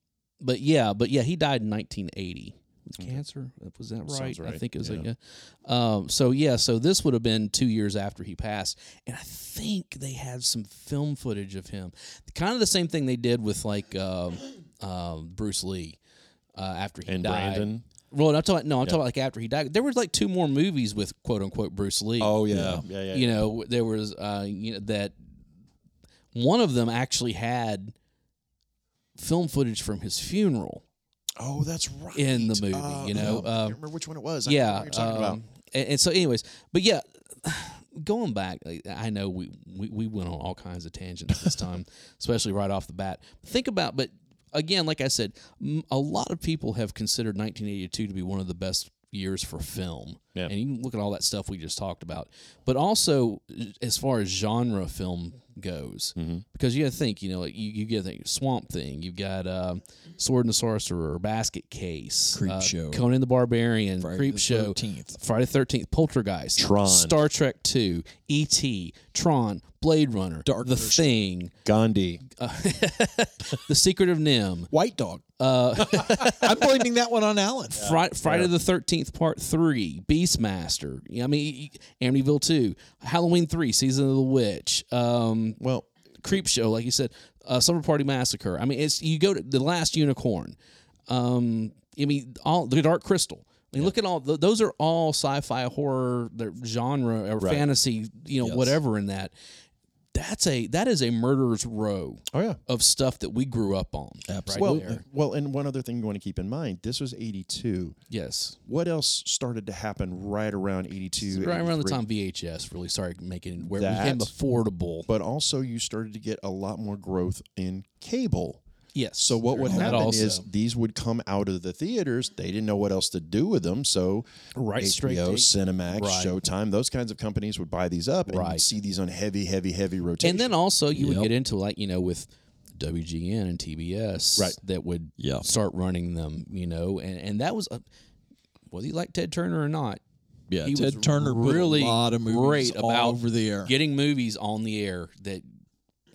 but yeah, but yeah, he died in 1980 with cancer. Was that right? Sounds I right, think it was like yeah. yeah. Um, so yeah, so this would have been two years after he passed, and I think they had some film footage of him, kind of the same thing they did with like um, um, Bruce Lee. Uh, after he And died, Brandon. well, I'm talking. No, I'm talking about like after he died. There was like two more movies with quote unquote Bruce Lee Oh yeah. Yeah. Yeah. you know there was uh you know that one of them actually had film footage from his funeral oh, that's right. Uh, in the movie, you know, I um, can't remember which one it was. I yeah know what you're talking about. um, and, and so anyways but yeah going back like, i know we, we we went on all kinds of tangents this time especially right off the bat think about but again like i said m- a lot of people have considered 1982 to be one of the best years for film Yeah. and you can look at all that stuff we just talked about but also as far as genre film goes Mm-hmm. because you gotta think you know like you, you get think swamp thing you've got uh, sword and the sorcerer basket case uh, Creepshow. conan the barbarian Friday Creep the Show, 13th. Friday the 13th, Poltergeist, Tron. Star Trek 2, E.T., Tron, Blade Runner, Dark The Crystal. Thing, Gandhi. The Secret of Nim, White Dog. I'm blaming that one on Alan. Fri- Friday the 13th, Part 3, Beastmaster, I mean, Amityville 2, Halloween 3, Season of the Witch, um, Well, Creep Show, like you said, uh, Summer Party Massacre. I mean, it's you go to The Last Unicorn, um, I mean, all The Dark Crystal. I mean, look at all th- those are all sci-fi horror they're genre or fantasy, you know, whatever in that. That's a that is a murderer's row oh yeah. of stuff that we grew up on. Well, uh, Right there. well, and one other thing you want to keep in mind: this was '82. Yes. What else started to happen right around '82? Right around the time VHS really started making where it That- became affordable. But also, you started to get a lot more growth in cable. Yes. So what would That happen also. is these would come out of the theaters. They didn't know what else to do with them, so Right, straight HBO, to- Cinemax, Right. Showtime, those kinds of companies would buy these up and you'd Right. see these on heavy, heavy, heavy rotation. and then also you would get into like you know with WGN and TBS Right. that would Yeah. start running them you know and and that was a, whether you like Ted Turner or not Yeah, he Ted was Turner put a really lot of movies great all about over the air. getting movies on the air that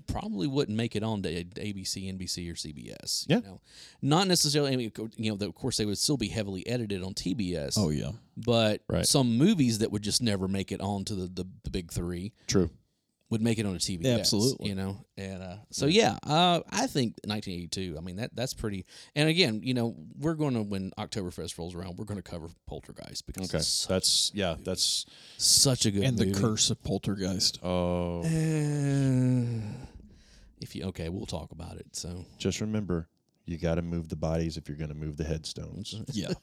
probably wouldn't make it on to ABC, NBC, or CBS. You Yeah. know? not necessarily. I mean, you know, of course, they would still be heavily edited on TBS. Oh yeah. but Right. some movies that would just never make it on to the, the, the big three True. would make it on a TV. Absolutely. you know, and uh, so yeah, uh, I think 1982. I mean that that's pretty. And again, you know, we're going to when Oktoberfest rolls around, we're going to cover Poltergeist because Okay. it's su- That's yeah, that's such a good And movie. the curse of Poltergeist. oh Uh, if you okay, we'll talk about it. So just remember you gotta move the bodies if you're gonna move the headstones. Yeah.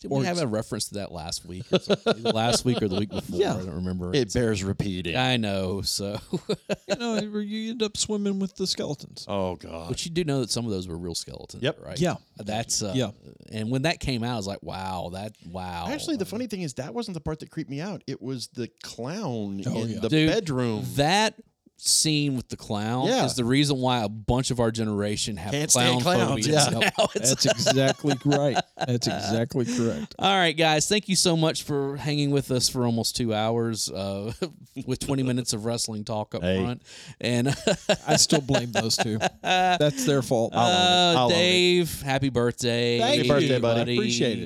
did we have a reference to that last week? Or something? last week or the week before? I don't remember. It bears repeating. I know. So, you know, you end up swimming with the skeletons. Oh god. but you do know that some of those were real skeletons, Yep. right? Yeah. that's uh, Yeah. And when that came out, I was like, wow, that wow. Actually, the funny thing is that wasn't the part that creeped me out. It was the clown in yeah. the Oh, Dude, bedroom. that scene with the clown Yeah. is the reason why a bunch of our generation have Can't clown stand clowns, phobias yeah. now. It's That's exactly right. That's exactly correct. All right, guys. Thank you so much for hanging with us for almost two hours, uh, with twenty minutes of wrestling talk up Hey. front. And I still blame those two. That's their fault. uh, I'll own it. Dave, happy birthday! Thank Happy birthday, buddy. Appreciate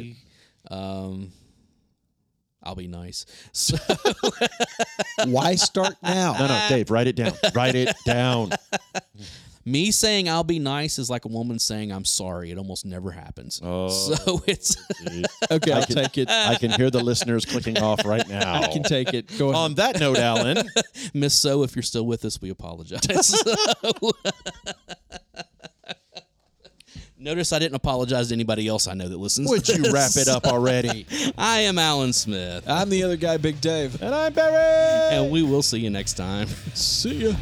it. Um, I'll be nice. So, Why start now? No, no, Dave, write it down. write it down. me saying I'll be nice is like a woman saying I'm sorry. It almost never happens. Oh. So it's Okay, I'll can- take it. I I can hear the listeners clicking off right now. can take it. Go ahead. On that note, Alan, Miss So, if you're still with us, we apologize. So- Notice I didn't apologize to anybody else I know that listens. would you wrap it up already? I am Alan Smith, I'm the other guy, Big Dave. And I'm Barry. and we will see you next time. See ya.